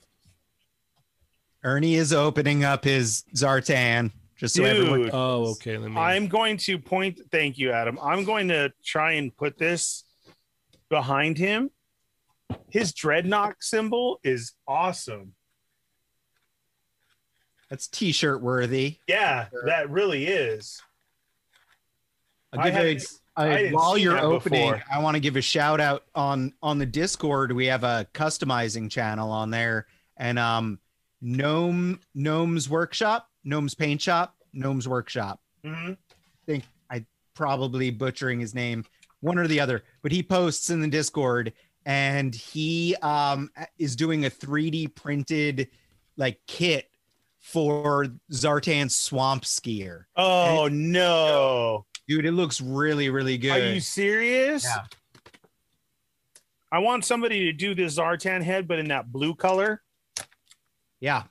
[SPEAKER 3] Ernie is opening up his Zartan just so everyone
[SPEAKER 2] Dude,
[SPEAKER 1] Oh, okay. Let me.
[SPEAKER 2] I'm going to point thank you, Adam. I'm going to try and put this behind him. His dreadnought symbol is awesome.
[SPEAKER 3] that's t-shirt worthy.
[SPEAKER 2] Yeah, that really is.
[SPEAKER 3] I'll
[SPEAKER 2] I
[SPEAKER 3] give a,
[SPEAKER 2] haven't- I
[SPEAKER 3] I-
[SPEAKER 2] didn't
[SPEAKER 3] while
[SPEAKER 2] see
[SPEAKER 3] you're
[SPEAKER 2] that
[SPEAKER 3] opening,
[SPEAKER 2] before.
[SPEAKER 3] I want to give a shout out on on the Discord. We have a customizing channel on there, and um, gnome gnomes workshop, gnomes paint shop, gnomes workshop.
[SPEAKER 2] Mhm.
[SPEAKER 3] Probably butchering his name, one or the other. But he posts in the Discord, and he um is doing a 3D printed like kit for Zartan Swamp Skier.
[SPEAKER 2] Oh no.
[SPEAKER 3] Dude, it looks really really good.
[SPEAKER 2] Are you serious?
[SPEAKER 3] Yeah.
[SPEAKER 2] I want somebody to do this Zartan head, but in that blue color.
[SPEAKER 3] yeah.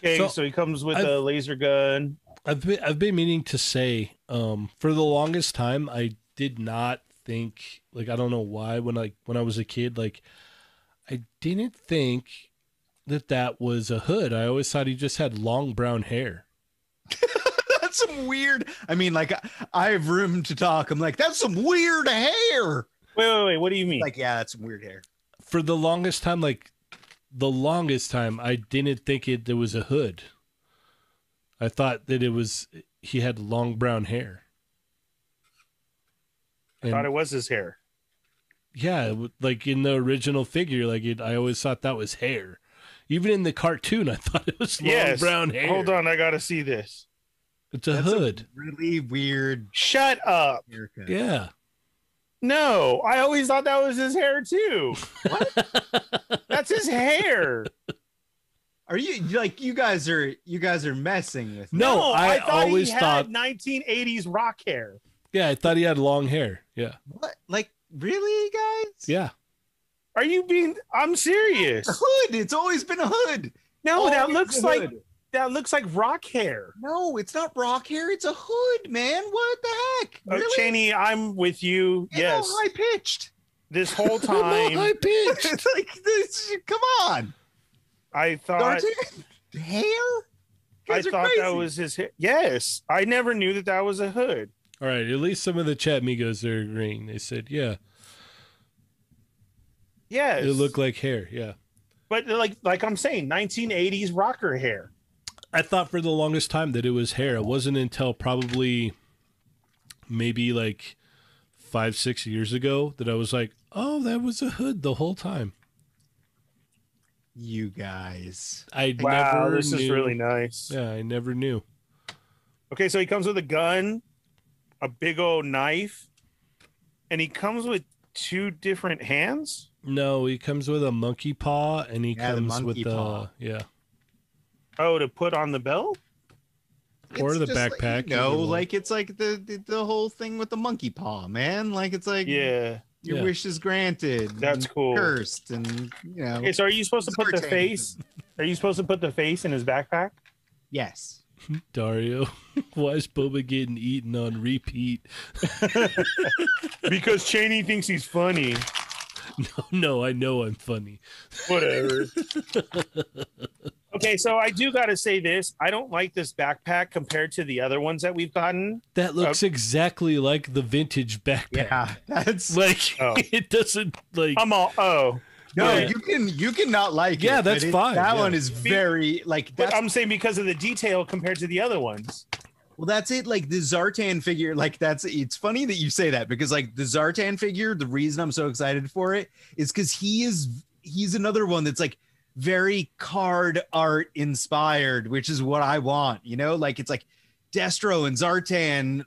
[SPEAKER 2] Okay, so,
[SPEAKER 1] So-
[SPEAKER 2] he comes with
[SPEAKER 1] I've-
[SPEAKER 2] a laser gun.
[SPEAKER 1] I've been I've been meaning to say um, for the longest time I did not think like I don't know why when I when I was a kid like I didn't think that that was a hood. I always thought he just had long brown hair.
[SPEAKER 3] <laughs> that's some weird. I mean, like I have room to talk. I'm like, that's some weird hair.
[SPEAKER 2] Wait, wait, wait. What do you mean?
[SPEAKER 3] Like, yeah, that's some weird hair.
[SPEAKER 1] For the longest time like the longest time I didn't think it there was a hood. I thought that it was he had long brown hair.
[SPEAKER 2] I thought it was his hair.
[SPEAKER 1] yeah, it w- like in the original figure, like it, I always thought that was hair, Even in the cartoon, I <laughs> thought it was long
[SPEAKER 2] Yes.
[SPEAKER 1] brown hair.
[SPEAKER 2] Hold on, I gotta see this.
[SPEAKER 1] It's a
[SPEAKER 3] That's a-
[SPEAKER 1] hood.
[SPEAKER 3] Really weird
[SPEAKER 2] Shut up.
[SPEAKER 3] haircut.
[SPEAKER 1] yeah.
[SPEAKER 2] No, I always thought that was his hair
[SPEAKER 1] <laughs>
[SPEAKER 2] too. What? That's his hair.
[SPEAKER 3] Are you like you guys are you guys are messing with me.
[SPEAKER 1] No, I,
[SPEAKER 2] thought
[SPEAKER 1] always
[SPEAKER 2] he
[SPEAKER 1] thought.
[SPEAKER 2] had 1980s rock hair.
[SPEAKER 1] Yeah, I thought he had long hair. Yeah.
[SPEAKER 3] What? Like really, guys?
[SPEAKER 1] Yeah.
[SPEAKER 2] Are you being? I'm
[SPEAKER 1] <laughs>
[SPEAKER 2] serious.
[SPEAKER 3] A hood. It's always been a hood.
[SPEAKER 2] No,
[SPEAKER 1] Oh,
[SPEAKER 2] that
[SPEAKER 3] Always
[SPEAKER 2] looks
[SPEAKER 3] a
[SPEAKER 2] like
[SPEAKER 3] hood.
[SPEAKER 2] that looks like rock hair.
[SPEAKER 3] No, it's not rock hair. It's a hood, man. What the heck?
[SPEAKER 2] Oh,
[SPEAKER 3] Really?
[SPEAKER 2] Cheney, I'm with you.
[SPEAKER 3] It's
[SPEAKER 2] yes,
[SPEAKER 3] all high pitched.
[SPEAKER 2] this whole
[SPEAKER 1] I'm all
[SPEAKER 2] time
[SPEAKER 1] high pitched.
[SPEAKER 3] It's <laughs> like this. Come on,
[SPEAKER 2] I thought
[SPEAKER 3] Darcy. hair. You
[SPEAKER 2] I
[SPEAKER 3] guys are
[SPEAKER 2] thought that
[SPEAKER 3] crazy.
[SPEAKER 2] was his hair. Yes, I never knew that that was a hood.
[SPEAKER 1] <laughs> All right. At least some of the chat amigos are agreeing. They said, yeah,
[SPEAKER 2] Yes,
[SPEAKER 1] it looked like hair. Yeah.
[SPEAKER 2] but like like I'm saying, 1980s rocker hair.
[SPEAKER 1] I thought for the longest time that it was hair. It wasn't until probably maybe like five, six years ago that I was like, oh, that was a hood the whole time.
[SPEAKER 3] you guys.
[SPEAKER 1] I
[SPEAKER 2] Wow,
[SPEAKER 1] never
[SPEAKER 2] this
[SPEAKER 1] knew.
[SPEAKER 2] is really nice.
[SPEAKER 1] Yeah, I never knew.
[SPEAKER 2] Okay, so he comes with a gun, a big old knife, and he comes with two different hands.
[SPEAKER 1] No, he comes with a monkey paw and he
[SPEAKER 3] Yeah, the
[SPEAKER 1] comes with
[SPEAKER 3] monkey
[SPEAKER 1] the
[SPEAKER 3] paw.
[SPEAKER 1] yeah.
[SPEAKER 2] Oh, to put on the bell.
[SPEAKER 1] Or
[SPEAKER 3] It's
[SPEAKER 1] the
[SPEAKER 3] just like,
[SPEAKER 1] backpack,
[SPEAKER 3] you know,
[SPEAKER 1] either one.
[SPEAKER 3] like it's like the, the the whole thing with the monkey paw, man. Like it's like
[SPEAKER 2] Yeah,
[SPEAKER 3] your
[SPEAKER 1] Yeah.
[SPEAKER 3] wish is granted.
[SPEAKER 2] that's
[SPEAKER 3] and
[SPEAKER 2] cool.
[SPEAKER 3] Cursed and you know
[SPEAKER 2] Okay, so are you supposed to put the
[SPEAKER 3] Zartan.
[SPEAKER 2] face? Are you supposed to put the face in his
[SPEAKER 3] <laughs>
[SPEAKER 2] backpack?
[SPEAKER 3] yes.
[SPEAKER 1] Dario, <laughs> why is Boba getting eaten on repeat? <laughs>
[SPEAKER 2] Because Cheney thinks he's funny.
[SPEAKER 1] No, Oh, no, I know I'm funny.
[SPEAKER 2] Whatever. <laughs> okay, so I do got to say this. I don't like this backpack compared to the other ones that we've gotten.
[SPEAKER 1] That looks exactly like the vintage backpack.
[SPEAKER 3] Yeah, <laughs> that's
[SPEAKER 1] <laughs> Like
[SPEAKER 2] Oh.
[SPEAKER 1] <laughs> it doesn't like
[SPEAKER 2] I'm all oh,
[SPEAKER 3] no.
[SPEAKER 1] Yeah.
[SPEAKER 3] You can you cannot like it.
[SPEAKER 1] Yeah,
[SPEAKER 3] but
[SPEAKER 1] that's
[SPEAKER 3] it-
[SPEAKER 1] fine,
[SPEAKER 3] That
[SPEAKER 1] yeah.
[SPEAKER 3] one is very
[SPEAKER 2] but
[SPEAKER 3] like that's
[SPEAKER 2] I'm saying because of the detail compared to the other ones.
[SPEAKER 3] Well, that's it. Like the Zartan figure, like that's it's funny that you say that because like the Zartan figure, the reason I'm so excited for it is because he is he's another one that's like very card art inspired, which is what I want. You know, like it's like Destro and Zartan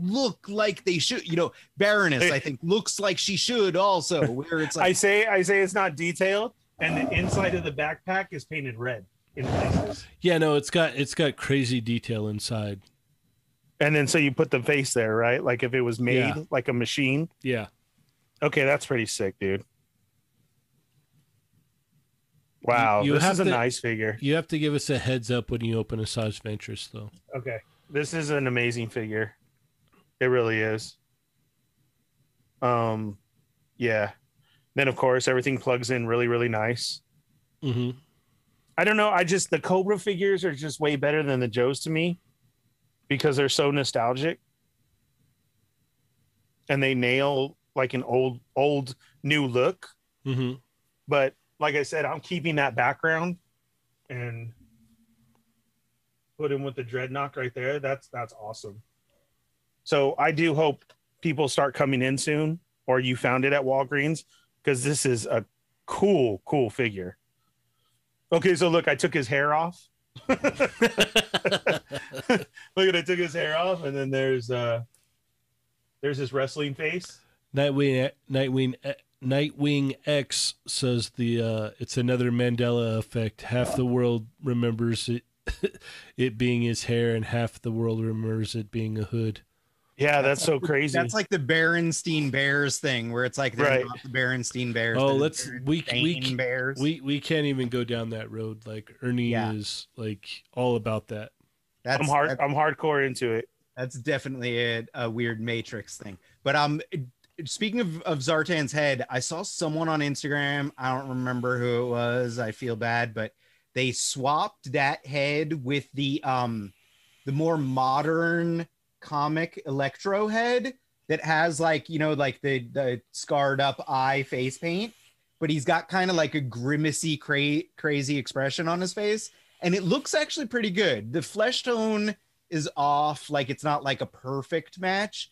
[SPEAKER 3] look like they should. You know, Baroness, I think looks like she should also.
[SPEAKER 2] <laughs>
[SPEAKER 3] Where it's
[SPEAKER 2] I
[SPEAKER 3] like
[SPEAKER 2] say I say it's not detailed, and the inside of the backpack is painted red in places.
[SPEAKER 1] Yeah, no, it's got it's got crazy detail inside.
[SPEAKER 2] And then so you put the face there, right? Like if it was made
[SPEAKER 1] Yeah.
[SPEAKER 2] like a machine.
[SPEAKER 1] Yeah.
[SPEAKER 2] Okay, that's pretty sick, dude. Wow,
[SPEAKER 1] you
[SPEAKER 2] this
[SPEAKER 1] have
[SPEAKER 2] is a
[SPEAKER 1] to-
[SPEAKER 2] nice figure.
[SPEAKER 1] You have to give us a heads up when you open Asajj Ventress though.
[SPEAKER 2] Okay, this is an amazing figure. It really is. Um, yeah. Then of course everything plugs in really, really nice.
[SPEAKER 1] Mm-hmm.
[SPEAKER 2] I don't know. I just the Cobra figures are just way better than the Joes to me because they're so nostalgic and they nail like an old old new look.
[SPEAKER 1] Mm-hmm.
[SPEAKER 2] But like I said, I'm keeping that background and put him with the dreadnought right there. That's that's awesome. So I do hope people start coming in soon, or you found it at Walgreens because this is a cool, cool figure. Okay, so look, I took his hair off. <laughs> Look at I took his hair off, and then there's uh there's his wrestling face.
[SPEAKER 1] Nightwing Nightwing Nightwing X says the uh, it's another Mandela effect. Half the world remembers it <laughs> it being his hair, and half the world remembers it being a hood.
[SPEAKER 2] Yeah, that's, so crazy.
[SPEAKER 3] that's like the Berenstein Bears thing, where it's like they're
[SPEAKER 2] Right.
[SPEAKER 3] not the Berenstein Bears.
[SPEAKER 1] Oh,
[SPEAKER 3] they're the
[SPEAKER 1] let's we we
[SPEAKER 3] Berenstain Bears.
[SPEAKER 1] we we can't even go down that road. Like Ernie
[SPEAKER 3] Yeah.
[SPEAKER 1] is like all about that.
[SPEAKER 3] that's
[SPEAKER 2] I'm hard.
[SPEAKER 3] that's-
[SPEAKER 2] I'm hardcore into it.
[SPEAKER 3] That's definitely a, a weird Matrix thing. But um, speaking of, of Zartan's head, I saw someone on Instagram. I don't remember who it was. I feel bad, but they swapped that head with the um, the more modern comic Electro head that has like you know like the the scarred up eye face paint, but he's got kind of like a grimacy cra- crazy expression on his face, and it looks actually pretty good. The flesh tone is off like it's not like a perfect match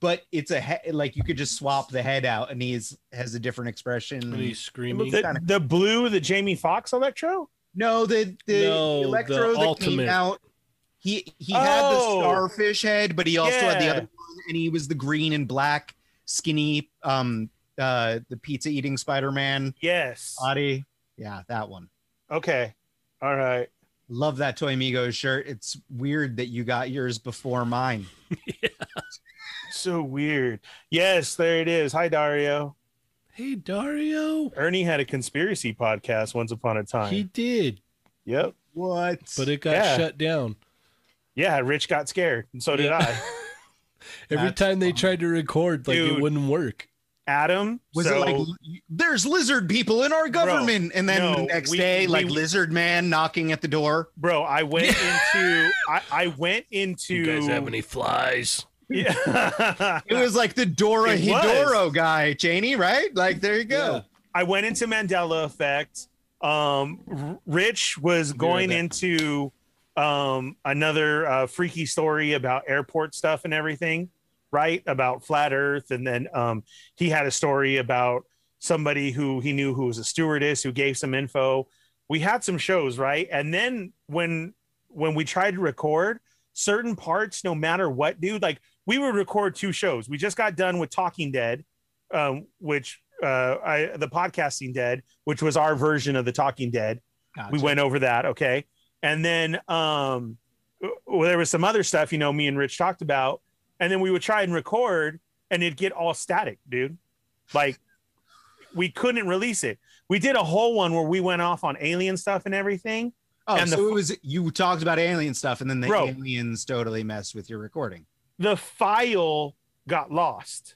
[SPEAKER 3] but it's a he- like you could just swap the head out and he's has a different expression
[SPEAKER 2] Mm.
[SPEAKER 1] And he's
[SPEAKER 3] looks
[SPEAKER 1] screaming.
[SPEAKER 3] It's
[SPEAKER 2] The,
[SPEAKER 3] kinda-
[SPEAKER 2] the blue, the Jamie Fox Electro.
[SPEAKER 3] No, the the
[SPEAKER 1] No, the
[SPEAKER 3] Electro that
[SPEAKER 1] ultimate.
[SPEAKER 3] came out. He he had
[SPEAKER 2] Oh.
[SPEAKER 3] the starfish head, but he also had the
[SPEAKER 2] Yeah.
[SPEAKER 3] other one, and he was the green and black skinny um uh the pizza eating Spider Man
[SPEAKER 2] Yes.
[SPEAKER 3] body. Yeah, that one.
[SPEAKER 2] Okay. All right.
[SPEAKER 3] Love that Toy Migos shirt. It's weird that you got yours before mine.
[SPEAKER 2] So weird. Yes, there it is. Hi, Dario.
[SPEAKER 1] Hey Dario,
[SPEAKER 2] Ernie had a conspiracy podcast once upon a time.
[SPEAKER 1] he did,
[SPEAKER 2] yep.
[SPEAKER 3] What?
[SPEAKER 1] but it got
[SPEAKER 2] Yeah.
[SPEAKER 1] shut down.
[SPEAKER 2] Yeah, Rich got scared, and so did
[SPEAKER 1] Yeah.
[SPEAKER 2] I.
[SPEAKER 1] <laughs> Every
[SPEAKER 3] That's
[SPEAKER 1] time they
[SPEAKER 3] fun.
[SPEAKER 1] tried to record, like it
[SPEAKER 2] Dude.
[SPEAKER 1] wouldn't work.
[SPEAKER 2] Adam
[SPEAKER 3] was
[SPEAKER 2] so-
[SPEAKER 3] it like there's lizard people in our government, and then
[SPEAKER 2] no,
[SPEAKER 3] the next
[SPEAKER 2] we-
[SPEAKER 3] day,
[SPEAKER 2] we-
[SPEAKER 3] like lizard man knocking at the door.
[SPEAKER 2] bro? I
[SPEAKER 3] <laughs>
[SPEAKER 2] went into I, I went into
[SPEAKER 1] any flies?
[SPEAKER 2] <laughs> yeah.
[SPEAKER 3] It was like the Dora
[SPEAKER 2] It was.
[SPEAKER 3] Hidoro guy, Janie, right? Like there you go.
[SPEAKER 2] I went into Mandela Effect. Um, R- Rich was
[SPEAKER 1] be right
[SPEAKER 2] going
[SPEAKER 1] back.
[SPEAKER 2] into um, another uh, freaky story about airport stuff and everything, right? About flat Earth, and then um, he had a story about somebody who he knew who was a stewardess who gave some info. We had some shows, right? And then when when we tried to record certain parts, no matter what, dude, like we would record two shows. We just got done with Talking Dead, um, which uh, I the podcasting Dead, which was our version of the Talking Dead. We
[SPEAKER 3] Gotcha.
[SPEAKER 2] went over that, okay, and then um, w- well, there was some other stuff, you know, me and Rich talked about, and then we would try and record, and it'd get all static, dude. Like we couldn't release it. We did a whole one where we went off on alien stuff and everything.
[SPEAKER 3] Oh,
[SPEAKER 2] and the
[SPEAKER 3] so it was you talked about alien stuff, and then the
[SPEAKER 2] Bro.
[SPEAKER 3] aliens totally messed with your recording.
[SPEAKER 2] the file got lost.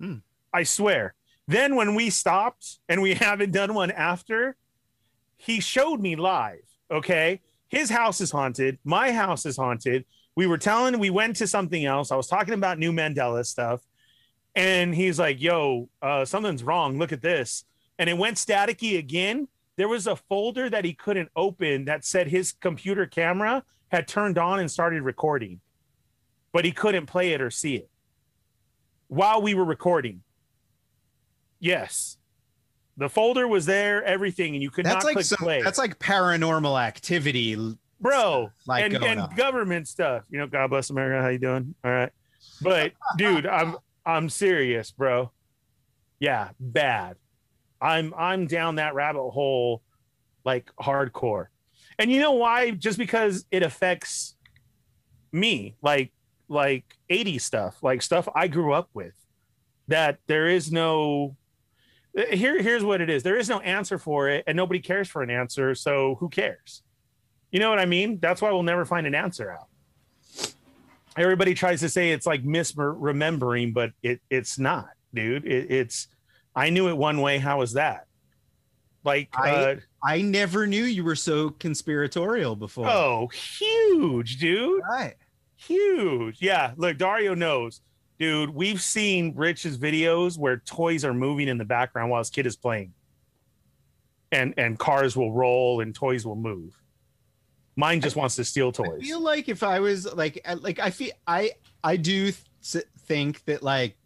[SPEAKER 3] Hmm.
[SPEAKER 2] I swear. Then when we stopped and we <laughs> haven't done one after, he showed me live. Okay. His house is haunted. My house is haunted. We were telling, we went to something else. I was talking about new Mandela stuff. And he's like, yo, uh, something's wrong. Look at this. And it went staticky again. There was a folder that he couldn't open that said his computer camera had turned on and started recording but he couldn't play it or see it while we were recording. Yes. The folder was there, everything, and you could not
[SPEAKER 3] That's like
[SPEAKER 2] click
[SPEAKER 3] some,
[SPEAKER 2] play.
[SPEAKER 3] that's like paranormal activity, l-
[SPEAKER 2] Bro,
[SPEAKER 3] like
[SPEAKER 2] and,
[SPEAKER 3] going
[SPEAKER 2] and
[SPEAKER 3] on.
[SPEAKER 2] government stuff. You know, God bless America. How you doing? All right. But dude, I'm I'm serious, bro. Yeah, bad. I'm I'm down that rabbit hole like hardcore. And you know why? Just because it affects me, like like 80 stuff, like stuff I grew up with. That there is no here here's what it is. There is no answer for it and nobody cares for an answer, so who cares? You know what I mean? That's why we'll never find an answer out. Everybody tries to say it's like misremembering, but it it's not, dude. It, it's I knew it one way. How is that? Like,
[SPEAKER 3] I-
[SPEAKER 2] uh,
[SPEAKER 3] I never knew you were so conspiratorial before.
[SPEAKER 2] oh, huge, dude,
[SPEAKER 3] right.
[SPEAKER 2] huge. Yeah, look, Dario knows, dude. We've seen Rich's videos where toys are moving in the background while his kid is playing, and and cars will roll and toys will move. Mine just wants to steal
[SPEAKER 3] I
[SPEAKER 2] toys.
[SPEAKER 3] feel like if I was like I- like I feel I I do th- think that like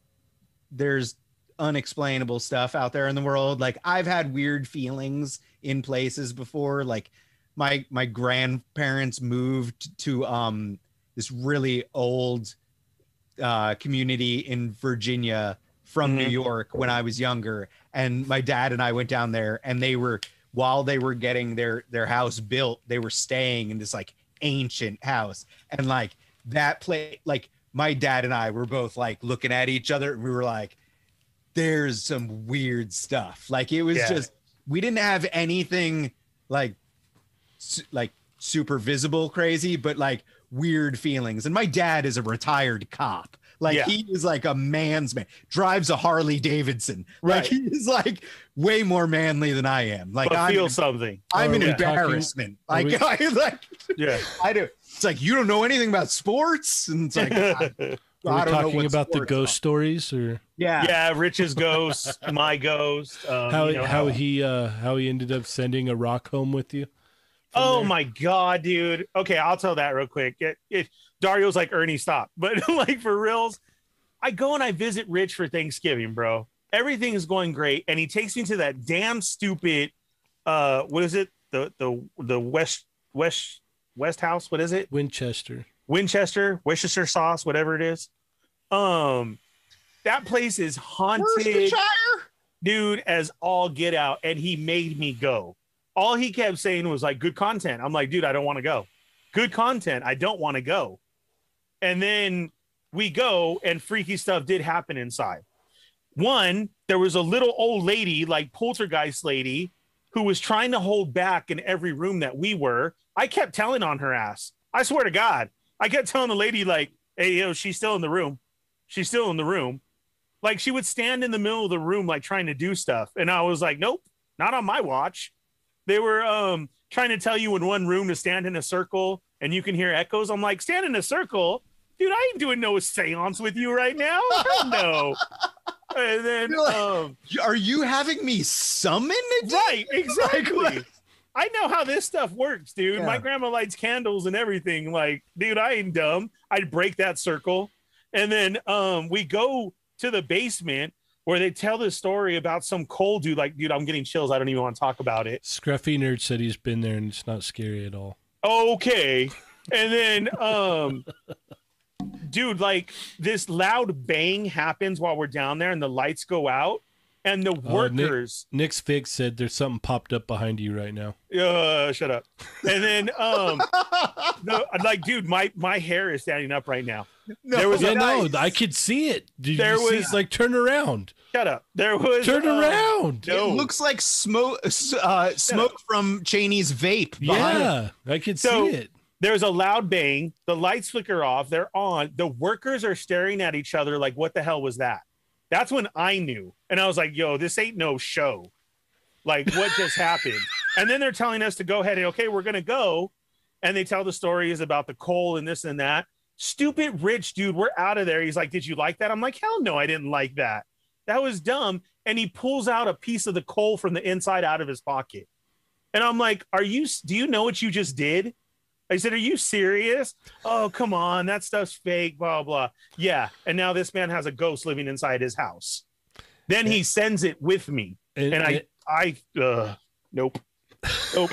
[SPEAKER 3] there's unexplainable stuff out there in the world. Like I've had weird feelings in places before. Like my my grandparents moved to um this really old uh community in Virginia from New
[SPEAKER 2] Mhm.
[SPEAKER 3] York when I was younger and my dad and I went down there and they were while they were getting their their house built they were staying in this like ancient house and like that play like my dad and I were both like looking at each other and we were like there's some weird stuff like it was
[SPEAKER 2] Yeah.
[SPEAKER 3] just we didn't have anything like su- like super visible crazy but like weird feelings and my dad is a retired cop like
[SPEAKER 2] Yeah.
[SPEAKER 3] he is like a man's man drives a harley davidson
[SPEAKER 2] Right.
[SPEAKER 3] like he is like way more manly than i am like
[SPEAKER 2] but Oh,
[SPEAKER 3] i'm,
[SPEAKER 2] feel something.
[SPEAKER 3] I'm
[SPEAKER 1] Are
[SPEAKER 3] an
[SPEAKER 1] we
[SPEAKER 3] embarrassment
[SPEAKER 1] are
[SPEAKER 3] like <laughs> I, like
[SPEAKER 2] Yeah.
[SPEAKER 3] i do it's like you don't know anything about sports and
[SPEAKER 2] <laughs>
[SPEAKER 3] it's <laughs> like I,
[SPEAKER 1] Are we
[SPEAKER 3] I don't know
[SPEAKER 1] talking
[SPEAKER 3] what
[SPEAKER 1] about the
[SPEAKER 3] sports
[SPEAKER 1] ghost
[SPEAKER 3] are.
[SPEAKER 1] stories, or
[SPEAKER 3] yeah
[SPEAKER 2] yeah, Rich's ghost, my ghost. Um,
[SPEAKER 1] how
[SPEAKER 2] you know,
[SPEAKER 1] how he uh, how he ended up sending a rock home with you? from
[SPEAKER 2] Oh
[SPEAKER 1] there?
[SPEAKER 2] my god, dude. Okay, I'll tell that real quick. It, it, Dario's like Ernie, stop. <laughs> But like for reals, I go and I visit Rich for Thanksgiving, bro. Everything is going great, and he takes me to that damn stupid. Uh, what is it? the the the West West West House. What is it?
[SPEAKER 1] Winchester.
[SPEAKER 2] Winchester, Worcestershire sauce, whatever it is. Um, that place is haunted,
[SPEAKER 3] Worcestershire?
[SPEAKER 2] dude, as all get out, and he made me go. All he kept saying was like, "Good content." I'm like, dude, I don't want to go. Good content. I don't want to go. And then we go, and freaky stuff did happen inside. One, there was a little old lady, like poltergeist lady, who was trying to hold back in every room that we were. I kept telling on her ass. I swear to God, I kept telling the lady like, "Hey, yo, she's still in the room. She's still in the room." Like she would stand in the middle of the room like trying to do stuff, and I was like, "Nope, not on my watch." They were um trying to tell you in one room to stand in a circle and you can hear echoes. I'm like, "Stand in a circle." Dude, I ain't doing no séance with you right now. Hell
[SPEAKER 3] <laughs>
[SPEAKER 2] No. And then
[SPEAKER 3] You're like-
[SPEAKER 2] um
[SPEAKER 3] Are you having me summon it?
[SPEAKER 2] Right, exactly.
[SPEAKER 3] what?
[SPEAKER 2] I know how this stuff works, dude.
[SPEAKER 3] Yeah.
[SPEAKER 2] My grandma lights candles and everything. Like, dude, I ain't dumb. I'd break that circle. And then um we go to the basement where they tell this story about some cold dude. Like, dude, I'm getting chills. I don't even want to talk about it.
[SPEAKER 1] Scruffy nerd said he's been there and it's not scary at all.
[SPEAKER 2] okay and then um dude like this loud bang happens while we're down there and the lights go out and the
[SPEAKER 1] Nick-
[SPEAKER 2] workers
[SPEAKER 1] Nick's fix said there's something popped up behind you right now.
[SPEAKER 2] uh shut up and then um the, like dude my my hair is standing up right now
[SPEAKER 3] No,
[SPEAKER 2] There was
[SPEAKER 1] yeah,
[SPEAKER 3] nice.
[SPEAKER 1] no, I could see it. Did
[SPEAKER 2] There
[SPEAKER 1] you see?
[SPEAKER 2] was-
[SPEAKER 1] It's like turn around,
[SPEAKER 2] shut up there was
[SPEAKER 1] turn
[SPEAKER 2] um,
[SPEAKER 1] around.
[SPEAKER 2] no.
[SPEAKER 3] It looks like smoke, uh, smoke from Cheney's vape. behind it.
[SPEAKER 1] Yeah, I could
[SPEAKER 2] So-
[SPEAKER 1] see it.
[SPEAKER 2] there's a loud bang the lights flicker off they're on the workers are staring at each other like what the hell was that that's when i knew and i was like yo this ain't no show like what just happened and then they're telling us to go ahead and okay we're gonna go and they tell the stories about the coal and this and that stupid rich dude we're out of there he's like did you like that i'm like hell no i didn't like that that was dumb and he pulls out a piece of the coal from the inside out of his pocket and i'm like are you do you know what you just did I said, Are you serious? Oh, come on. That stuff's fake, blah, blah. Yeah. And now this man has a ghost living inside his house. Then he sends it with me. And I, I, uh, nope.
[SPEAKER 3] <laughs>
[SPEAKER 2] Nope.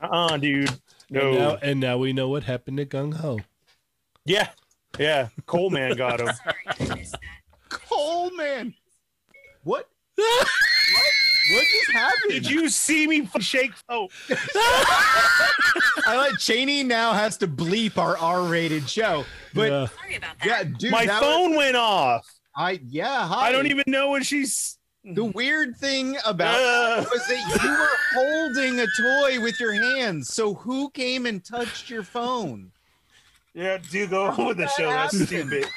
[SPEAKER 2] uh uh dude. No.
[SPEAKER 1] and now, and now we know what happened to Gung
[SPEAKER 2] <laughs>
[SPEAKER 1] Ho.
[SPEAKER 2] yeah. Yeah. Coal man
[SPEAKER 3] <laughs>
[SPEAKER 2] got him.
[SPEAKER 3] Coleman. What? what? What just happened?
[SPEAKER 2] Did you see me f- shake? Oh,
[SPEAKER 3] I like Cheney now has to bleep our R-rated show, but yeah,
[SPEAKER 1] Yeah.
[SPEAKER 4] Sorry about that.
[SPEAKER 3] dude,
[SPEAKER 2] my
[SPEAKER 3] that was-
[SPEAKER 2] phone went off.
[SPEAKER 3] I yeah, hi.
[SPEAKER 2] I don't even know what she's.
[SPEAKER 3] The weird thing about
[SPEAKER 2] Uh,
[SPEAKER 3] was that you were holding a toy with your hands. So who came and touched your phone?
[SPEAKER 2] yeah, do go on with the
[SPEAKER 3] How did
[SPEAKER 2] show.
[SPEAKER 3] that
[SPEAKER 2] That's
[SPEAKER 3] happen?
[SPEAKER 2] stupid.
[SPEAKER 3] <laughs>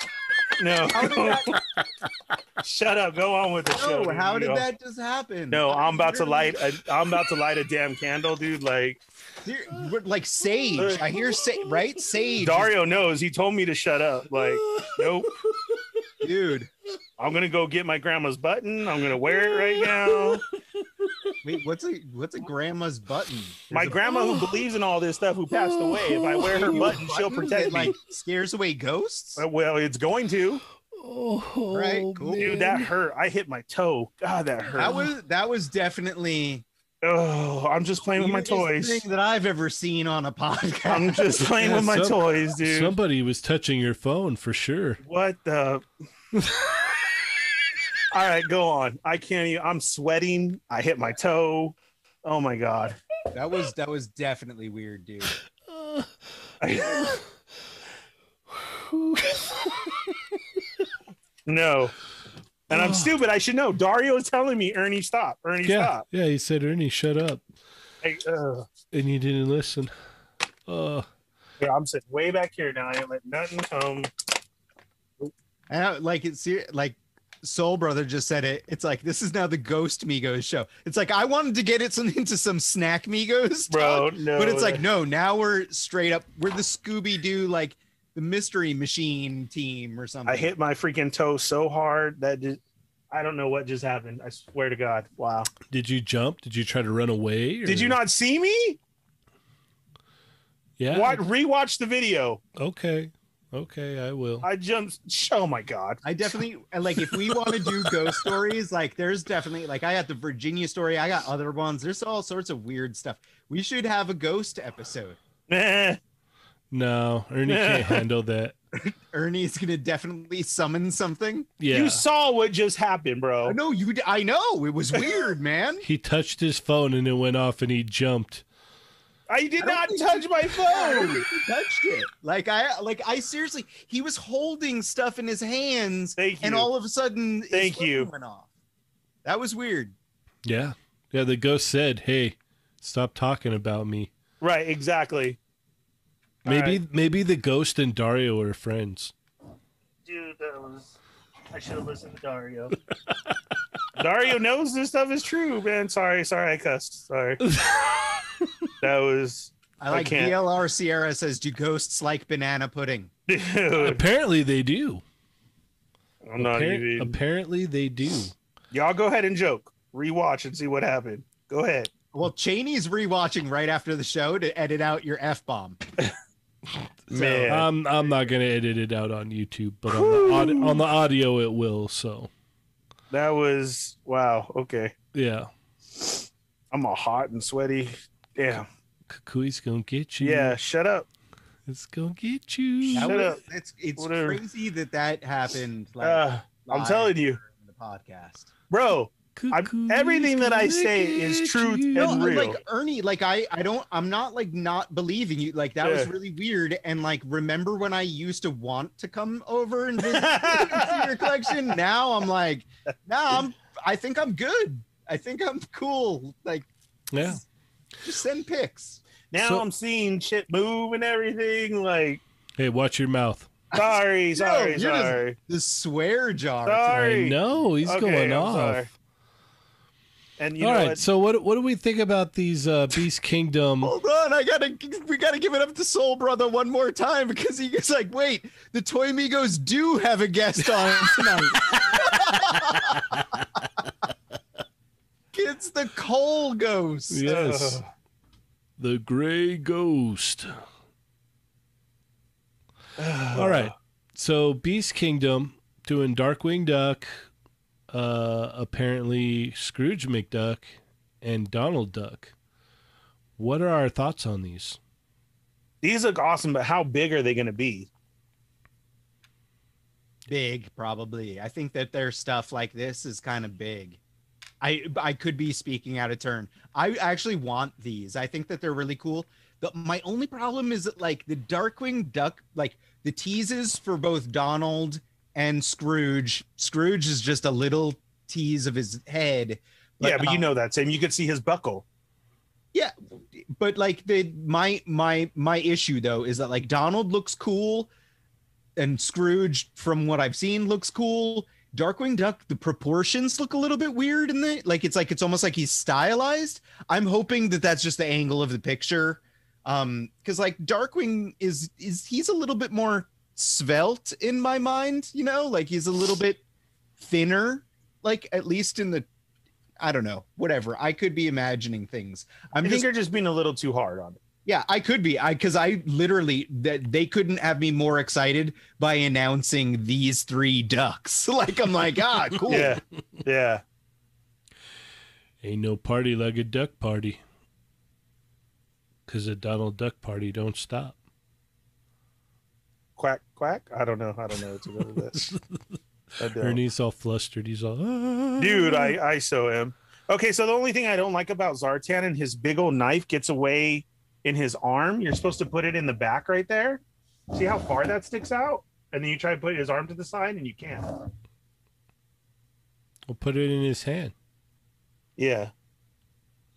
[SPEAKER 2] No,
[SPEAKER 3] How
[SPEAKER 2] <laughs>
[SPEAKER 3] did that,
[SPEAKER 2] shut up. Go on with the show.
[SPEAKER 3] no,
[SPEAKER 2] dude.
[SPEAKER 3] how did
[SPEAKER 2] You-
[SPEAKER 3] that just happen?
[SPEAKER 2] No, I'm about to
[SPEAKER 3] Really?
[SPEAKER 2] light. A, I'm about to light a damn candle, dude. Like
[SPEAKER 3] Dear- we're- like Sage. I hear Sage, right? Sage, is-
[SPEAKER 2] Dario knows. He told me to shut up. Like, nope.
[SPEAKER 3] dude.
[SPEAKER 2] I'm gonna go get my grandma's button. I'm gonna wear it right now.
[SPEAKER 3] Wait, what's a what's a grandma's button?
[SPEAKER 2] My
[SPEAKER 3] There's a
[SPEAKER 2] grandma, who believes in all this stuff, who passed away. If I wear her button, she'll
[SPEAKER 3] button
[SPEAKER 2] protect
[SPEAKER 3] that,
[SPEAKER 2] me. Uh,
[SPEAKER 3] Like scares away ghosts.
[SPEAKER 2] Well, it's going to,
[SPEAKER 1] Oh,
[SPEAKER 3] Right, cool.
[SPEAKER 2] dude. That hurt. I hit my toe. God, that hurt.
[SPEAKER 3] That was that was definitely
[SPEAKER 2] oh, I'm just playing with my
[SPEAKER 3] weirdest
[SPEAKER 2] toys.
[SPEAKER 3] thing that I've ever seen on a podcast.
[SPEAKER 2] I'm <laughs> just playing
[SPEAKER 1] Yeah,
[SPEAKER 2] with my
[SPEAKER 1] some-
[SPEAKER 2] toys, dude.
[SPEAKER 1] Somebody was touching your phone for sure.
[SPEAKER 2] What the? All right, go on. I can't even. I'm sweating. I hit my toe. Oh my god. <laughs>
[SPEAKER 3] that was that was definitely weird, dude.
[SPEAKER 2] no. And I'm
[SPEAKER 1] Oh.
[SPEAKER 2] stupid. I should know. Dario's telling me, Ernie, stop. Ernie,
[SPEAKER 1] yeah,
[SPEAKER 2] stop. uh,
[SPEAKER 1] yeah. He said, "Ernie, shut up,"
[SPEAKER 2] Hey, ugh.
[SPEAKER 1] and you didn't listen. Uh,
[SPEAKER 2] Yeah, I'm sitting way back here now. I ain't let nothing come.
[SPEAKER 3] And I, like it's ser- like Soul Brother just said it. It's like this is now the Ghost Migos show. It's like I wanted to get it some, <laughs> into some snack Migos,
[SPEAKER 2] Bro,
[SPEAKER 3] talk,
[SPEAKER 2] no.
[SPEAKER 3] But it's like no, now we're straight up. We're the Scooby Doo like the Mystery Machine team or something.
[SPEAKER 2] I hit my freaking toe so hard that just, I don't know what just happened. I swear to God. Wow.
[SPEAKER 1] did you jump? Did you try to run away?
[SPEAKER 2] Did
[SPEAKER 1] or-
[SPEAKER 2] you not see me?
[SPEAKER 1] Yeah.
[SPEAKER 2] What? Rewatch the video.
[SPEAKER 1] Okay. Okay, I will.
[SPEAKER 2] I jumped. Oh my god. <laughs>
[SPEAKER 3] I definitely uh, like if we want to do ghost stories, like there's definitely like I got the Virginia story, I got other ones. There's all sorts of weird stuff. We should have a ghost episode.
[SPEAKER 2] Nah.
[SPEAKER 1] No,
[SPEAKER 2] <laughs>
[SPEAKER 1] Ernie can't handle that.
[SPEAKER 3] Ernie's gonna definitely summon something.
[SPEAKER 1] Yeah.
[SPEAKER 2] You saw what just happened,
[SPEAKER 3] I
[SPEAKER 2] bro.
[SPEAKER 3] know you. d- I know it was
[SPEAKER 1] <laughs>
[SPEAKER 3] weird, man.
[SPEAKER 1] He touched his phone and it went off and he jumped.
[SPEAKER 2] I did
[SPEAKER 3] I don't
[SPEAKER 2] not
[SPEAKER 3] think
[SPEAKER 2] touch my
[SPEAKER 3] I don't
[SPEAKER 2] phone.
[SPEAKER 3] think he touched it. Like I, like I seriously, he was holding stuff in his hands,
[SPEAKER 2] Thank you.
[SPEAKER 3] and all of a sudden, his
[SPEAKER 2] Thank
[SPEAKER 3] phone
[SPEAKER 2] you.
[SPEAKER 3] went off. That was weird.
[SPEAKER 1] Yeah. Yeah, the ghost said, "Hey, stop talking about me."
[SPEAKER 2] right, exactly. All
[SPEAKER 1] Maybe maybe the ghost and Dario are friends.
[SPEAKER 2] Dude, that was. I should have listened to Dario. Dario knows this stuff is true, man. Sorry, sorry, I cussed.
[SPEAKER 1] <laughs>
[SPEAKER 2] Sorry. that was. <laughs>
[SPEAKER 3] I like
[SPEAKER 2] can't.
[SPEAKER 3] DLR Sierra says, "Do ghosts like banana pudding?"
[SPEAKER 2] Dude,
[SPEAKER 1] Apparently they do.
[SPEAKER 2] I'm not
[SPEAKER 1] Appar-
[SPEAKER 2] even.
[SPEAKER 1] apparently they do.
[SPEAKER 2] Y'all go ahead and joke. Rewatch and see what happened. Go ahead.
[SPEAKER 3] Well, Cheney's rewatching right after the show to edit out your f bomb.
[SPEAKER 2] Man.
[SPEAKER 1] Um, I'm not gonna edit it out on YouTube, but on the, audi- on the audio it will. So
[SPEAKER 2] That was. Wow. Okay.
[SPEAKER 1] yeah,
[SPEAKER 2] I'm all hot and sweaty. Damn.
[SPEAKER 1] Kukui's gonna get you.
[SPEAKER 2] Yeah, shut up.
[SPEAKER 1] it's gonna get you.
[SPEAKER 3] That
[SPEAKER 2] Shut
[SPEAKER 3] was,
[SPEAKER 2] up.
[SPEAKER 3] It's it's
[SPEAKER 2] Whatever.
[SPEAKER 3] crazy that that happened. Like,
[SPEAKER 2] Uh, I'm
[SPEAKER 3] live
[SPEAKER 2] telling you,
[SPEAKER 3] in the podcast.
[SPEAKER 2] bro.
[SPEAKER 3] <laughs>
[SPEAKER 2] <laughs> I'm-
[SPEAKER 1] Kukui's
[SPEAKER 2] everything that I
[SPEAKER 1] gonna
[SPEAKER 2] say
[SPEAKER 1] get
[SPEAKER 2] is truth
[SPEAKER 1] you.
[SPEAKER 2] and-
[SPEAKER 3] No,
[SPEAKER 2] real.
[SPEAKER 3] like Ernie, like I, I don't, I'm not like not believing you. Like that was
[SPEAKER 2] Yeah.
[SPEAKER 3] really weird. And like, remember when I used to want to come over
[SPEAKER 2] <laughs>
[SPEAKER 3] and visit and see your collection? Now I'm like, nah, I'm, I think I'm good. I think I'm cool. Like,
[SPEAKER 1] yeah,
[SPEAKER 3] just send pics.
[SPEAKER 2] Now
[SPEAKER 1] So-
[SPEAKER 2] I'm seeing shit move and everything. Like,
[SPEAKER 1] hey, watch your mouth. <laughs>
[SPEAKER 2] sorry, sorry,
[SPEAKER 3] you're just-
[SPEAKER 2] sorry.
[SPEAKER 3] The swear jar.
[SPEAKER 2] Sorry.
[SPEAKER 1] I know he's
[SPEAKER 2] Okay,
[SPEAKER 1] going
[SPEAKER 2] I'm
[SPEAKER 1] off.
[SPEAKER 2] sorry. And you
[SPEAKER 1] All
[SPEAKER 2] know
[SPEAKER 1] right,
[SPEAKER 2] what?
[SPEAKER 1] so what what do we think about these uh, Beast
[SPEAKER 2] <laughs>
[SPEAKER 1] Kingdom?
[SPEAKER 3] Hold on, I gotta, we gotta give it up to Soul Brother one more time because he was like, wait, the Toy Migos do have a guest on tonight. it's the Coal Ghost.
[SPEAKER 1] yes, the Gray Ghost. All right. So Beast Kingdom doing Darkwing Duck, uh, apparently Scrooge McDuck, and Donald Duck. What are our thoughts on these?
[SPEAKER 2] These look awesome, but how big are they going to be?
[SPEAKER 3] Big, probably. I think that their stuff like this is kind of big. I I could be speaking out of turn. I actually want these. I think that they're really cool. But my only problem is that like the Darkwing Duck, like the teases for both Donald and Scrooge. Scrooge is just a little tease of his head.
[SPEAKER 2] yeah, but you
[SPEAKER 3] um,
[SPEAKER 1] uh,
[SPEAKER 2] know that's him. You could see his buckle.
[SPEAKER 3] but like the my my my issue though is that like Donald looks cool and Scrooge from what I've seen looks cool. Darkwing Duck, the proportions look a little bit weird in the like it's like it's almost like he's stylized. I'm hoping that that's just the angle of the picture. Um cuz like Darkwing is is he's a little bit more svelte in my mind, you know? Like he's a little bit thinner like at least in the I don't know, whatever. I could be imagining things.
[SPEAKER 2] I
[SPEAKER 3] I'm
[SPEAKER 2] think
[SPEAKER 3] just
[SPEAKER 2] you're just being a little too hard on it.
[SPEAKER 3] yeah, I could be. I because I literally that they couldn't have me more excited by announcing these three ducks. <laughs> Like I'm like,
[SPEAKER 2] <laughs>
[SPEAKER 3] ah,
[SPEAKER 1] <laughs>
[SPEAKER 3] cool.
[SPEAKER 2] Yeah, yeah.
[SPEAKER 1] Ain't no party like a duck party. Cause a Donald Duck party don't stop.
[SPEAKER 2] Quack, quack. I don't know. I don't know what to go with this.
[SPEAKER 1] <laughs>
[SPEAKER 2] I don't.
[SPEAKER 1] Ernie's all flustered. He's all, "Ah."
[SPEAKER 2] dude i i so am okay so the only thing i don't like about zartan and his big old knife gets away in his arm you're supposed to put it in the back right there see how far that sticks out and then you try to put his arm to the side and you can't
[SPEAKER 1] I'll put it in his hand.
[SPEAKER 2] yeah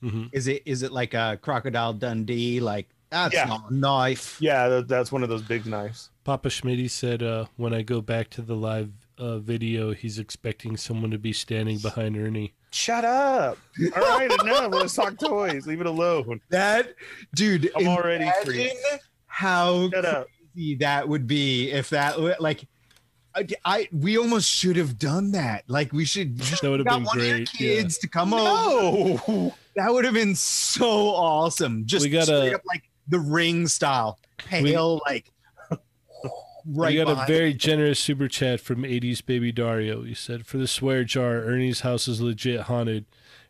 [SPEAKER 1] hmm
[SPEAKER 3] Is it is it like a crocodile Dundee? Like that's
[SPEAKER 2] Yeah.
[SPEAKER 3] not a knife.
[SPEAKER 2] yeah tha- that's one of those big knives
[SPEAKER 1] Papa Schmitty said, uh, "When I go back to the live uh, video, he's expecting someone to be standing behind Ernie."
[SPEAKER 2] shut up all right enough let's talk toys leave it alone
[SPEAKER 3] That dude.
[SPEAKER 2] i'm already free
[SPEAKER 3] imagine how
[SPEAKER 2] shut up
[SPEAKER 3] crazy that would be if that w- like. I, I- we almost should have done that. Like we should just
[SPEAKER 1] That would have
[SPEAKER 3] got
[SPEAKER 1] been
[SPEAKER 3] one of your
[SPEAKER 1] great. yeah.
[SPEAKER 3] kids to come over.
[SPEAKER 2] no
[SPEAKER 3] That would have been so awesome. Just
[SPEAKER 1] We gotta- <laughs>
[SPEAKER 3] straight up like the ring style, pale, like right
[SPEAKER 1] you got a
[SPEAKER 3] behind
[SPEAKER 1] very generous super chat from 80s baby dario he said for the swear jar ernie's house is legit haunted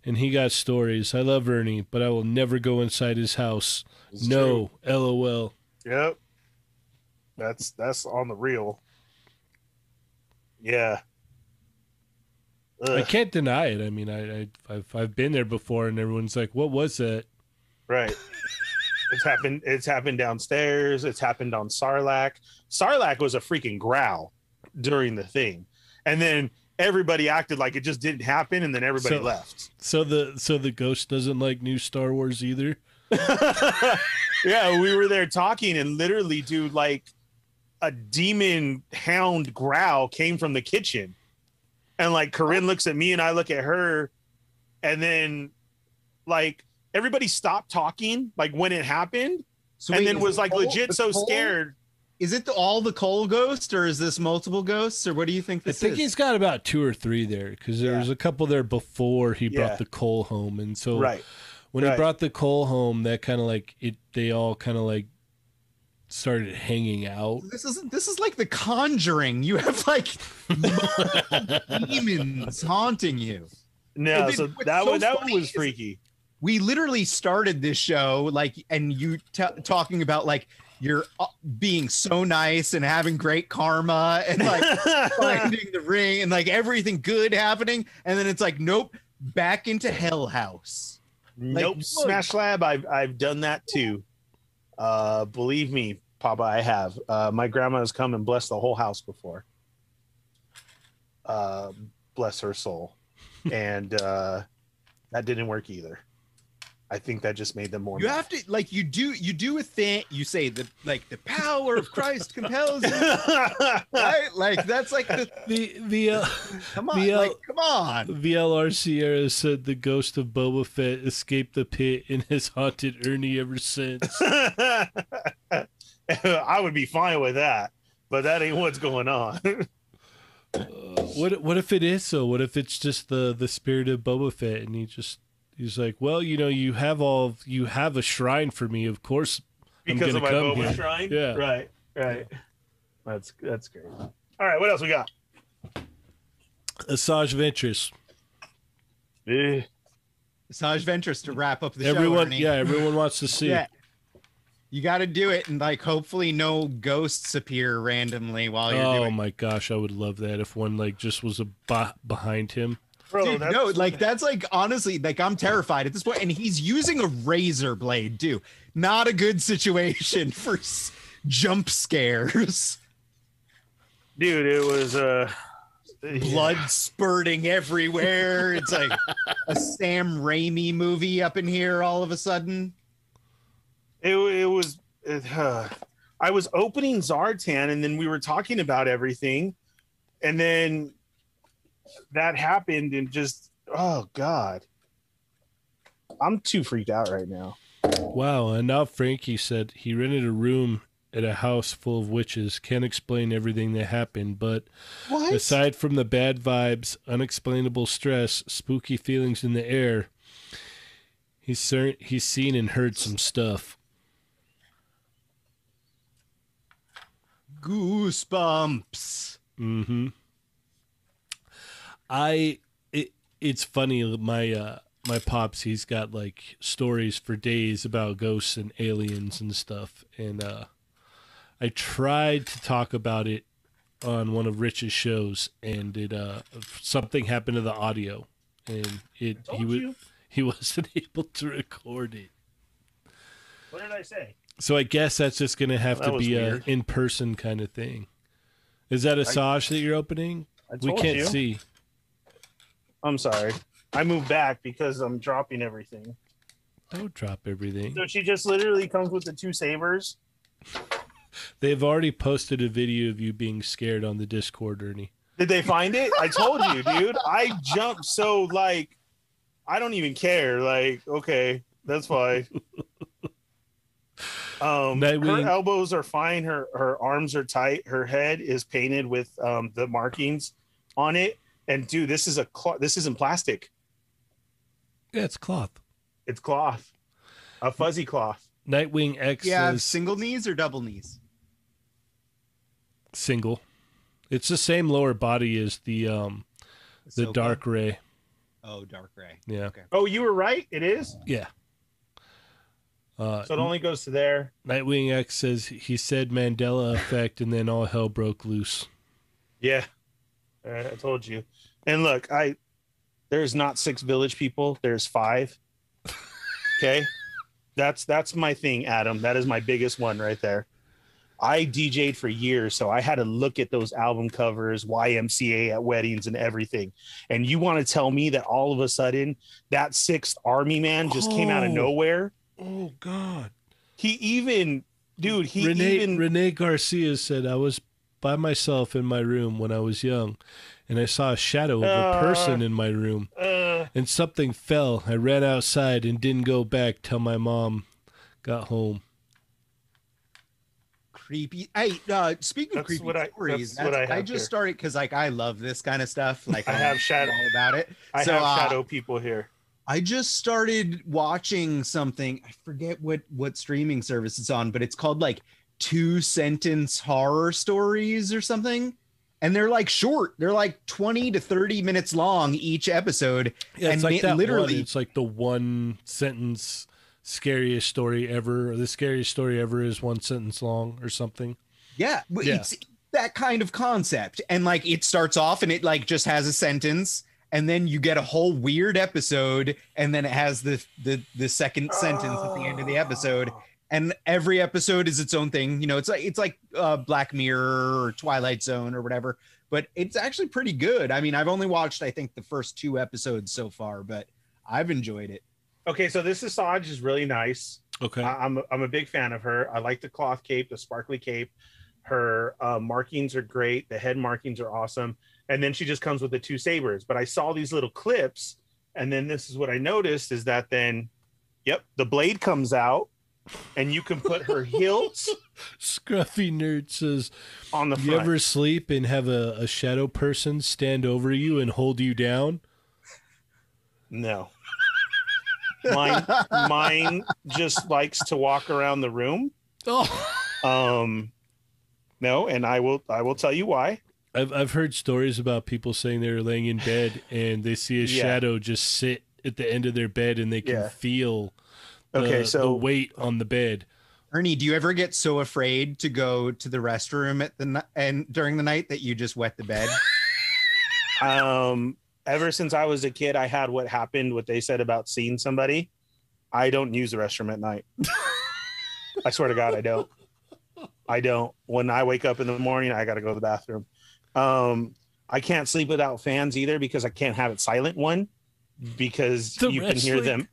[SPEAKER 1] and he got stories i love ernie but i will never go inside his house
[SPEAKER 4] It's
[SPEAKER 1] no lol
[SPEAKER 2] Yep. That's that's on the real. Yeah.
[SPEAKER 1] i
[SPEAKER 2] Ugh,
[SPEAKER 1] can't deny it i mean I, I I've, I've been there before and everyone's like what was that
[SPEAKER 2] right. It's happened. It's happened downstairs. It's happened on Sarlacc. Sarlacc was a freaking growl during the thing, and then everybody acted like it just didn't happen, and then everybody
[SPEAKER 1] So-
[SPEAKER 2] left.
[SPEAKER 1] so the so the ghost doesn't like new star wars either
[SPEAKER 2] <laughs> yeah, we were there talking, and literally, dude, like a demon hound growl came from the kitchen. And like Corinne looks at me, and I look at her, and then like everybody stopped talking, like when it happened,
[SPEAKER 3] So
[SPEAKER 2] and
[SPEAKER 3] wait,
[SPEAKER 2] then
[SPEAKER 3] is
[SPEAKER 2] was
[SPEAKER 3] the
[SPEAKER 2] like
[SPEAKER 3] coal-
[SPEAKER 2] legit
[SPEAKER 3] the
[SPEAKER 2] so
[SPEAKER 3] coal-
[SPEAKER 2] scared.
[SPEAKER 3] Is it the, all the coal ghost, or is this multiple ghosts, or what do you think
[SPEAKER 1] i
[SPEAKER 3] this
[SPEAKER 1] think
[SPEAKER 3] is?
[SPEAKER 1] he's got about two or three there because there
[SPEAKER 2] Yeah.
[SPEAKER 1] was a couple there before he
[SPEAKER 2] Yeah.
[SPEAKER 1] brought the coal home and so
[SPEAKER 2] Right.
[SPEAKER 1] when
[SPEAKER 2] Right.
[SPEAKER 1] he brought the coal home that kind of like it they all kind of like started hanging out
[SPEAKER 3] This is this is like The Conjuring. You have
[SPEAKER 1] <laughs>
[SPEAKER 3] like demons haunting you.
[SPEAKER 2] No,
[SPEAKER 3] And then
[SPEAKER 2] so
[SPEAKER 3] what's
[SPEAKER 2] that
[SPEAKER 3] so
[SPEAKER 2] one that one
[SPEAKER 3] funny
[SPEAKER 2] was
[SPEAKER 3] is-
[SPEAKER 2] freaky.
[SPEAKER 3] We literally started this show like, and you t- talking about like you're uh, being so nice and having great karma and like
[SPEAKER 2] <laughs>
[SPEAKER 3] finding the ring and like everything good happening, and then it's like nope, back into Hell House.
[SPEAKER 2] nope.
[SPEAKER 3] look.
[SPEAKER 2] Smash Lab, I've I've done that too. Uh believe me, Papa, I have. Uh my grandma has come and blessed the whole house before. Uh bless her
[SPEAKER 3] <laughs>
[SPEAKER 2] soul. and uh that didn't work either. I think that just made them more
[SPEAKER 3] You
[SPEAKER 2] mad.
[SPEAKER 3] have to like you do you do a thing. You say the like the power of Christ compels you.
[SPEAKER 1] <laughs>
[SPEAKER 3] Right? Like that's like the
[SPEAKER 1] the the uh,
[SPEAKER 3] come on,
[SPEAKER 1] The, uh,
[SPEAKER 3] like come on.
[SPEAKER 1] VLR Sierra said the ghost of Boba Fett escaped the pit and has haunted Ernie ever <sighs> since.
[SPEAKER 2] <laughs> I would be fine with that, but that ain't what's going on. <laughs>
[SPEAKER 1] what what if it is so? What if it's just the the spirit of Boba Fett and he just he's like, well, you know, you have all you have a shrine for me, of course. I'm
[SPEAKER 2] because of my
[SPEAKER 1] gonna come
[SPEAKER 2] Boba
[SPEAKER 1] here.
[SPEAKER 2] shrine.
[SPEAKER 1] Yeah.
[SPEAKER 2] Right. Right. That's that's great. All right. What else we got?
[SPEAKER 1] Asajj Ventress.
[SPEAKER 3] Saj Ventures to wrap up the show.
[SPEAKER 1] Everyone,
[SPEAKER 3] Ernie.
[SPEAKER 1] yeah, everyone wants
[SPEAKER 3] <laughs>
[SPEAKER 1] to see.
[SPEAKER 3] Yeah. You got to do it, and like hopefully no ghosts appear randomly while you're
[SPEAKER 1] Oh
[SPEAKER 3] doing.
[SPEAKER 1] my gosh, I would love that if one like just was a bot behind him.
[SPEAKER 2] Bro,
[SPEAKER 3] Dude,
[SPEAKER 2] that's-
[SPEAKER 3] no, like that's like honestly, like I'm terrified at this point, and he's using a razor blade too. Not a good situation <laughs> for s- jump scares.
[SPEAKER 2] dude, it was uh,
[SPEAKER 3] Blood spurting everywhere. It's like a Sam Raimi movie up in here all of a sudden.
[SPEAKER 2] It, wa- it was. It, uh, I was opening Zartan, and then we were talking about everything, and then that happened, and just oh god, I'm too freaked out right now.
[SPEAKER 1] Wow, and now Frankie said he rented a room at a house full of witches. Can't explain everything that happened, but
[SPEAKER 2] What?
[SPEAKER 1] aside from the bad vibes, unexplainable stress, spooky feelings in the air, he's cer- he's seen and heard some stuff.
[SPEAKER 3] Goosebumps.
[SPEAKER 1] Mm-hmm. I it, it's funny. My uh, my pops, he's got like stories for days about ghosts and aliens and stuff. And uh, I tried to talk about it on one of Rich's shows, and it uh, something happened to the audio, and it
[SPEAKER 2] Told
[SPEAKER 1] he was
[SPEAKER 2] you.
[SPEAKER 1] he <laughs> wasn't able to record it.
[SPEAKER 2] What did I say?
[SPEAKER 1] So I guess that's just gonna have
[SPEAKER 2] That
[SPEAKER 1] to
[SPEAKER 2] was
[SPEAKER 1] be a
[SPEAKER 2] weird.
[SPEAKER 1] in person kind of thing. Is that a Saj that you're opening?
[SPEAKER 2] I
[SPEAKER 1] We
[SPEAKER 2] told
[SPEAKER 1] can't
[SPEAKER 2] you.
[SPEAKER 1] see.
[SPEAKER 2] I'm sorry. I moved back because I'm dropping everything.
[SPEAKER 1] Don't drop everything.
[SPEAKER 2] So she just literally comes with the two sabers.
[SPEAKER 1] They've already posted a video of you being scared on the Discord, Ernie.
[SPEAKER 2] Did they find it? I told you, dude. I jumped so like I don't even care. Like, okay, that's fine. Um her
[SPEAKER 1] Nightwing.
[SPEAKER 2] elbows are fine, her her arms are tight, her head is painted with um the markings on it. And dude, this is a cloth this isn't plastic.
[SPEAKER 1] Yeah, it's cloth.
[SPEAKER 2] It's cloth. A fuzzy cloth.
[SPEAKER 1] Nightwing X
[SPEAKER 3] Yeah,
[SPEAKER 1] says
[SPEAKER 3] single knees or double knees?
[SPEAKER 1] single. It's the same lower body as the um the
[SPEAKER 3] Ahsoka?
[SPEAKER 1] dark ray.
[SPEAKER 3] Oh, dark ray.
[SPEAKER 1] Yeah.
[SPEAKER 2] Oh, you were right. It is.
[SPEAKER 1] Yeah. Uh,
[SPEAKER 2] So it only goes to there.
[SPEAKER 1] Nightwing X says he said Mandela effect, and then all hell broke loose.
[SPEAKER 2] Yeah. Uh, I told you. And look, I there's not six village people, there's five. Okay? That's that's my thing, Adam. That is my biggest one right there. I DJ'd for years, so I had to look at those album covers, YMCA at weddings and everything. And you want to tell me that all of a sudden that sixth army man just came out of
[SPEAKER 1] Oh.
[SPEAKER 2] nowhere?
[SPEAKER 1] Oh God!
[SPEAKER 2] He even dude, he
[SPEAKER 1] Renee
[SPEAKER 2] even
[SPEAKER 1] Renee Garcia said I was by myself in my room when I was young, and I saw a shadow of a
[SPEAKER 2] Uh.
[SPEAKER 1] person in my room,
[SPEAKER 2] uh,
[SPEAKER 1] and something fell. I ran outside and didn't go back till my mom got home.
[SPEAKER 3] Creepy. Hey, uh, speaking of
[SPEAKER 2] That's
[SPEAKER 3] creepy
[SPEAKER 2] what I-
[SPEAKER 3] stories,
[SPEAKER 2] that's what I
[SPEAKER 3] I,
[SPEAKER 2] have
[SPEAKER 3] just
[SPEAKER 2] here.
[SPEAKER 3] started because like I love this kind of stuff. Like
[SPEAKER 2] I have
[SPEAKER 3] know
[SPEAKER 2] shadow-
[SPEAKER 3] all about it.
[SPEAKER 2] I
[SPEAKER 3] so
[SPEAKER 2] have
[SPEAKER 3] uh,
[SPEAKER 2] shadow people here.
[SPEAKER 3] I just started watching something. I forget what what streaming service it's on, but it's called like two sentence horror stories or something. And they're like short. They're like 20 to 30 minutes long each episode.
[SPEAKER 1] Yeah, it's
[SPEAKER 3] And
[SPEAKER 1] like
[SPEAKER 3] it
[SPEAKER 1] that
[SPEAKER 3] literally-
[SPEAKER 1] One, it's like the one sentence scariest story ever, or the scariest story ever is one sentence long or something.
[SPEAKER 3] Yeah, w-
[SPEAKER 1] Yeah.
[SPEAKER 3] it's that kind of concept. And like it starts off and it like just has a sentence and then you get a whole weird episode and then it has the the the second sentence at the end of the episode and every episode is its own thing. You know, it's like it's like uh Black Mirror or Twilight Zone or whatever, but it's actually pretty good. I mean, I've only watched I think the first two episodes so far, but I've enjoyed it.
[SPEAKER 2] Okay, so this Assange is really nice.
[SPEAKER 1] Okay.
[SPEAKER 2] I, I'm a, I'm a big fan of her. I like the cloth cape, the sparkly cape. Her uh, markings are great. The head markings are awesome. And then she just comes with the two sabers. But I saw these little clips, and then this is what I noticed is that then, yep, the blade comes out, and you can put her hilt
[SPEAKER 1] Scruffy nerd says,
[SPEAKER 2] on the
[SPEAKER 1] "You
[SPEAKER 2] front.
[SPEAKER 1] ever sleep and have a, a shadow person stand over you and hold you down?"
[SPEAKER 2] No. Mine, mine just likes to walk around the room.
[SPEAKER 1] Oh,
[SPEAKER 2] Um, no, and I will I will tell you why.
[SPEAKER 1] I've I've heard stories about people saying they're laying in bed and they see a
[SPEAKER 2] <laughs> Yeah.
[SPEAKER 1] shadow just sit at the end of their bed and they can
[SPEAKER 2] Yeah.
[SPEAKER 1] feel the,
[SPEAKER 2] Okay,
[SPEAKER 1] Uh, the
[SPEAKER 2] so
[SPEAKER 1] weight on the bed.
[SPEAKER 3] Ernie, do you ever get so afraid to go to the restroom at the ni- and during the night that you just wet the bed?
[SPEAKER 2] um ever since i was a kid i had what happened what they said about seeing somebody i don't use the restroom at night i swear to god i don't i don't when i wake up in the morning i gotta go to the bathroom um i can't sleep without fans either because i can't have it silent one because
[SPEAKER 1] The
[SPEAKER 2] you can hear
[SPEAKER 1] wrestling-
[SPEAKER 2] them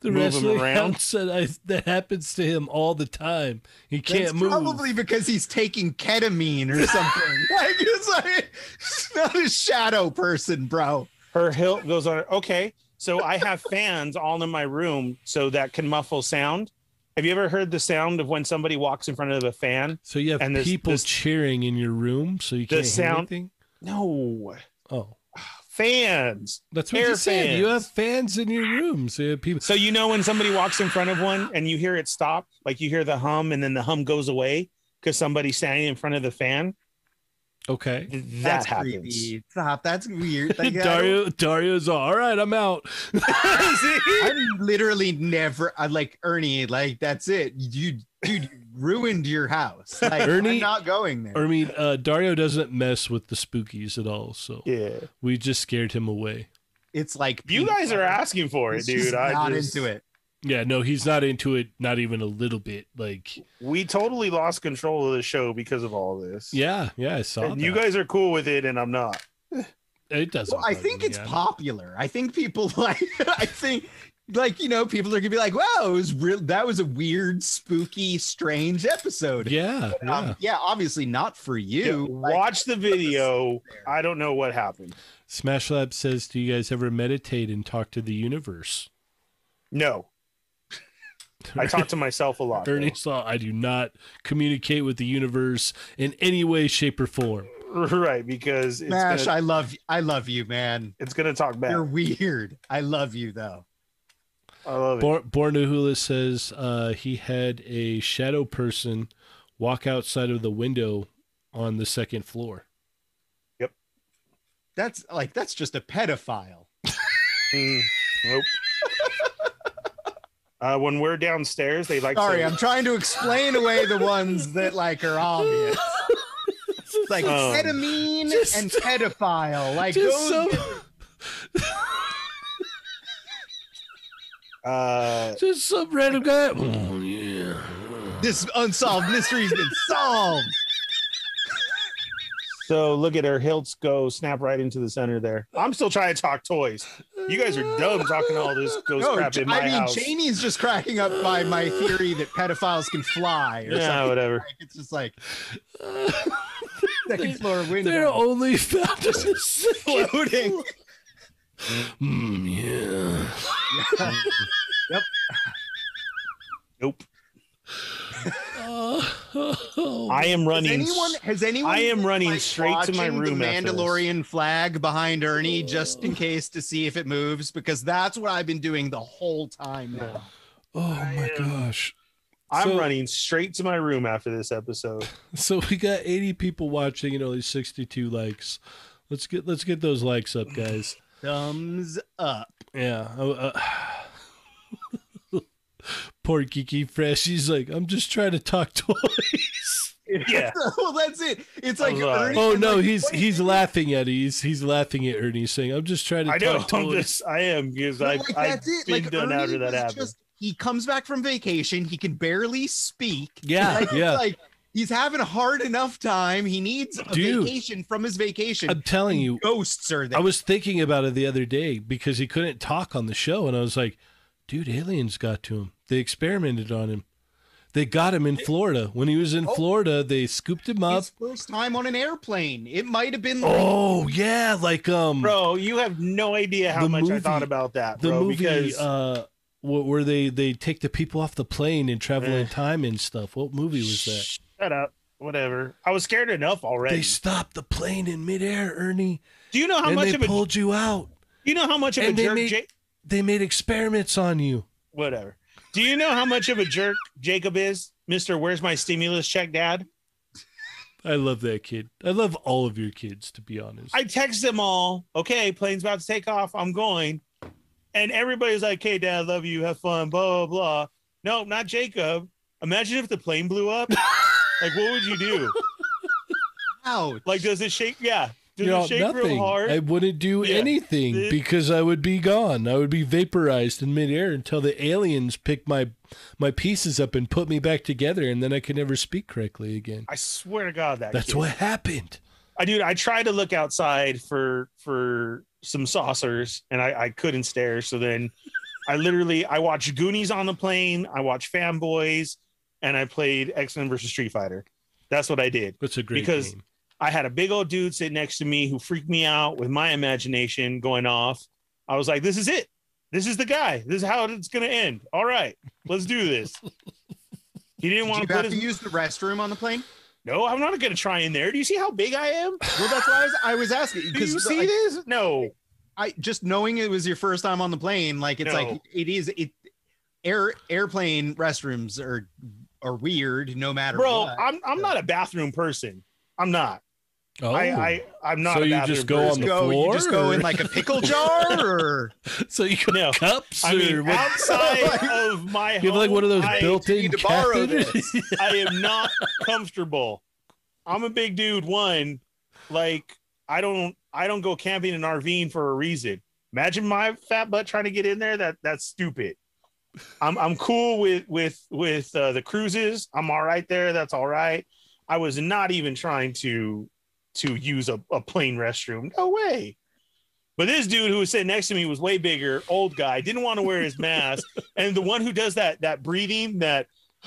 [SPEAKER 1] The
[SPEAKER 2] Move 'em
[SPEAKER 1] wrestling
[SPEAKER 2] around.
[SPEAKER 1] hound said I, that happens to him all the time. He can't
[SPEAKER 3] That's
[SPEAKER 1] move.
[SPEAKER 3] Probably because he's taking ketamine
[SPEAKER 2] <laughs>
[SPEAKER 3] or something. like it's like it's not a shadow person, bro.
[SPEAKER 2] her hilt goes on okay so i have <laughs> fans all in my room so that can muffle sound have you ever heard the sound of when somebody walks in front of a fan
[SPEAKER 1] So you have
[SPEAKER 2] And there's-
[SPEAKER 1] people
[SPEAKER 2] there's-
[SPEAKER 1] cheering in your room, so you
[SPEAKER 2] The
[SPEAKER 1] can't hear
[SPEAKER 2] sound-
[SPEAKER 1] anything.
[SPEAKER 2] No,
[SPEAKER 1] Oh,
[SPEAKER 2] fans.
[SPEAKER 1] that's what
[SPEAKER 2] Air
[SPEAKER 1] you said. You
[SPEAKER 2] fans.
[SPEAKER 1] have fans in your room, so you have people.
[SPEAKER 2] So you know when somebody walks in front of one and you hear it stop, like you hear the hum and then the hum goes away because somebody's standing in front of the fan.
[SPEAKER 1] Okay.
[SPEAKER 2] Th- That
[SPEAKER 3] That's
[SPEAKER 2] happens.
[SPEAKER 3] creepy. Stop. That's weird. Like, I don't-
[SPEAKER 1] Dario, Dario's all, all right. I'm out.
[SPEAKER 2] <laughs>
[SPEAKER 3] I'm literally never. I like Ernie. Like that's it. You, dude, you ruined your house. Like, Ernie,
[SPEAKER 1] Ernie-
[SPEAKER 3] not going there.
[SPEAKER 1] Or, I mean, uh, Dario doesn't mess with the spookies at all, so
[SPEAKER 2] Yeah,
[SPEAKER 1] we just scared him away.
[SPEAKER 3] it's like
[SPEAKER 2] you guys are asking for it,
[SPEAKER 3] He's
[SPEAKER 2] dude.
[SPEAKER 3] just
[SPEAKER 2] I
[SPEAKER 3] not
[SPEAKER 2] just-
[SPEAKER 3] into it.
[SPEAKER 1] Yeah, no, he's not into it, not even a little bit. Like,
[SPEAKER 2] We totally lost control of the show because of all this.
[SPEAKER 1] yeah, yeah, I saw.
[SPEAKER 2] and you
[SPEAKER 1] that.
[SPEAKER 2] guys are cool with it, and I'm not.
[SPEAKER 1] it doesn't.
[SPEAKER 3] Well, I
[SPEAKER 1] bug
[SPEAKER 3] think
[SPEAKER 1] me,
[SPEAKER 3] it's
[SPEAKER 1] yeah.
[SPEAKER 3] popular. I think people <laughs> like. I think, like you know, people are gonna be like, "Wow, it was real. That was a weird, spooky, strange episode."
[SPEAKER 1] Yeah, yeah.
[SPEAKER 3] Um, yeah, obviously not for you.
[SPEAKER 2] Yeah,
[SPEAKER 3] Like,
[SPEAKER 2] watch the video.
[SPEAKER 3] there.
[SPEAKER 2] I don't know what happened.
[SPEAKER 1] Smash Lab says, "Do you guys ever meditate and talk to the universe?"
[SPEAKER 2] No, I
[SPEAKER 1] <laughs>
[SPEAKER 2] talk to myself a lot.
[SPEAKER 1] Ernie Saw, I do not communicate with the universe in any way, shape, or form.
[SPEAKER 2] though. <laughs> right? Because it's
[SPEAKER 3] Smash,
[SPEAKER 2] gonna,
[SPEAKER 3] I love you. I love you, man.
[SPEAKER 2] it's gonna talk back.
[SPEAKER 3] You're weird. I love you though.
[SPEAKER 2] I love it.
[SPEAKER 1] Bor- Bornuhula says uh, he had a shadow person walk outside of the window on the second floor.
[SPEAKER 3] That's like that's just a pedophile.
[SPEAKER 2] Mm,
[SPEAKER 3] <laughs>
[SPEAKER 2] nope. uh, when we're downstairs, they like.
[SPEAKER 3] Sorry,
[SPEAKER 2] to,
[SPEAKER 3] I'm trying to explain away the ones that like
[SPEAKER 1] <laughs>
[SPEAKER 3] are obvious. It's like
[SPEAKER 2] Um,
[SPEAKER 3] ketamine
[SPEAKER 1] Oh. just-
[SPEAKER 3] and pedophile. Like
[SPEAKER 1] Just
[SPEAKER 3] those,
[SPEAKER 1] some,
[SPEAKER 2] uh,
[SPEAKER 1] just some random
[SPEAKER 2] <laughs>
[SPEAKER 1] guy. Oh, yeah.
[SPEAKER 3] this unsolved mystery's been solved.
[SPEAKER 2] so look at her hilts go snap right into the center there. I'm still trying to talk toys. You guys are dumb talking all this ghost
[SPEAKER 3] No,
[SPEAKER 2] crap in my
[SPEAKER 3] I mean
[SPEAKER 2] house.
[SPEAKER 3] Cheney's just cracking up by my theory that pedophiles can fly or
[SPEAKER 2] yeah,
[SPEAKER 3] something.
[SPEAKER 2] whatever.
[SPEAKER 3] Like, it's just like second floor
[SPEAKER 1] They're
[SPEAKER 3] window
[SPEAKER 1] only <laughs> found in the second.
[SPEAKER 3] <laughs>
[SPEAKER 2] <laughs>
[SPEAKER 3] floating.
[SPEAKER 1] Mm, yeah.
[SPEAKER 2] Nope.
[SPEAKER 1] <laughs> Oh,
[SPEAKER 2] I am
[SPEAKER 3] Has
[SPEAKER 2] running.
[SPEAKER 3] anyone has anyone
[SPEAKER 2] I am running
[SPEAKER 3] like,
[SPEAKER 2] straight to my
[SPEAKER 3] watching
[SPEAKER 2] room.
[SPEAKER 3] The
[SPEAKER 2] after this.
[SPEAKER 3] Mandalorian flag behind Ernie just in case to see if it moves because that's what I've been doing the whole time now.
[SPEAKER 1] oh my
[SPEAKER 2] am-
[SPEAKER 1] gosh.
[SPEAKER 2] I'm
[SPEAKER 1] So-
[SPEAKER 2] running straight to my room after this
[SPEAKER 3] <laughs>
[SPEAKER 2] episode.
[SPEAKER 1] So we got 80 people watching and only 62 likes. Let's get let's get those likes up, guys.
[SPEAKER 3] Thumbs up.
[SPEAKER 1] Yeah. I- uh, <laughs> poor geeky fresh. He's like, I'm just trying to <laughs> talk toys.
[SPEAKER 2] Yeah.
[SPEAKER 3] <laughs> well, that's it. It's like
[SPEAKER 2] I'm sorry.
[SPEAKER 3] Ernie,
[SPEAKER 1] oh no, he's he's laughing at it. He's he's laughing at Ernie, saying, "I'm just trying to
[SPEAKER 2] I know.
[SPEAKER 1] talk
[SPEAKER 2] I'm
[SPEAKER 1] toys."
[SPEAKER 2] just, I am because
[SPEAKER 3] but,
[SPEAKER 2] I've,
[SPEAKER 3] like,
[SPEAKER 2] I've
[SPEAKER 3] that's it.
[SPEAKER 2] been
[SPEAKER 3] Like
[SPEAKER 2] done
[SPEAKER 3] Ernie
[SPEAKER 2] after that
[SPEAKER 3] was
[SPEAKER 2] happened.
[SPEAKER 3] just- he comes back from vacation. He can barely speak.
[SPEAKER 1] <laughs> Yeah,
[SPEAKER 3] Like, it's
[SPEAKER 1] yeah.
[SPEAKER 3] Like he's having a hard enough time. He needs a
[SPEAKER 1] Dude.
[SPEAKER 3] vacation from his vacation.
[SPEAKER 1] I'm telling
[SPEAKER 2] <laughs>
[SPEAKER 1] you,
[SPEAKER 3] Ghosts are there.
[SPEAKER 1] I was thinking about it the other day because he couldn't talk on the show, and I was like, "Dude, aliens got to him. They experimented on him. They got him in Florida. When he was in
[SPEAKER 3] Oh.
[SPEAKER 1] Florida, they scooped him up.
[SPEAKER 3] his first time on an airplane. It might have been like
[SPEAKER 1] Oh yeah, like um,
[SPEAKER 2] bro, you have no idea how
[SPEAKER 1] The
[SPEAKER 2] much I thought
[SPEAKER 1] movie-
[SPEAKER 2] about that,
[SPEAKER 1] the
[SPEAKER 2] bro.
[SPEAKER 1] movie
[SPEAKER 2] because
[SPEAKER 1] uh wh- where they they take the people off the plane and travel in
[SPEAKER 2] Eh.
[SPEAKER 1] time and stuff what movie was that
[SPEAKER 2] Shut up. Whatever. I was scared enough already.
[SPEAKER 1] they stopped the plane in midair ernie
[SPEAKER 2] Do you know how
[SPEAKER 1] and
[SPEAKER 2] much
[SPEAKER 1] they
[SPEAKER 2] of a
[SPEAKER 1] pulled you out
[SPEAKER 2] you know how much of a
[SPEAKER 1] and they
[SPEAKER 2] jerk
[SPEAKER 1] made-
[SPEAKER 2] Ja-
[SPEAKER 1] they made experiments on you
[SPEAKER 2] whatever. Do you know how much of a jerk Jacob is? Mr. Where's my stimulus check, dad?
[SPEAKER 1] i love that kid i love all of your kids to be honest
[SPEAKER 2] I text them all, okay, plane's about to take off. I'm going. And everybody's like, hey, dad, love you. Have fun. Blah, blah, blah. No, not Jacob. Imagine if the plane
[SPEAKER 1] <laughs>
[SPEAKER 2] blew up. like, what would you do?
[SPEAKER 3] out.
[SPEAKER 2] Like, does it shake? Yeah. Does
[SPEAKER 1] You know,
[SPEAKER 2] it shake real hard?
[SPEAKER 1] I wouldn't do
[SPEAKER 2] Yeah.
[SPEAKER 1] anything
[SPEAKER 2] It-
[SPEAKER 1] because I would be gone. I would be vaporized in midair until the aliens pick my my pieces up and put me back together, and then I could never speak correctly again.
[SPEAKER 2] I swear to God, that
[SPEAKER 1] That's
[SPEAKER 2] kid.
[SPEAKER 1] what happened.
[SPEAKER 2] I dude, I tried to look outside for for some saucers and I, I couldn't stare. So then I literally I watched Goonies on the plane, I watched Fanboys, and I played X-Men versus Street Fighter. That's what I did.
[SPEAKER 1] That's a great
[SPEAKER 2] Because-
[SPEAKER 1] game.
[SPEAKER 2] I had a big old dude sitting next to me who freaked me out with my imagination going off. I was like, this is it. This is the guy. This is how it's gonna end. All right, let's do this. He didn't
[SPEAKER 3] Did
[SPEAKER 2] want
[SPEAKER 3] you
[SPEAKER 2] to put
[SPEAKER 3] have
[SPEAKER 2] his
[SPEAKER 3] to use the restroom on the plane?
[SPEAKER 2] no, I'm not gonna try in there. Do you see how big I am?
[SPEAKER 3] Well, that's why I was, I was asking <laughs>
[SPEAKER 2] Do you
[SPEAKER 3] because
[SPEAKER 2] see
[SPEAKER 3] like,
[SPEAKER 2] this? No.
[SPEAKER 3] I just knowing it was your first time on the plane, like it's like
[SPEAKER 2] No.
[SPEAKER 3] it is it air airplane restrooms are are weird no matter
[SPEAKER 2] bro
[SPEAKER 3] what.
[SPEAKER 2] i'm i'm not a bathroom person i'm not
[SPEAKER 1] Oh.
[SPEAKER 2] i i i'm not
[SPEAKER 1] So
[SPEAKER 2] a
[SPEAKER 1] you
[SPEAKER 2] bathroom
[SPEAKER 1] just go
[SPEAKER 2] person.
[SPEAKER 1] on the
[SPEAKER 3] go,
[SPEAKER 1] floor,
[SPEAKER 3] you just go
[SPEAKER 1] or-
[SPEAKER 3] in like a pickle
[SPEAKER 2] <laughs>
[SPEAKER 3] jar or
[SPEAKER 1] So you got
[SPEAKER 2] No,
[SPEAKER 1] cups
[SPEAKER 2] I
[SPEAKER 1] or
[SPEAKER 2] mean,
[SPEAKER 1] what? <laughs>
[SPEAKER 2] outside of my home,
[SPEAKER 1] You have like one of those
[SPEAKER 2] I,
[SPEAKER 1] built-in
[SPEAKER 3] need to borrow
[SPEAKER 1] catheters. <laughs>
[SPEAKER 2] I am not comfortable. I'm a big dude. One, like I don't, I don't go camping and RVing for a reason. Imagine my fat butt trying to get in there. That that's stupid. I'm I'm cool with with with uh, the cruises. I'm all right there. That's all right. I was not even trying to to use a, a plain restroom. No way. But this dude who was sitting next to me was way bigger, old guy, didn't want to wear his mask. and the one who does that that breathing, that <gasps>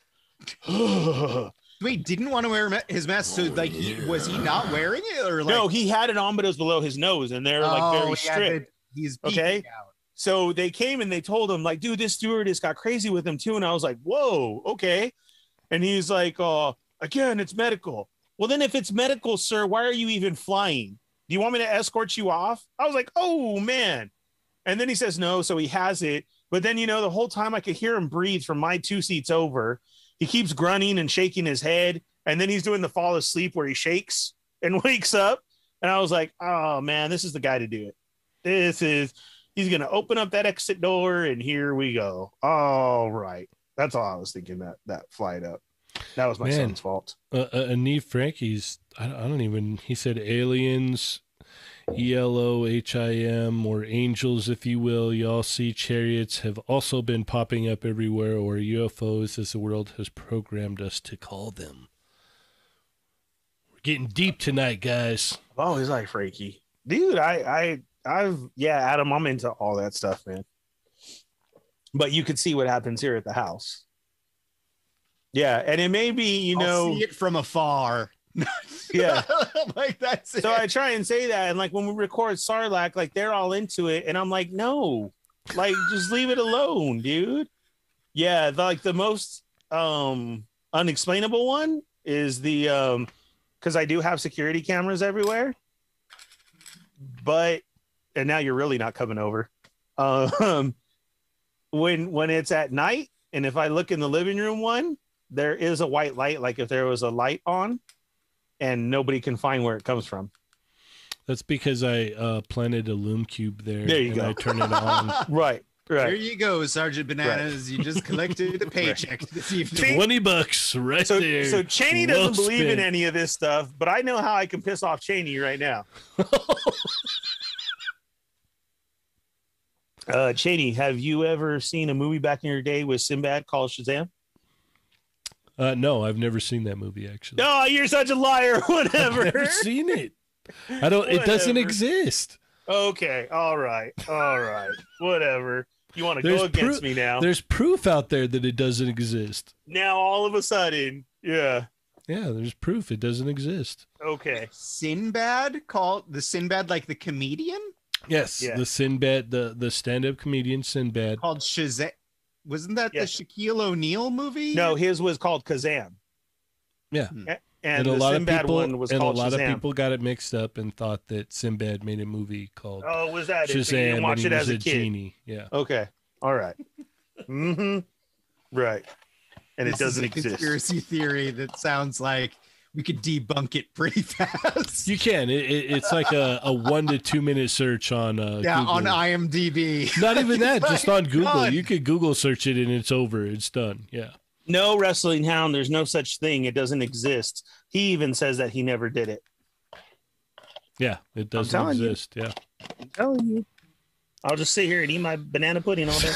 [SPEAKER 3] <gasps>
[SPEAKER 2] no,
[SPEAKER 3] wait, didn't want to wear ma- his mask, so like he, was he not wearing it or like
[SPEAKER 2] he had an on, but it was below his nose, and they're
[SPEAKER 3] oh,
[SPEAKER 2] like very
[SPEAKER 3] yeah,
[SPEAKER 2] strict.
[SPEAKER 3] that he's
[SPEAKER 2] Okay.
[SPEAKER 3] peeking out.
[SPEAKER 2] So they came and they told him, like, dude, this stewardess got crazy with him too. And I was like, whoa, okay. And he's like, uh, again, it's medical. Well, then if it's medical, sir, why are you even flying? Do you want me to escort you off? I was like, oh man. And then he says no, so he has it. But then you know, the whole time I could hear him breathe from my two seats over. He keeps grunting and shaking his head. And then he's doing the fall asleep where he shakes and <laughs> wakes up. And I was like, oh man, this is the guy to do it. This is he's gonna open up that exit door and here we go. All right. That's all I was thinking that that flight up. That was my
[SPEAKER 1] Man.
[SPEAKER 2] son's fault.
[SPEAKER 1] Uh, uh, Aniv Frankie's, I, I don't even, he said aliens, E L O H I M, or angels, if you will. Y'all see chariots have also been popping up everywhere, or UFOs, as the world has programmed us to call them. We're getting deep tonight, guys.
[SPEAKER 2] I've always liked Frankie. Dude, I I I've yeah, Adam, I'm into all that stuff, man. But you could see what happens here at the house. Yeah, and it may be, you know,
[SPEAKER 3] I'll see it from afar. <laughs>
[SPEAKER 2] yeah.
[SPEAKER 3] like that's it.
[SPEAKER 2] So I try and say that, and like when we record Sarlacc, like they're all into it, and I'm like, no, like just leave it alone, dude. Yeah, the, like the most um unexplainable one is the um because I do have security cameras everywhere, but and now you're really not coming over. Um, when when it's at night, and if I look in the living room one, there is a white light, like if there was a light on, and nobody can find where it comes from.
[SPEAKER 1] That's because I uh, planted a loom cube there.
[SPEAKER 2] There you
[SPEAKER 1] and
[SPEAKER 2] go.
[SPEAKER 1] I turn it
[SPEAKER 2] <laughs>
[SPEAKER 1] on.
[SPEAKER 2] Right,
[SPEAKER 3] There
[SPEAKER 2] right.
[SPEAKER 3] you go, Sergeant Bananas. You
[SPEAKER 2] <laughs>
[SPEAKER 3] just collected a paycheck this evening.
[SPEAKER 1] 20 bucks right
[SPEAKER 2] So,
[SPEAKER 1] there.
[SPEAKER 2] so Cheney
[SPEAKER 1] Well
[SPEAKER 2] doesn't believe in
[SPEAKER 1] spent.
[SPEAKER 2] any of this stuff, but I know how I can piss off Cheney
[SPEAKER 1] <laughs>
[SPEAKER 2] right now. uh, Cheney, have you ever seen a movie back in your day with Sinbad called Shazam?
[SPEAKER 1] uh, no, I've never seen that movie, actually.
[SPEAKER 2] No, Oh, you're such a liar. <laughs>
[SPEAKER 1] I've <laughs>
[SPEAKER 2] Whatever.
[SPEAKER 1] never seen it. I don't, it doesn't
[SPEAKER 2] Whatever.
[SPEAKER 1] exist.
[SPEAKER 2] okay. All right. All right. Whatever. You want to
[SPEAKER 1] There's
[SPEAKER 2] go against
[SPEAKER 1] proof-
[SPEAKER 2] me now?
[SPEAKER 1] There's proof out there that it doesn't exist.
[SPEAKER 2] Now all of a sudden, yeah.
[SPEAKER 1] Yeah, there's proof it doesn't exist.
[SPEAKER 2] Okay.
[SPEAKER 3] Sinbad called the Sinbad like the comedian
[SPEAKER 1] Yes,
[SPEAKER 2] Yeah. Oh,
[SPEAKER 1] the Sinbad, the the stand-up comedian Sinbad.
[SPEAKER 3] called Shazam. Wasn't that
[SPEAKER 2] Yes.
[SPEAKER 3] the Shaquille O'Neal movie?
[SPEAKER 2] No, his was called Kazam.
[SPEAKER 1] Yeah.
[SPEAKER 3] Hmm.
[SPEAKER 2] A- And, the Sinbad one was
[SPEAKER 1] and a
[SPEAKER 2] called
[SPEAKER 1] lot
[SPEAKER 2] Shazam.
[SPEAKER 1] of people got it mixed up and thought that Sinbad made a movie called
[SPEAKER 2] Oh, was that it? So you
[SPEAKER 1] Shazam
[SPEAKER 2] didn't watch
[SPEAKER 1] and he
[SPEAKER 2] it
[SPEAKER 1] was
[SPEAKER 2] as a,
[SPEAKER 1] a
[SPEAKER 2] kid.
[SPEAKER 1] genie. Yeah,
[SPEAKER 2] Okay. All right. mm-hmm. Right. And it
[SPEAKER 3] This is
[SPEAKER 2] doesn't
[SPEAKER 3] a
[SPEAKER 2] exist.
[SPEAKER 3] Conspiracy theory that sounds like we could debunk it pretty <laughs> fast.
[SPEAKER 1] you can. It, it, it's like a, a one to two minute search on uh,
[SPEAKER 3] yeah,
[SPEAKER 1] Google.
[SPEAKER 3] on IMDb.
[SPEAKER 1] Not even that, just on Google.
[SPEAKER 3] God.
[SPEAKER 1] You could Google search it and it's over. It's done. Yeah.
[SPEAKER 2] No wrestling hound. There's no such thing. It doesn't exist. He even says that he never did it.
[SPEAKER 1] Yeah, it doesn't
[SPEAKER 2] telling you.
[SPEAKER 1] exist. Yeah.
[SPEAKER 2] I'm telling you. I'll just sit here and eat my banana pudding all <laughs> day.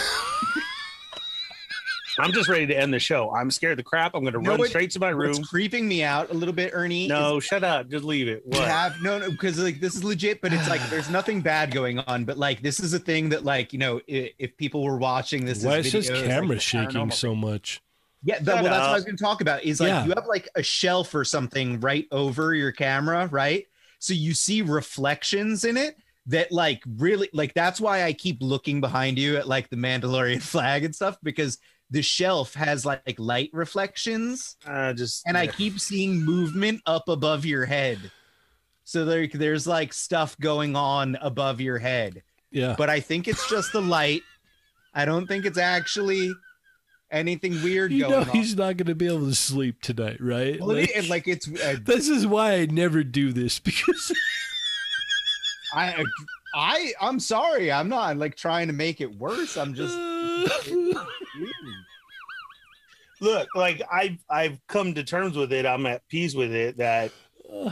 [SPEAKER 2] I'm just ready to end the show. I'm scared the crap. I'm going to
[SPEAKER 3] No,
[SPEAKER 2] run
[SPEAKER 3] it-
[SPEAKER 2] straight to my
[SPEAKER 3] What's
[SPEAKER 2] room.
[SPEAKER 3] creeping me out a little bit, Ernie? is
[SPEAKER 2] No, shut up. Just leave it.
[SPEAKER 3] We
[SPEAKER 2] What?
[SPEAKER 3] have no, no, because like this is legit, but it's like there's nothing bad going on. But like this is a thing that like you know i- if people were watching this,
[SPEAKER 1] Why
[SPEAKER 3] as
[SPEAKER 1] is his
[SPEAKER 3] videos, like,
[SPEAKER 1] camera
[SPEAKER 3] paranormal-
[SPEAKER 1] shaking so much?
[SPEAKER 3] Yeah, that, well,
[SPEAKER 2] Shut
[SPEAKER 3] that's what
[SPEAKER 2] up.
[SPEAKER 3] I was going to talk about. Is like
[SPEAKER 1] Yeah.
[SPEAKER 3] you have like a shelf or something right over your camera, right? So you see reflections in it that like really like that's why I keep looking behind you at like the Mandalorian <laughs> flag and stuff because the shelf has like, like light reflections
[SPEAKER 2] Uh, just
[SPEAKER 3] and I keep seeing movement up above your head. So there, there's like stuff going on above your head,
[SPEAKER 1] Yeah.
[SPEAKER 3] but I think it's just the light. I don't think it's actually anything weird
[SPEAKER 1] you
[SPEAKER 3] going
[SPEAKER 1] know
[SPEAKER 3] on.
[SPEAKER 1] he's not going to be able to sleep tonight, right?
[SPEAKER 3] Well, it
[SPEAKER 1] Like,
[SPEAKER 3] is- like it's uh,
[SPEAKER 1] <laughs> this is why I never do this because
[SPEAKER 3] I uh, I I'm sorry. I'm not like trying to make it worse. I'm
[SPEAKER 1] <laughs>
[SPEAKER 3] <laughs> just
[SPEAKER 2] Uh, look like i've i've come to terms with it i'm at peace with it that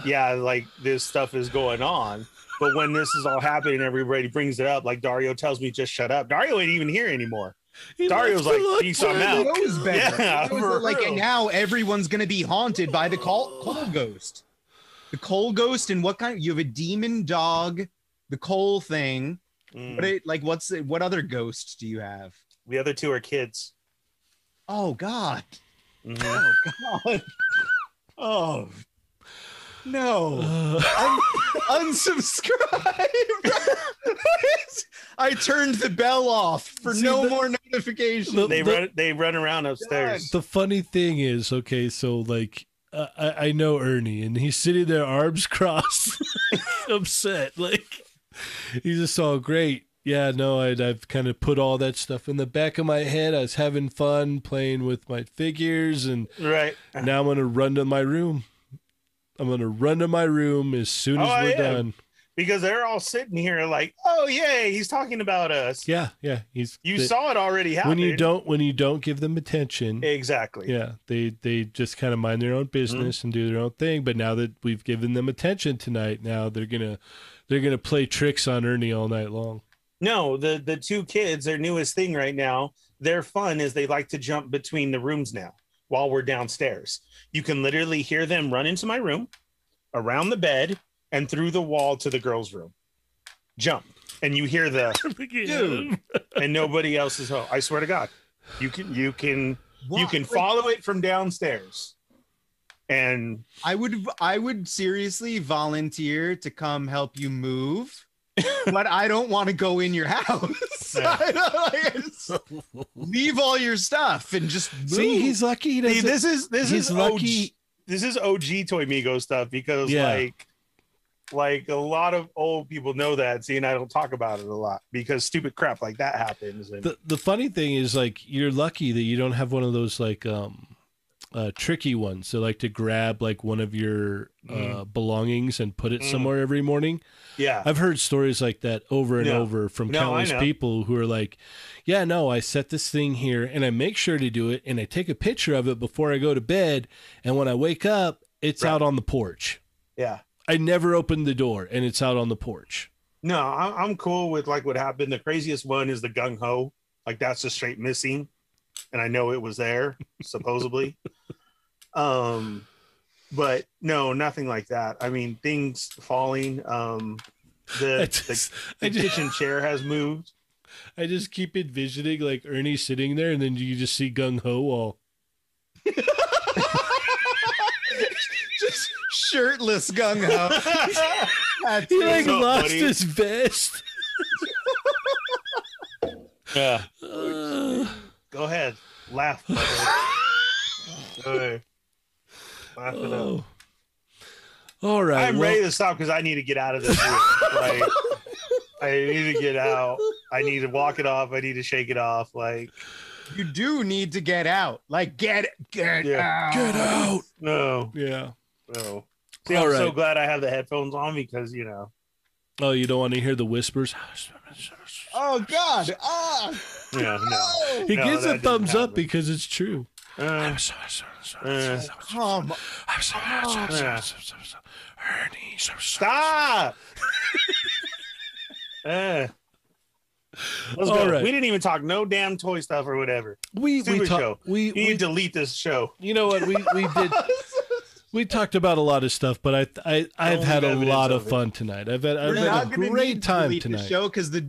[SPEAKER 2] yeah like this stuff is going on but when this is all happening everybody brings it up like dario tells me just shut up dario ain't even here anymore
[SPEAKER 1] He
[SPEAKER 2] Dario's
[SPEAKER 1] left the
[SPEAKER 2] like,
[SPEAKER 1] lock
[SPEAKER 2] "Peace, I'm
[SPEAKER 1] door
[SPEAKER 2] out."
[SPEAKER 1] in the
[SPEAKER 3] knows
[SPEAKER 1] car.
[SPEAKER 3] better.
[SPEAKER 2] Yeah,
[SPEAKER 3] It was
[SPEAKER 2] for
[SPEAKER 3] like
[SPEAKER 2] real.
[SPEAKER 3] now everyone's gonna be haunted by the coal, coal ghost. The coal ghost and what kind? You have a demon dog, the coal thing.
[SPEAKER 2] Mm.
[SPEAKER 3] But it, like, what's the, what other ghost do you have?
[SPEAKER 2] the other two are kids
[SPEAKER 3] Oh God!
[SPEAKER 2] Mhm.
[SPEAKER 3] Oh God! <laughs> Oh no!
[SPEAKER 1] Uh, <laughs>
[SPEAKER 3] Un- unsubscribe. <laughs> I turned the bell off for
[SPEAKER 1] See,
[SPEAKER 3] no
[SPEAKER 1] the-
[SPEAKER 3] more notifications.
[SPEAKER 1] the-
[SPEAKER 2] they
[SPEAKER 1] the-
[SPEAKER 2] run they run around upstairs
[SPEAKER 1] the funny thing is, okay, so like I I, I know Ernie, and he's sitting <laughs> there, arms crossed, upset. Like he's just all great. yeah, no, I'd, I've kind of put all that stuff in the back of my head. I was having fun playing with my figures, and
[SPEAKER 2] Right.
[SPEAKER 1] now I'm gonna run to my room. I'm gonna run to my room as soon as
[SPEAKER 2] Oh,
[SPEAKER 1] we're
[SPEAKER 2] yeah.
[SPEAKER 1] done.
[SPEAKER 2] Because they're all sitting here like, oh, yay, he's talking about us.
[SPEAKER 1] Yeah, yeah. He's
[SPEAKER 2] You
[SPEAKER 1] they-
[SPEAKER 2] saw it already happen.
[SPEAKER 1] when you don't when you don't give them attention.
[SPEAKER 2] Exactly.
[SPEAKER 1] Yeah, they they just kind of mind their own business and do their own thing. But now that we've given them attention tonight, now they're gonna they're gonna play tricks on Ernie all night long.
[SPEAKER 2] No, the the two kids, their newest thing right now, their fun is they like to jump between the rooms now while we're downstairs. You can literally hear them run into my room, around the bed, and through the wall to the girls' room. Jump. And you hear the
[SPEAKER 1] Dude,
[SPEAKER 2] and nobody else is home. I swear to God. You can you can you
[SPEAKER 3] Why-
[SPEAKER 2] can
[SPEAKER 3] like,
[SPEAKER 2] follow it from downstairs. And
[SPEAKER 3] I would I would seriously volunteer to come help you move, but I don't want to go in your house. <laughs>
[SPEAKER 2] Yeah.
[SPEAKER 3] I don't- like, it's- leave all your stuff and just move.
[SPEAKER 1] see, he's lucky. He
[SPEAKER 2] See,
[SPEAKER 1] doesn't.
[SPEAKER 2] this is this
[SPEAKER 1] he's
[SPEAKER 2] is OG,
[SPEAKER 1] lucky.
[SPEAKER 2] this is OG Toy Migo stuff because
[SPEAKER 1] Yeah.
[SPEAKER 2] like like a lot of old people know that. See, and I don't talk about it a lot because stupid crap like that happens. And
[SPEAKER 1] The the funny thing is like you're lucky that you don't have one of those like um uh, tricky ones. So like to grab like one of your uh, belongings and put it
[SPEAKER 2] Mm.
[SPEAKER 1] somewhere every morning.
[SPEAKER 2] yeah,
[SPEAKER 1] I've heard stories like that over and
[SPEAKER 2] Yeah.
[SPEAKER 1] over from
[SPEAKER 2] No, I
[SPEAKER 1] countless
[SPEAKER 2] know.
[SPEAKER 1] people who are like, "Yeah, no, I set this thing here and I make sure to do it and I take a picture of it before I go to bed and when I wake up, it's
[SPEAKER 2] Right.
[SPEAKER 1] out on the porch.
[SPEAKER 2] yeah.
[SPEAKER 1] I never opened the door and it's out on the porch."
[SPEAKER 2] No, I, I'm cool with like what happened. The craziest one is the gung ho. Like that's just straight missing, and I know it was there <laughs> supposedly. um, but no, nothing like that. I mean, things falling. Um,
[SPEAKER 1] <laughs> I
[SPEAKER 2] the the,
[SPEAKER 1] just,
[SPEAKER 2] the
[SPEAKER 1] I just,
[SPEAKER 2] kitchen chair
[SPEAKER 1] <laughs>
[SPEAKER 2] has moved.
[SPEAKER 1] I just keep envisioning like Ernie sitting there and then you just see Gung Ho
[SPEAKER 2] <laughs>
[SPEAKER 1] all <laughs>
[SPEAKER 3] just shirtless gung ho. That's
[SPEAKER 1] <laughs> he like
[SPEAKER 2] What's up,
[SPEAKER 1] lost
[SPEAKER 2] buddy?
[SPEAKER 1] his vest. <laughs>
[SPEAKER 2] yeah.
[SPEAKER 1] Uh,
[SPEAKER 2] Go ahead. Laugh. brother.
[SPEAKER 1] <laughs>
[SPEAKER 2] Go ahead. Laugh it up.
[SPEAKER 1] oh. All right,
[SPEAKER 2] I'm
[SPEAKER 1] well-
[SPEAKER 2] ready to stop because I need to get out of this room. like, I need to get out. I need to walk it off. I need to shake it off. Like,
[SPEAKER 3] you do need to get out. Like get get
[SPEAKER 2] Yeah.
[SPEAKER 3] out.
[SPEAKER 1] Get out.
[SPEAKER 2] no,
[SPEAKER 1] Yeah.
[SPEAKER 2] no. See,
[SPEAKER 1] All
[SPEAKER 2] I'm so
[SPEAKER 1] right.
[SPEAKER 2] glad I have the headphones on because you know.
[SPEAKER 1] Oh, you don't want to hear the whispers.
[SPEAKER 3] Oh God. Ah.
[SPEAKER 2] Yeah. No.
[SPEAKER 3] no.
[SPEAKER 1] He
[SPEAKER 2] No,
[SPEAKER 1] gives a
[SPEAKER 2] that didn't
[SPEAKER 1] thumbs up
[SPEAKER 2] happen.
[SPEAKER 1] because it's true.
[SPEAKER 2] Uh, uh,
[SPEAKER 3] Come.
[SPEAKER 2] yeah.
[SPEAKER 1] Ernie, <laughs>
[SPEAKER 2] stop. uh. Let's go.
[SPEAKER 1] All right.
[SPEAKER 2] We didn't even talk no damn toy stuff or whatever.
[SPEAKER 1] we we
[SPEAKER 2] Stupid
[SPEAKER 1] talk,
[SPEAKER 2] show.
[SPEAKER 1] we,
[SPEAKER 2] You
[SPEAKER 1] we
[SPEAKER 2] need to delete this show.
[SPEAKER 1] you know what we we did
[SPEAKER 2] <laughs>
[SPEAKER 1] we talked about a lot of stuff, but I I I've
[SPEAKER 2] Only
[SPEAKER 1] had a
[SPEAKER 2] evidence
[SPEAKER 1] lot of
[SPEAKER 2] of it.
[SPEAKER 1] fun tonight. I've had I've
[SPEAKER 3] We're
[SPEAKER 1] had
[SPEAKER 3] not
[SPEAKER 1] a
[SPEAKER 3] gonna
[SPEAKER 1] great
[SPEAKER 3] need to
[SPEAKER 1] time
[SPEAKER 3] delete the
[SPEAKER 1] tonight.
[SPEAKER 3] show because the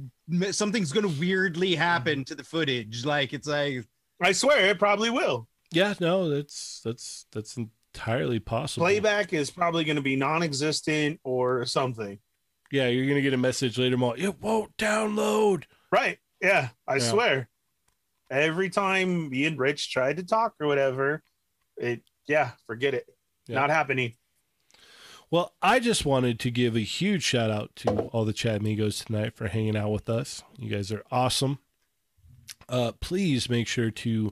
[SPEAKER 3] something's gonna weirdly happen to the footage. Like it's like
[SPEAKER 2] I swear it probably will.
[SPEAKER 1] Yeah, no, that's that's that's entirely possible.
[SPEAKER 2] Playback is probably going to be non-existent or something.
[SPEAKER 1] Yeah, you're gonna get a message later. Mo, it won't download.
[SPEAKER 2] Right. Yeah, I
[SPEAKER 1] Yeah.
[SPEAKER 2] swear. Every time me and Rich tried to talk or whatever, it yeah, forget it.
[SPEAKER 1] Yeah.
[SPEAKER 2] Not happening.
[SPEAKER 1] <laughs> Well, I just wanted to give a huge shout out to all the Chat Amigos tonight for hanging out with us. You guys are awesome. Uh, please make sure to,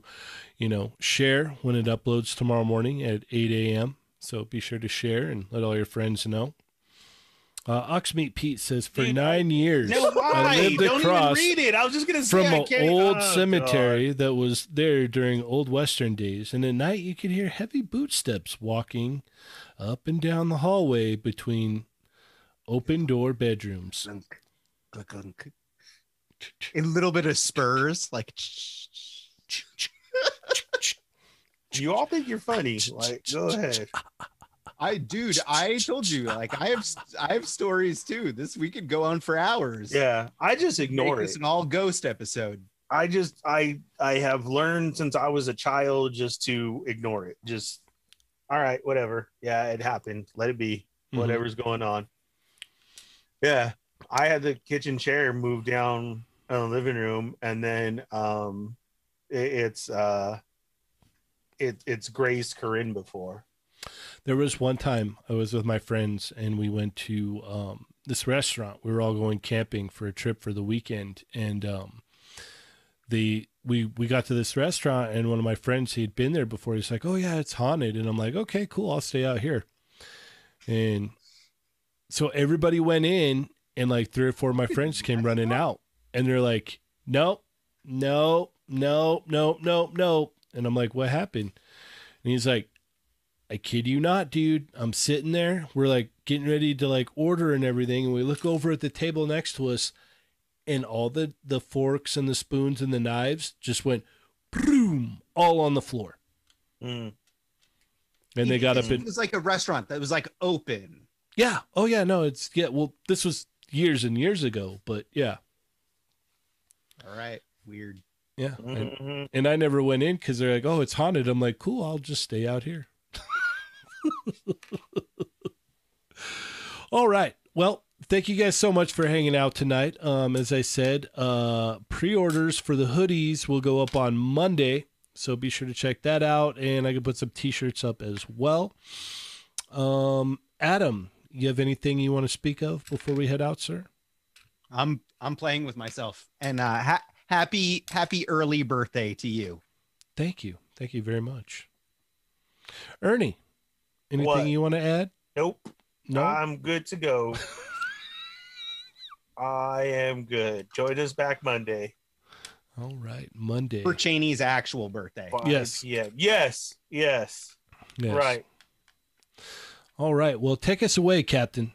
[SPEAKER 1] you know, share when it uploads tomorrow morning at 8 a.m. So be sure to share and let all your friends know. Uh, Oxmeat Pete says, for
[SPEAKER 2] Dude,
[SPEAKER 1] nine years, I
[SPEAKER 2] No, why?
[SPEAKER 1] lived
[SPEAKER 2] Don't even
[SPEAKER 1] across
[SPEAKER 2] read it. I was just gonna say
[SPEAKER 1] from
[SPEAKER 2] I
[SPEAKER 1] an
[SPEAKER 2] can't-
[SPEAKER 1] old
[SPEAKER 2] Oh, God.
[SPEAKER 1] cemetery that was there during old Western days, and at night you could hear heavy bootsteps walking up and down the hallway between open door bedrooms.
[SPEAKER 3] clunk, clunk, clunk. a little bit of spurs, like
[SPEAKER 2] You all think you're funny. Like,
[SPEAKER 1] <laughs>
[SPEAKER 2] go ahead.
[SPEAKER 3] I, dude, I told you, like I have, I have stories too. This we could go on for hours.
[SPEAKER 2] Yeah, I just
[SPEAKER 3] Make
[SPEAKER 2] ignore it.
[SPEAKER 3] this an all ghost episode.
[SPEAKER 2] I just I I have learned since I was a child just to ignore it. Just all right, whatever. Yeah, it happened. Let it be.
[SPEAKER 1] Mhm.
[SPEAKER 2] Whatever's going on. Yeah. I had the kitchen chair moved down in the living room and then um it, it's uh it, it's grazed Corinne before.
[SPEAKER 1] There was one time I was with my friends and we went to um, this restaurant. We were all going camping for a trip for the weekend, and um, the we we got to this restaurant, and one of my friends he had been there before. He's like, "Oh yeah, it's haunted," and I'm like, "Okay, cool, I'll stay out here." And so everybody went in, and like three or four of my friends came running out, and they're like, "No, no, no, no, no, no," and I'm like, "What happened?" And he's like, I kid you not, dude. I'm sitting there. We're like getting ready to like order and everything. And we look over at the table next to us and all the, the forks and the spoons and the knives just went boom all on the floor. Mm-hmm.
[SPEAKER 2] Mm.
[SPEAKER 1] And they got up
[SPEAKER 3] It <laughs>
[SPEAKER 1] and
[SPEAKER 3] was like a restaurant that was like open.
[SPEAKER 1] yeah. Oh yeah. No, it's yeah. Well, this was years and years ago, but yeah.
[SPEAKER 3] All right. Weird.
[SPEAKER 1] Yeah. And,
[SPEAKER 2] Mhm.
[SPEAKER 1] and I never went in cause they're like, oh, it's haunted. I'm like, cool. I'll just stay out here. <laughs> All right. Well, thank you guys so much for hanging out tonight. Um, as I said, uh, pre-orders for the hoodies will go up on Monday, so be sure to check that out. And I can put some T-shirts up as well. Um, Adam, you have anything you want to speak of before we head out, sir?
[SPEAKER 3] I'm I'm playing with myself. And uh ha- happy happy early birthday to you.
[SPEAKER 1] Thank you. Thank you very much, Ernie. Anything
[SPEAKER 2] What?
[SPEAKER 1] you want to add?
[SPEAKER 2] Nope.
[SPEAKER 1] No.
[SPEAKER 2] I'm good
[SPEAKER 1] <laughs>
[SPEAKER 2] to go. I am good. Join us back Monday.
[SPEAKER 1] All right, Monday.
[SPEAKER 3] For Cheney's actual birthday.
[SPEAKER 2] Five
[SPEAKER 1] Yes.
[SPEAKER 2] PM. Yes. Yes.
[SPEAKER 1] Yes.
[SPEAKER 2] Right.
[SPEAKER 1] All right. Well, take us away, Captain.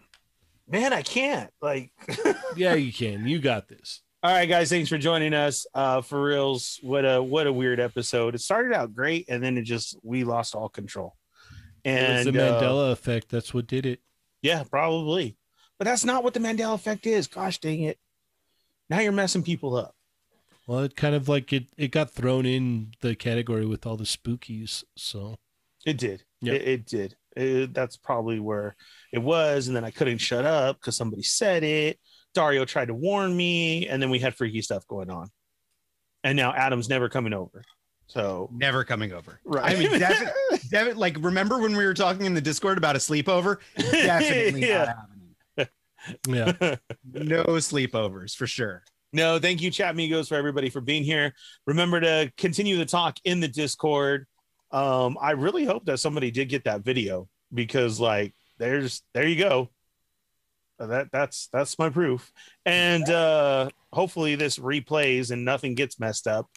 [SPEAKER 2] Man, I can't. Like <laughs>
[SPEAKER 1] Yeah, you can. You got this.
[SPEAKER 2] All right, guys, thanks for joining us. Uh, for reals, what a what a weird episode. It started out great, and then it just we lost all control.
[SPEAKER 1] It was
[SPEAKER 2] And
[SPEAKER 1] the
[SPEAKER 2] uh,
[SPEAKER 1] Mandela effect. That's what did it.
[SPEAKER 2] yeah, probably, but that's not what the Mandela effect is. Gosh dang it! Now you're messing people up.
[SPEAKER 1] Well, it kind of like it, it got thrown in the category with all the spookies. So
[SPEAKER 2] It did.
[SPEAKER 1] Yeah.
[SPEAKER 2] It, it did. It- that's probably where it was. And then I couldn't shut up because somebody said it. Dario tried to warn me, and then we had freaky stuff going on. And now Adam's never coming over. So
[SPEAKER 3] Never coming over.
[SPEAKER 2] right, <laughs>
[SPEAKER 3] I mean,
[SPEAKER 1] <laughs>
[SPEAKER 3] defi- Devin, like remember when we were talking in the Discord about a sleepover?
[SPEAKER 1] <laughs>
[SPEAKER 3] Definitely
[SPEAKER 2] Yeah.
[SPEAKER 3] not happening.
[SPEAKER 2] <laughs>
[SPEAKER 1] yeah,
[SPEAKER 3] No sleepovers for sure.
[SPEAKER 2] No, thank you, chat amigos, for everybody for being here. Remember to continue the talk in the Discord. Um, I really hope that somebody did get that video because, like, there's there you go. Uh, That that's that's my proof, and uh, hopefully this replays and nothing gets messed up.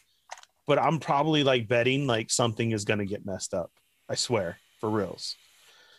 [SPEAKER 2] But I'm probably like betting like something is gonna get messed up. I swear for reals.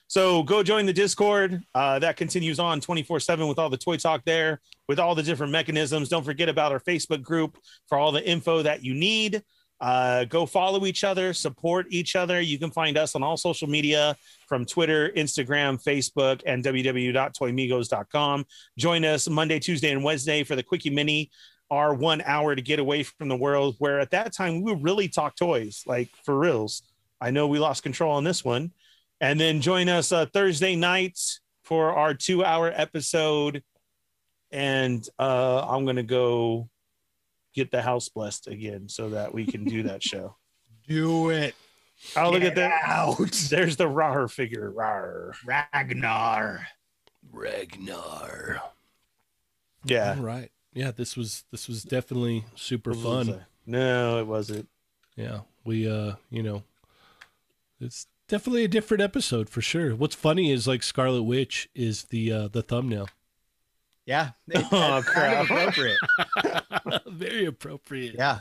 [SPEAKER 2] So go join the Discord. Uh, that continues on 24 seven with all the toy talk there with all the different mechanisms. Don't forget about our Facebook group for all the info that you need. Uh, go follow each other, support each other. You can find us on all social media from Twitter, Instagram, Facebook, and www.toymigos.com. Join us Monday, Tuesday, and Wednesday for the Quickie Mini, our one hour to get away from the world, where at that time we would really talk toys, like for reals. I know we lost control on this one. And then join us uh, Thursday nights for our two hour episode and uh, I'm gonna go get the house blessed again so that we can do that <laughs> show.
[SPEAKER 3] Do it.
[SPEAKER 2] Oh, look at
[SPEAKER 3] Get
[SPEAKER 2] that!
[SPEAKER 3] Out.
[SPEAKER 2] There's the Rar figure. Rar.
[SPEAKER 3] Ragnar.
[SPEAKER 1] Ragnar.
[SPEAKER 2] Yeah,
[SPEAKER 1] All right. Yeah, this was this was definitely super
[SPEAKER 2] What was
[SPEAKER 1] fun.
[SPEAKER 2] it? No, it wasn't.
[SPEAKER 1] Yeah, we uh, you know, it's definitely a different episode for sure. What's funny is like Scarlet Witch is the uh the thumbnail. <laughs>
[SPEAKER 3] Yeah.
[SPEAKER 2] <laughs> Oh <laughs>
[SPEAKER 3] Kind
[SPEAKER 2] crap!
[SPEAKER 3] of appropriate.
[SPEAKER 1] Very appropriate.
[SPEAKER 3] Yeah.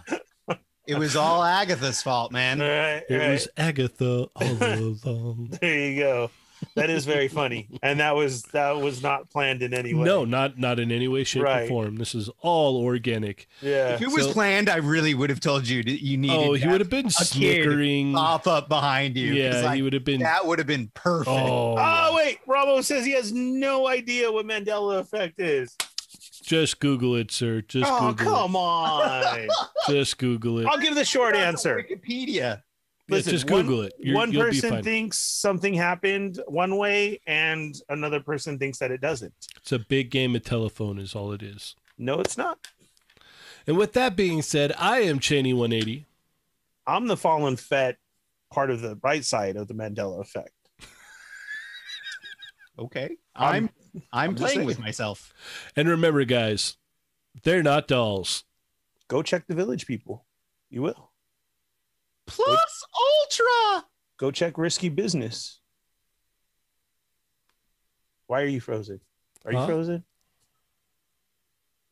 [SPEAKER 3] It was all Agatha's fault, man.
[SPEAKER 2] All right, all
[SPEAKER 1] It
[SPEAKER 2] right.
[SPEAKER 1] was
[SPEAKER 2] <laughs>
[SPEAKER 1] Agatha all along.
[SPEAKER 2] There you go. That is very funny, and that was that was not planned in any way.
[SPEAKER 1] No, not not in any way, shape, or
[SPEAKER 2] Right.
[SPEAKER 1] form. This is all organic.
[SPEAKER 2] Yeah.
[SPEAKER 3] If it was
[SPEAKER 1] So-
[SPEAKER 3] planned, I really would have told you that you needed
[SPEAKER 1] oh, he
[SPEAKER 3] that
[SPEAKER 1] would have been
[SPEAKER 3] kid
[SPEAKER 1] snickering.
[SPEAKER 3] pop up behind you.
[SPEAKER 1] Yeah,
[SPEAKER 3] It's like,
[SPEAKER 1] he would have been.
[SPEAKER 3] that would have been perfect.
[SPEAKER 1] Oh,
[SPEAKER 2] Oh wait, Ramos says he has no idea what Mandela effect is.
[SPEAKER 1] just Google it, sir. Just
[SPEAKER 2] Oh
[SPEAKER 1] Google
[SPEAKER 2] come
[SPEAKER 1] <laughs>
[SPEAKER 2] on!
[SPEAKER 1] it. Just Google it.
[SPEAKER 2] I'll give the short
[SPEAKER 3] That's on
[SPEAKER 2] answer.
[SPEAKER 3] Wikipedia.
[SPEAKER 1] Yeah,
[SPEAKER 2] listen,
[SPEAKER 1] just
[SPEAKER 2] one-
[SPEAKER 1] Google it. You're,
[SPEAKER 2] one
[SPEAKER 1] you'll be
[SPEAKER 2] person
[SPEAKER 1] fine.
[SPEAKER 2] thinks something happened one way, and another person thinks that it doesn't.
[SPEAKER 1] it's a big game of telephone, is all it is.
[SPEAKER 2] No, it's not.
[SPEAKER 1] And with that being said, I am Cheney 180.
[SPEAKER 2] I'm the fallen fat part of the right side of the Mandela effect.
[SPEAKER 3] Okay.
[SPEAKER 2] I'm-
[SPEAKER 3] I'm I'm
[SPEAKER 2] just
[SPEAKER 3] playing with
[SPEAKER 2] saying.
[SPEAKER 3] myself.
[SPEAKER 1] And remember, guys, they're not dolls.
[SPEAKER 2] Go check the village people. You will.
[SPEAKER 3] Plus Ultra.
[SPEAKER 2] Go check risky business. Why are you frozen? Are you
[SPEAKER 1] Huh?
[SPEAKER 2] frozen?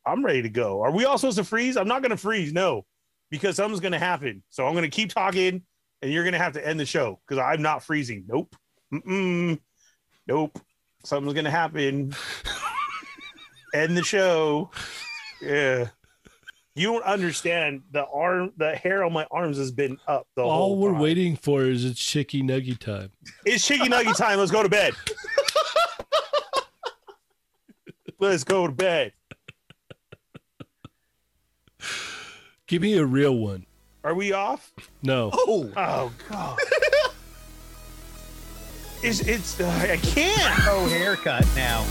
[SPEAKER 2] I'm ready to go. Are we all supposed to freeze? I'm not going to freeze. No, because something's going to happen. So I'm going to keep talking and you're going to have to end the show because I'm not freezing. Nope. Mm-mm. Nope. Something's going
[SPEAKER 1] <laughs>
[SPEAKER 2] to happen. end the show. Yeah. You don't understand the arm, the hair on my arms has been up the
[SPEAKER 1] All
[SPEAKER 2] whole
[SPEAKER 1] we're
[SPEAKER 2] time.
[SPEAKER 1] waiting for is it's chicky nuggy time.
[SPEAKER 2] It's chicken nugget time. Let's go to bed. Let's go to bed.
[SPEAKER 1] Give me a real one.
[SPEAKER 2] Are we off?
[SPEAKER 1] No.
[SPEAKER 3] Oh,
[SPEAKER 2] Oh god. It's it's uh, I can't.
[SPEAKER 3] pro Oh, haircut now.